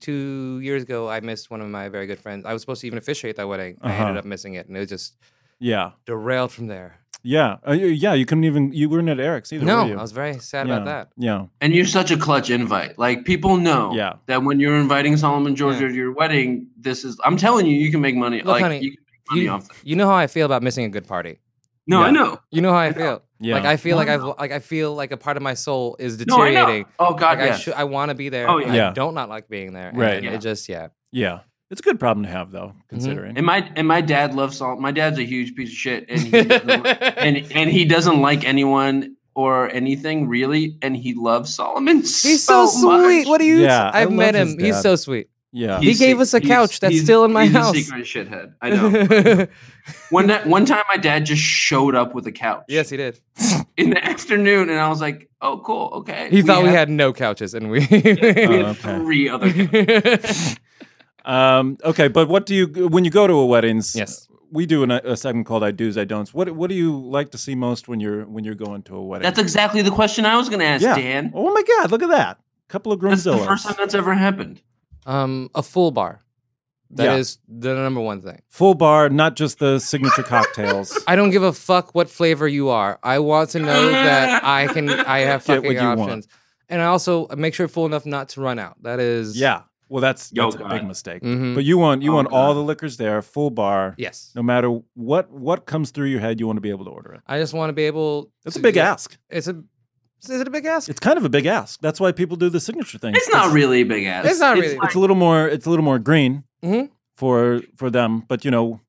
Speaker 4: two years ago. I missed one of my very good friends. I was supposed to even officiate that wedding. I ended
Speaker 2: Uh-huh.
Speaker 4: up missing it, and it was just
Speaker 2: Yeah.
Speaker 4: derailed from there.
Speaker 2: Yeah. Uh, you- yeah. You couldn't even. You weren't at Eric's either.
Speaker 4: no,
Speaker 2: were you?
Speaker 4: I was very sad
Speaker 2: yeah.
Speaker 4: about that.
Speaker 2: Yeah.
Speaker 3: And you're such a clutch invite. Like people know
Speaker 2: Yeah.
Speaker 3: that when you're inviting Solomon Georgia
Speaker 4: Yeah.
Speaker 3: to your wedding, this is. I'm telling you, you can make money.
Speaker 4: Look,
Speaker 3: like
Speaker 4: honey,
Speaker 3: you can make money
Speaker 4: you-
Speaker 3: off. That.
Speaker 4: You know how I feel about missing a good party.
Speaker 3: No,
Speaker 2: Yeah.
Speaker 3: I know.
Speaker 4: You know how I
Speaker 3: know.
Speaker 4: feel.
Speaker 2: Yeah.
Speaker 4: Like I feel
Speaker 3: No,
Speaker 4: like
Speaker 3: I
Speaker 4: I've like I feel like a part of my soul is
Speaker 3: No, I
Speaker 4: deteriorating.
Speaker 3: know. Oh God,
Speaker 4: Like I
Speaker 3: yes.
Speaker 4: should, I want to be there.
Speaker 3: Oh,
Speaker 4: and
Speaker 2: yeah.
Speaker 4: I don't not like being there. and
Speaker 2: Right.
Speaker 3: Yeah.
Speaker 4: It just yeah.
Speaker 2: yeah. It's a good problem to have though, considering.
Speaker 3: Mm-hmm. And my and my dad loves Solomon. My dad's a huge piece of shit, and he doesn't and and he doesn't like anyone or anything really, and he loves Solomon.
Speaker 4: He's so, sweet.
Speaker 3: much.
Speaker 4: What do you?
Speaker 2: Yeah, I
Speaker 4: I've met
Speaker 2: love his
Speaker 4: him. He's
Speaker 2: dad.
Speaker 4: so sweet.
Speaker 2: Yeah.
Speaker 4: He
Speaker 3: He's
Speaker 4: gave
Speaker 3: se-
Speaker 4: us a
Speaker 3: he's-
Speaker 4: couch that's
Speaker 3: he's-
Speaker 4: still in my
Speaker 3: he's
Speaker 4: house.
Speaker 3: A secret shithead. I know. one night- one time, my dad just showed up with a couch.
Speaker 4: yes, he did.
Speaker 3: in the afternoon, and I was like, "Oh, cool, okay."
Speaker 4: He thought we
Speaker 3: have- Uh,
Speaker 4: had no couches, and we.
Speaker 3: we
Speaker 2: Oh,
Speaker 3: had
Speaker 2: okay.
Speaker 3: three other.
Speaker 2: Um, okay, but what do you when you go to a weddings?
Speaker 4: Yes.
Speaker 2: We do an, a segment called "I Do's, I Don'ts." What What do you like to see most when you're when you're going to a wedding?
Speaker 3: That's exactly the question I was going to ask,
Speaker 2: Yeah.
Speaker 3: Dan.
Speaker 2: oh my God! Look at that. Couple of
Speaker 3: That's the
Speaker 2: groomzillas.
Speaker 3: first time that's ever happened.
Speaker 4: um, a full bar.
Speaker 2: Yeah.
Speaker 4: That is the number one thing.
Speaker 2: Full bar, not just the signature cocktails.
Speaker 4: I don't give a fuck what flavor you are. I want to know that I can. I have
Speaker 2: Get what
Speaker 4: fucking
Speaker 2: you want.
Speaker 4: options, and I also make sure full enough not to run out. That is.
Speaker 2: yeah. Well, that's
Speaker 3: Yo,
Speaker 2: that's a
Speaker 3: God.
Speaker 2: big mistake.
Speaker 4: Mhm.
Speaker 2: But you want you
Speaker 3: Oh,
Speaker 2: want all
Speaker 3: God.
Speaker 2: the liquors there, full bar.
Speaker 4: Yes.
Speaker 2: No matter what what comes through your head, you want to be able to order it.
Speaker 4: I just want to be able.
Speaker 2: That's
Speaker 4: to
Speaker 2: a big
Speaker 4: just-
Speaker 2: ask.
Speaker 4: It's a. Is it a big ask?
Speaker 2: It's kind of a big ask. That's why people do the signature thing.
Speaker 3: It's not really a big ass.
Speaker 4: It's not really.
Speaker 3: like-
Speaker 2: it's a little more it's a little more green
Speaker 4: Mhm.
Speaker 2: for for them but you know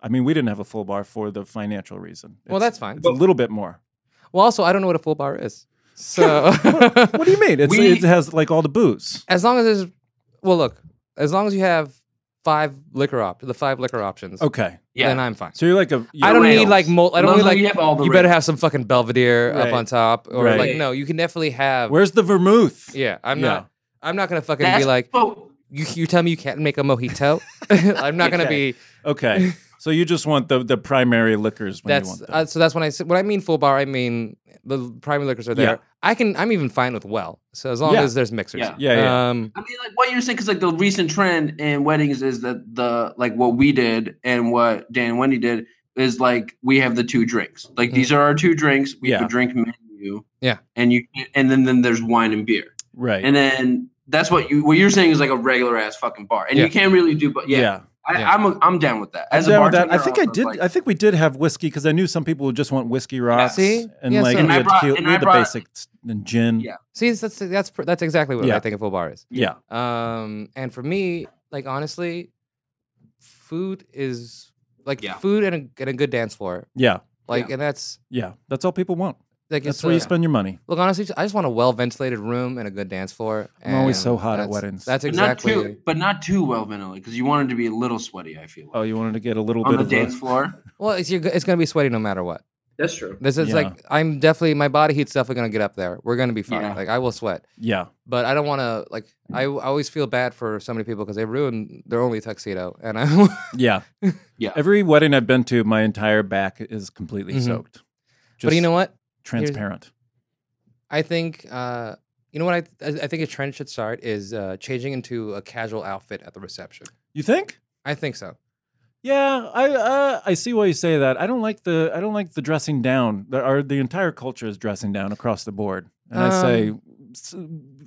Speaker 2: i mean we didn't have a full bar for the financial reason
Speaker 4: Well,
Speaker 2: It's-
Speaker 4: that's fine.
Speaker 2: it's a little bit more
Speaker 4: Well, also, I don't know what a full bar is. So,
Speaker 2: what do you mean it's,
Speaker 3: We-
Speaker 2: it has like all the booze
Speaker 4: as long as there's, well, look, as long as you have five liquor op, the five liquor options,
Speaker 2: okay
Speaker 3: Yeah.
Speaker 4: then I'm fine.
Speaker 2: so you're like a you're
Speaker 4: I don't
Speaker 3: rails.
Speaker 4: need like mul- I don't
Speaker 3: Love
Speaker 4: need
Speaker 3: how
Speaker 4: like
Speaker 3: you have all the
Speaker 4: you better
Speaker 3: rails.
Speaker 4: have some fucking Belvedere
Speaker 2: Right.
Speaker 4: up on top or
Speaker 2: Right.
Speaker 4: like no, you can definitely have.
Speaker 2: where's the vermouth
Speaker 4: yeah, I'm
Speaker 2: Yeah.
Speaker 4: not. I'm not gonna fucking
Speaker 3: That's
Speaker 4: be like
Speaker 3: what-
Speaker 4: you. You tell me you can't make a mojito. I'm not gonna
Speaker 2: Okay.
Speaker 4: be.
Speaker 2: okay So you just want the, the primary liquors when you
Speaker 4: That's
Speaker 2: want them.
Speaker 4: uh, so. That's when I said what I mean. Full bar. I mean the primary liquors are there.
Speaker 2: Yeah.
Speaker 4: I can. I'm even fine with well. So as long
Speaker 2: Yeah.
Speaker 4: as there's mixers.
Speaker 3: Yeah.
Speaker 2: Yeah, yeah.
Speaker 4: Um,
Speaker 3: I mean, like what you're saying, because like the recent trend in weddings is that the like what we did and what Dan and Wendy did is like we have the two drinks. Like these are our two drinks. We have
Speaker 2: Mm. Yeah.
Speaker 3: a drink menu.
Speaker 4: Yeah.
Speaker 3: and you and then then there's wine and beer,
Speaker 2: right.
Speaker 3: and then that's what you what you're saying is like a regular ass fucking bar, and
Speaker 4: Yeah.
Speaker 3: you can't really do. But yeah, I,
Speaker 4: Yeah.
Speaker 3: I'm a, I'm down with that. As
Speaker 2: I'm
Speaker 3: a
Speaker 2: down with
Speaker 3: bartender,
Speaker 2: that. I think I
Speaker 3: was
Speaker 2: did.
Speaker 3: like-
Speaker 2: I think we did have whiskey because I knew some people would just want whiskey Ross
Speaker 4: See?
Speaker 2: and
Speaker 4: Yeah,
Speaker 2: like
Speaker 4: so- And
Speaker 2: we
Speaker 3: I
Speaker 2: had,
Speaker 3: brought-
Speaker 2: tequila-
Speaker 3: and
Speaker 2: we
Speaker 3: I
Speaker 2: had the
Speaker 3: brought-
Speaker 2: basics and gin.
Speaker 3: Yeah.
Speaker 4: see, that's that's pr- that's exactly what
Speaker 2: Yeah.
Speaker 4: I think a full bar is.
Speaker 2: yeah,
Speaker 4: Um, and for me, like honestly, food is like
Speaker 3: Yeah.
Speaker 4: food and a, and a good dance floor.
Speaker 2: yeah,
Speaker 4: Like,
Speaker 3: Yeah.
Speaker 4: and that's
Speaker 2: yeah. That's all people want.
Speaker 4: like
Speaker 2: That's
Speaker 4: it's
Speaker 2: where
Speaker 4: a-
Speaker 2: you spend your money.
Speaker 4: Look, honestly, I just want a well ventilated room and a good dance floor.
Speaker 2: I'm always
Speaker 4: and
Speaker 2: so hot at
Speaker 4: that's-
Speaker 2: weddings.
Speaker 4: That's
Speaker 3: but
Speaker 4: exactly.
Speaker 3: not too, but not too well ventilated because you wanted to be a little sweaty. I feel
Speaker 2: Oh, you wanted to get a little
Speaker 3: on
Speaker 2: bit
Speaker 3: the
Speaker 2: of
Speaker 3: dance
Speaker 2: a,
Speaker 3: floor.
Speaker 4: Well, it's you're, go- it's gonna be sweaty no matter what.
Speaker 3: That's true.
Speaker 4: This is
Speaker 2: Yeah.
Speaker 4: like I'm definitely my body heat's definitely gonna get up there. We're gonna be fine.
Speaker 3: Yeah.
Speaker 4: Like I will sweat,
Speaker 2: yeah,
Speaker 4: but I don't want to. Like I, I always feel bad for so many people because they ruin their only tuxedo, and I
Speaker 2: yeah,
Speaker 3: Yeah.
Speaker 2: Every wedding I've been to, my entire back is completely
Speaker 4: Mhm.
Speaker 2: soaked. Just
Speaker 4: but you know what?
Speaker 2: transparent.
Speaker 4: I think uh, you know what I I I think a trend should start is uh, changing into a casual outfit at the reception.
Speaker 2: You think?
Speaker 4: I think so.
Speaker 2: Yeah, I uh, I see why you say that. I don't like the I don't like the dressing down. The, our, the entire culture is dressing down across the board, and I say,
Speaker 4: Um.
Speaker 2: s-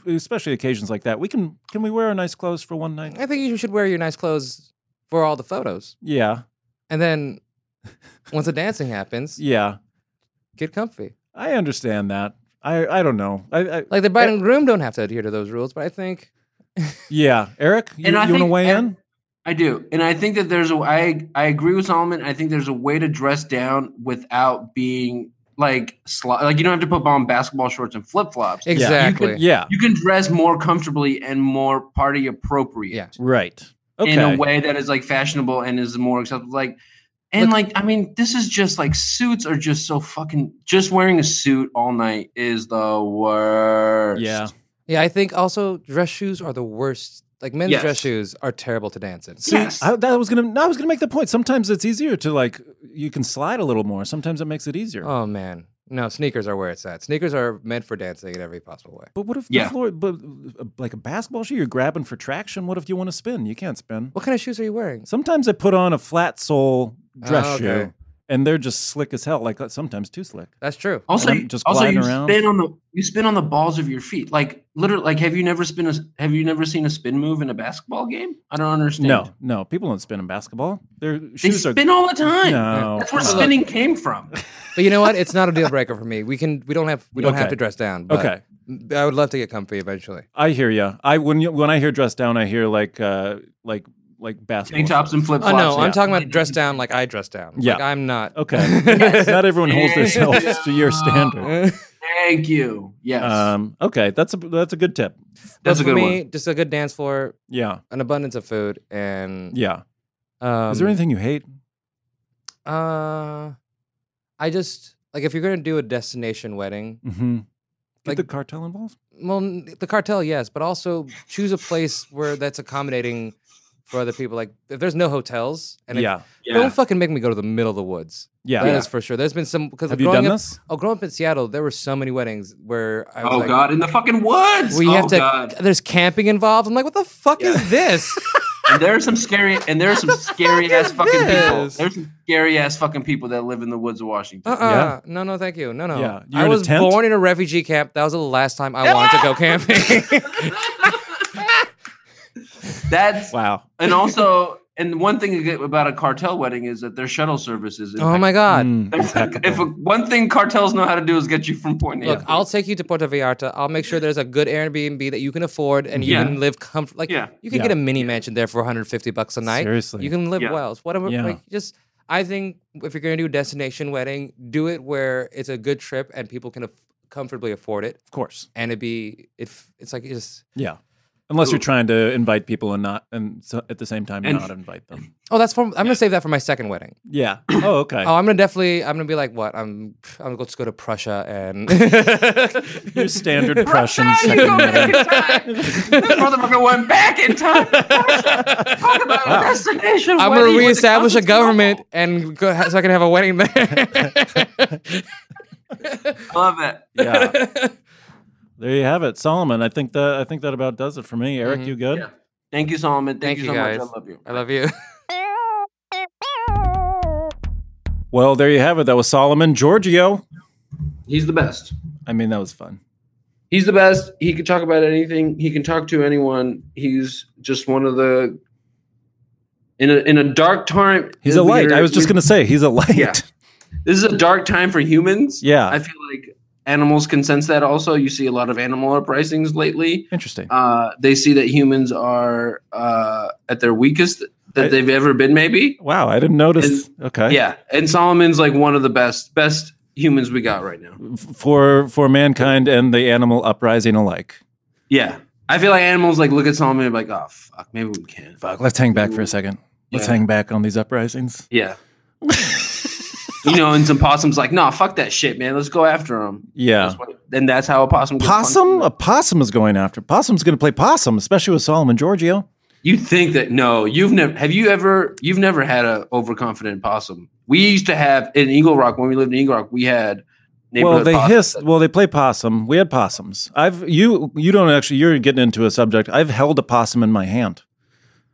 Speaker 2: especially occasions like that, we can can we wear our nice clothes for one night?
Speaker 4: I think you should wear your nice clothes for all the photos,
Speaker 2: Yeah,
Speaker 4: and then once the dancing happens,
Speaker 2: yeah,
Speaker 4: get comfy.
Speaker 2: I understand that. I I don't know. I, I
Speaker 4: Like the bride and groom don't have to adhere to those rules, but I think
Speaker 2: yeah, Eric, you, you
Speaker 3: And I
Speaker 2: want to
Speaker 3: think-
Speaker 2: weigh
Speaker 3: and-
Speaker 2: in?
Speaker 3: I do, and I think that there's a I I agree with Solomon. I think there's a way to dress down without being like sli- like you don't have to put on basketball shorts and flip flops.
Speaker 2: could-
Speaker 4: exactly.
Speaker 2: Yeah,
Speaker 3: You can dress more comfortably and more party appropriate
Speaker 4: Yeah.
Speaker 2: right. Okay.
Speaker 3: in a way that is like fashionable and is more acceptable. Like, and like I mean, this is just like suits are just so fucking. Just wearing a suit all night is the worst.
Speaker 2: yeah,
Speaker 4: Yeah, I think also dress shoes are the worst. Like men's
Speaker 3: Yes.
Speaker 4: dress shoes are terrible to dance in.
Speaker 2: See,
Speaker 3: Yes.
Speaker 2: I, that was gonna. I was gonna make the point. Sometimes it's easier to like you can slide a little more. Sometimes it makes it easier.
Speaker 4: Oh man, no, sneakers are where it's at. Sneakers are meant for dancing in every possible way.
Speaker 2: But what if
Speaker 3: Yeah.
Speaker 2: the floor, but uh, like a basketball shoe, you're grabbing for traction? What if you want to spin? You can't spin.
Speaker 4: What kind of shoes are you wearing?
Speaker 2: Sometimes I put on a flat sole dress
Speaker 4: Oh, okay.
Speaker 2: shoe, and they're just slick as hell. Like uh, sometimes too slick.
Speaker 4: That's true.
Speaker 3: Also,
Speaker 2: And I'm
Speaker 3: you-
Speaker 2: just
Speaker 3: also
Speaker 2: gliding
Speaker 3: you
Speaker 2: around.
Speaker 3: spin on the you spin on the balls of your feet. Like literally, like have you never spin a have you never seen a spin move in a basketball game? I don't understand.
Speaker 2: No, no, people don't spin in basketball. Their
Speaker 3: they
Speaker 2: shoes
Speaker 3: spin all the time.
Speaker 2: No,
Speaker 3: That's
Speaker 4: Uh,
Speaker 3: where
Speaker 2: come on.
Speaker 3: spinning came from.
Speaker 4: But you know what? It's not a deal breaker for me. We can. We don't have. We don't have
Speaker 2: Okay.
Speaker 4: to dress down.
Speaker 2: are.
Speaker 4: But
Speaker 2: Okay,
Speaker 4: I would love to get comfy eventually.
Speaker 2: I hear you. I when you, when I hear dress down, I hear like uh like like basketball
Speaker 3: Tank tops and
Speaker 2: shorts.
Speaker 3: flip
Speaker 4: Oh
Speaker 3: flops.
Speaker 4: no, I'm
Speaker 2: yeah.
Speaker 4: talking about dress down like I dress down.
Speaker 2: Yeah.
Speaker 4: like, I'm not.
Speaker 2: Okay, not everyone holds themselves to your standard.
Speaker 3: Thank you. Yes,
Speaker 2: Um, okay, that's a that's a good tip.
Speaker 3: that's a
Speaker 4: But for
Speaker 3: good
Speaker 4: me,
Speaker 3: one.
Speaker 4: Just a good dance floor,
Speaker 2: Yeah,
Speaker 4: an abundance of food, and
Speaker 2: yeah.
Speaker 4: Um,
Speaker 2: Is there anything you hate?
Speaker 4: Uh, I just like if you're gonna do a destination wedding,
Speaker 2: Mm-hmm. Get
Speaker 4: Like-
Speaker 2: the cartel involved.
Speaker 4: well, n- the cartel, yes, but also choose a place where that's accommodating for other people. Like if there's no hotels, and if-
Speaker 2: yeah,
Speaker 4: don't fucking make me go to the middle of the woods.
Speaker 2: yeah.
Speaker 4: That is for sure. There's been some because
Speaker 2: Have you
Speaker 4: growing
Speaker 2: done
Speaker 4: up,
Speaker 2: this?
Speaker 4: oh, growing up in Seattle, there were so many weddings where I was
Speaker 3: Oh
Speaker 4: like,
Speaker 3: god, in the fucking woods.
Speaker 4: we
Speaker 3: oh
Speaker 4: have to.
Speaker 3: god.
Speaker 4: There's camping involved. I'm like, what the fuck
Speaker 3: Yeah.
Speaker 4: is this?
Speaker 3: And there are some scary and there are some scary ass
Speaker 4: fuck
Speaker 3: fucking
Speaker 4: is
Speaker 3: people.
Speaker 4: this?
Speaker 3: There's some scary ass fucking people that live in the woods of Washington.
Speaker 4: Uh uh
Speaker 2: Yeah.
Speaker 4: No, no, thank you. No, no.
Speaker 2: Yeah. You were
Speaker 4: I
Speaker 2: in a
Speaker 4: was
Speaker 2: tent?
Speaker 4: born in a refugee camp. That was the last time I wanted to go camping. Oh.
Speaker 3: That's
Speaker 2: Wow.
Speaker 3: and also and one thing you get about a cartel wedding is that their shuttle service is
Speaker 4: oh my God.
Speaker 2: Mm,
Speaker 3: impeccable. if a,
Speaker 2: impeccable.
Speaker 3: one thing cartels know how to do is get you from point A.
Speaker 4: Look,
Speaker 3: to
Speaker 4: I'll
Speaker 3: point
Speaker 4: take you to Puerto Vallarta. I'll make sure there's a good Airbnb that you can afford and you
Speaker 3: Yeah.
Speaker 4: can live comfort. Like
Speaker 3: B. yeah,
Speaker 4: you can
Speaker 2: Yeah.
Speaker 4: get a mini mansion there for 150 bucks a night.
Speaker 2: Seriously.
Speaker 4: You can live
Speaker 3: Yeah.
Speaker 4: well. It's Whatever.
Speaker 2: Yeah.
Speaker 4: Like just, I think if you're gonna do a destination wedding, do it where it's a good trip and people can af- comfortably afford it,
Speaker 2: of course.
Speaker 4: and it be if it's like it's just
Speaker 2: Yeah. Unless you're trying to invite people and not, and so at the same time
Speaker 3: And-
Speaker 2: not invite them.
Speaker 4: Oh, that's for. I'm gonna save that for my second wedding.
Speaker 2: Yeah. Oh, okay.
Speaker 4: Oh, I'm gonna definitely. I'm gonna be like, what? I'm. I'm gonna just go to Prussia and.
Speaker 2: Your standard Prussian
Speaker 3: Prussia, you
Speaker 2: second
Speaker 3: go back
Speaker 2: wedding.
Speaker 3: in time. This motherfucker went back in time. Prussia. Talk about a destination.
Speaker 4: I'm
Speaker 3: wedding
Speaker 4: gonna
Speaker 3: with the
Speaker 4: reestablish a government
Speaker 3: Constantinople.
Speaker 4: and go, ha- so I can have a wedding there.
Speaker 3: Love it.
Speaker 2: Yeah. There you have it, Solomon. I think that I think that about does it for me. Eric,
Speaker 4: Mhm.
Speaker 2: you good?
Speaker 3: Yeah. Thank you, Solomon.
Speaker 4: Thank
Speaker 3: Thank, you so
Speaker 4: you, guys.
Speaker 3: much. I love you.
Speaker 4: I love you.
Speaker 2: Well, there you have it. That was Solomon Giorgio.
Speaker 3: He's the best.
Speaker 2: I mean, that was fun.
Speaker 3: He's the best. He can talk about anything. He can talk to anyone. He's just one of the in a in a dark time.
Speaker 2: He's a light. I was just gonna say he's a light.
Speaker 3: Yeah. This is a dark time for humans.
Speaker 2: Yeah.
Speaker 3: I feel like animals can sense that. Also, you see a lot of animal uprisings lately.
Speaker 2: Interesting.
Speaker 3: Uh, they see that humans are uh, at their weakest that
Speaker 2: I-
Speaker 3: they've ever been. Maybe.
Speaker 2: Wow, I didn't notice. okay.
Speaker 3: Yeah. And Solomon's like one of the best best humans we got right now.
Speaker 2: F- For for mankind and the animal uprising alike.
Speaker 3: Yeah. I feel like animals like look at Solomon and be like, oh fuck, maybe we can't.
Speaker 2: Fuck, let's hang back for a second. Let's
Speaker 3: Yeah.
Speaker 2: hang back on these uprisings.
Speaker 3: Yeah. you know, and some possums like, nah, fuck that shit, man. Let's go after him.
Speaker 2: Yeah.
Speaker 3: That's what, and that's how a possum. gets
Speaker 2: Possum?
Speaker 3: punched.
Speaker 2: A possum is going after. Possum's going to play possum, especially with Solomon Giorgio.
Speaker 3: You think that? No, you've never. Have you ever? You've never had a overconfident possum. We used to have in Eagle Rock when we lived in Eagle Rock. We had.
Speaker 2: Well,
Speaker 3: neighborhood
Speaker 2: they
Speaker 3: possums
Speaker 2: hiss.
Speaker 3: that-
Speaker 2: Well, they play possum. We had possums. I've you you don't actually. You're getting into a subject. I've held a possum in my hand.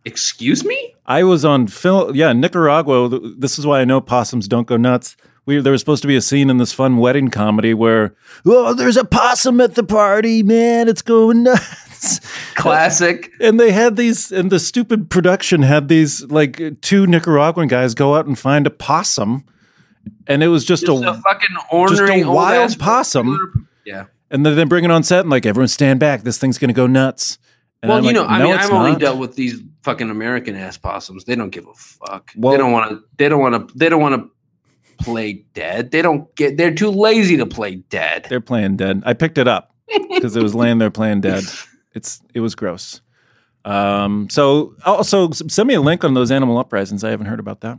Speaker 3: Excuse me.
Speaker 2: I was on film. Yeah, Nicaragua. th- This is why I know possums don't go nuts. We, there was supposed to be a scene in this fun wedding comedy where, oh, there's a possum at the party, man, it's going nuts.
Speaker 3: Classic.
Speaker 2: and they had these, and the stupid production had these like two Nicaraguan guys go out and find a possum, and it was just,
Speaker 3: Just
Speaker 2: a,
Speaker 3: a fucking ornery old
Speaker 2: wild
Speaker 3: ass
Speaker 2: possum.
Speaker 3: regular- Yeah.
Speaker 2: and then they bring it on set and like everyone stand back, this thing's gonna go nuts. And
Speaker 3: well,
Speaker 2: I'm
Speaker 3: you
Speaker 2: like,
Speaker 3: know, I
Speaker 2: "No,
Speaker 3: mean,
Speaker 2: it's
Speaker 3: I've only
Speaker 2: not."
Speaker 3: dealt with these fucking American ass possums. They don't give a fuck.
Speaker 2: Well-
Speaker 3: they don't want to. They don't want to. They don't want to play dead. They don't get. They're too lazy to play dead.
Speaker 2: They're playing dead. I picked it up because it was laying there playing dead. It's it was gross. Um, so also s- send me a link on those animal uprisings. I haven't heard about that.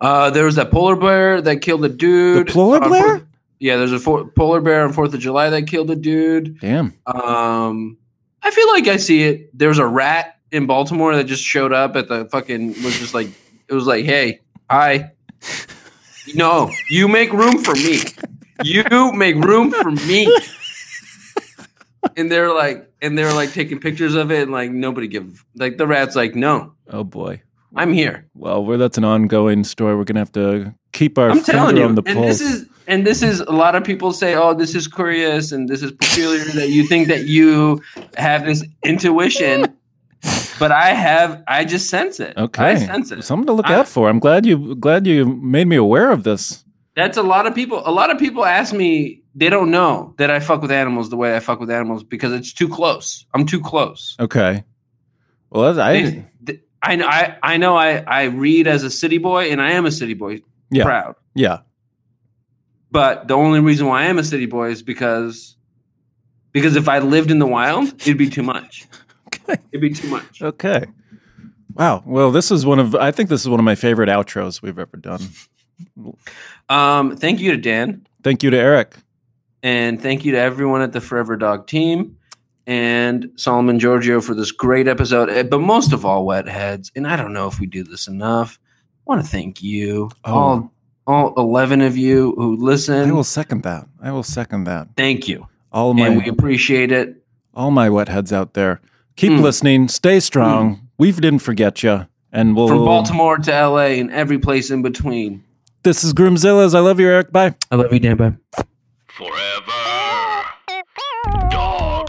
Speaker 3: Uh, there was that polar bear that killed a dude.
Speaker 2: The polar
Speaker 3: on
Speaker 2: bear?
Speaker 3: Fourth- yeah, there's a four, polar bear on Fourth of July that killed a dude.
Speaker 2: Damn.
Speaker 3: Um, I feel like I see it. There was a rat in Baltimore that just showed up at the fucking was just like it was like, hey, hi. No, you make room for me. You make room for me. And they're like, and they're like taking pictures of it, and like nobody give like the rat's like, no,
Speaker 2: Oh boy.
Speaker 3: I'm here.
Speaker 2: Well, we're, that's an ongoing story. We're gonna have to keep our
Speaker 3: I'm telling
Speaker 2: finger
Speaker 3: you.
Speaker 2: on the
Speaker 3: And
Speaker 2: pulse.
Speaker 3: this is and this is a lot of people say, oh, this is curious and this is peculiar that you think that you have this intuition. But I have I just sense it.
Speaker 2: okay.
Speaker 3: I sense it.
Speaker 2: Something to look
Speaker 3: I-
Speaker 2: out for. I'm glad you glad you made me aware of this.
Speaker 3: That's a lot of people. A lot of people ask me they don't know that I fuck with animals the way I fuck with animals because it's too close. I'm too close.
Speaker 2: Okay. Well, that's, I
Speaker 3: They- th- I, kn- I, I know I, I read as a city boy and I am a city boy
Speaker 2: Yeah.
Speaker 3: proud.
Speaker 2: yeah.
Speaker 3: But the only reason why I am a city boy is because because if I lived in the wild, it'd be too much.
Speaker 2: Okay.
Speaker 3: It'd be too much.
Speaker 2: Okay. Wow. Well, this is one of I think this is one of my favorite outros we've ever done.
Speaker 3: Um, thank you to Dan
Speaker 2: Thank you to Eric.
Speaker 3: and thank you to everyone at the Forever Dog team and Solomon Giorgio for this great episode. Eh, But most of all, Wetheads, and I don't know if we do this enough. I want to thank you,
Speaker 2: Oh.
Speaker 3: all all eleven of you who
Speaker 2: I
Speaker 3: listen.
Speaker 2: will second that. I will second that.
Speaker 3: thank you,
Speaker 2: All my
Speaker 3: and we appreciate it.
Speaker 2: all my wet heads out there. Keep
Speaker 3: Mm.
Speaker 2: listening. Stay strong. We didn't forget you. And we'll.
Speaker 3: From Baltimore to LA and every place in between.
Speaker 2: This is Groomzilla's. I love you, Eric. Bye.
Speaker 3: I love you, Dan. Bye.
Speaker 1: Forever Dog.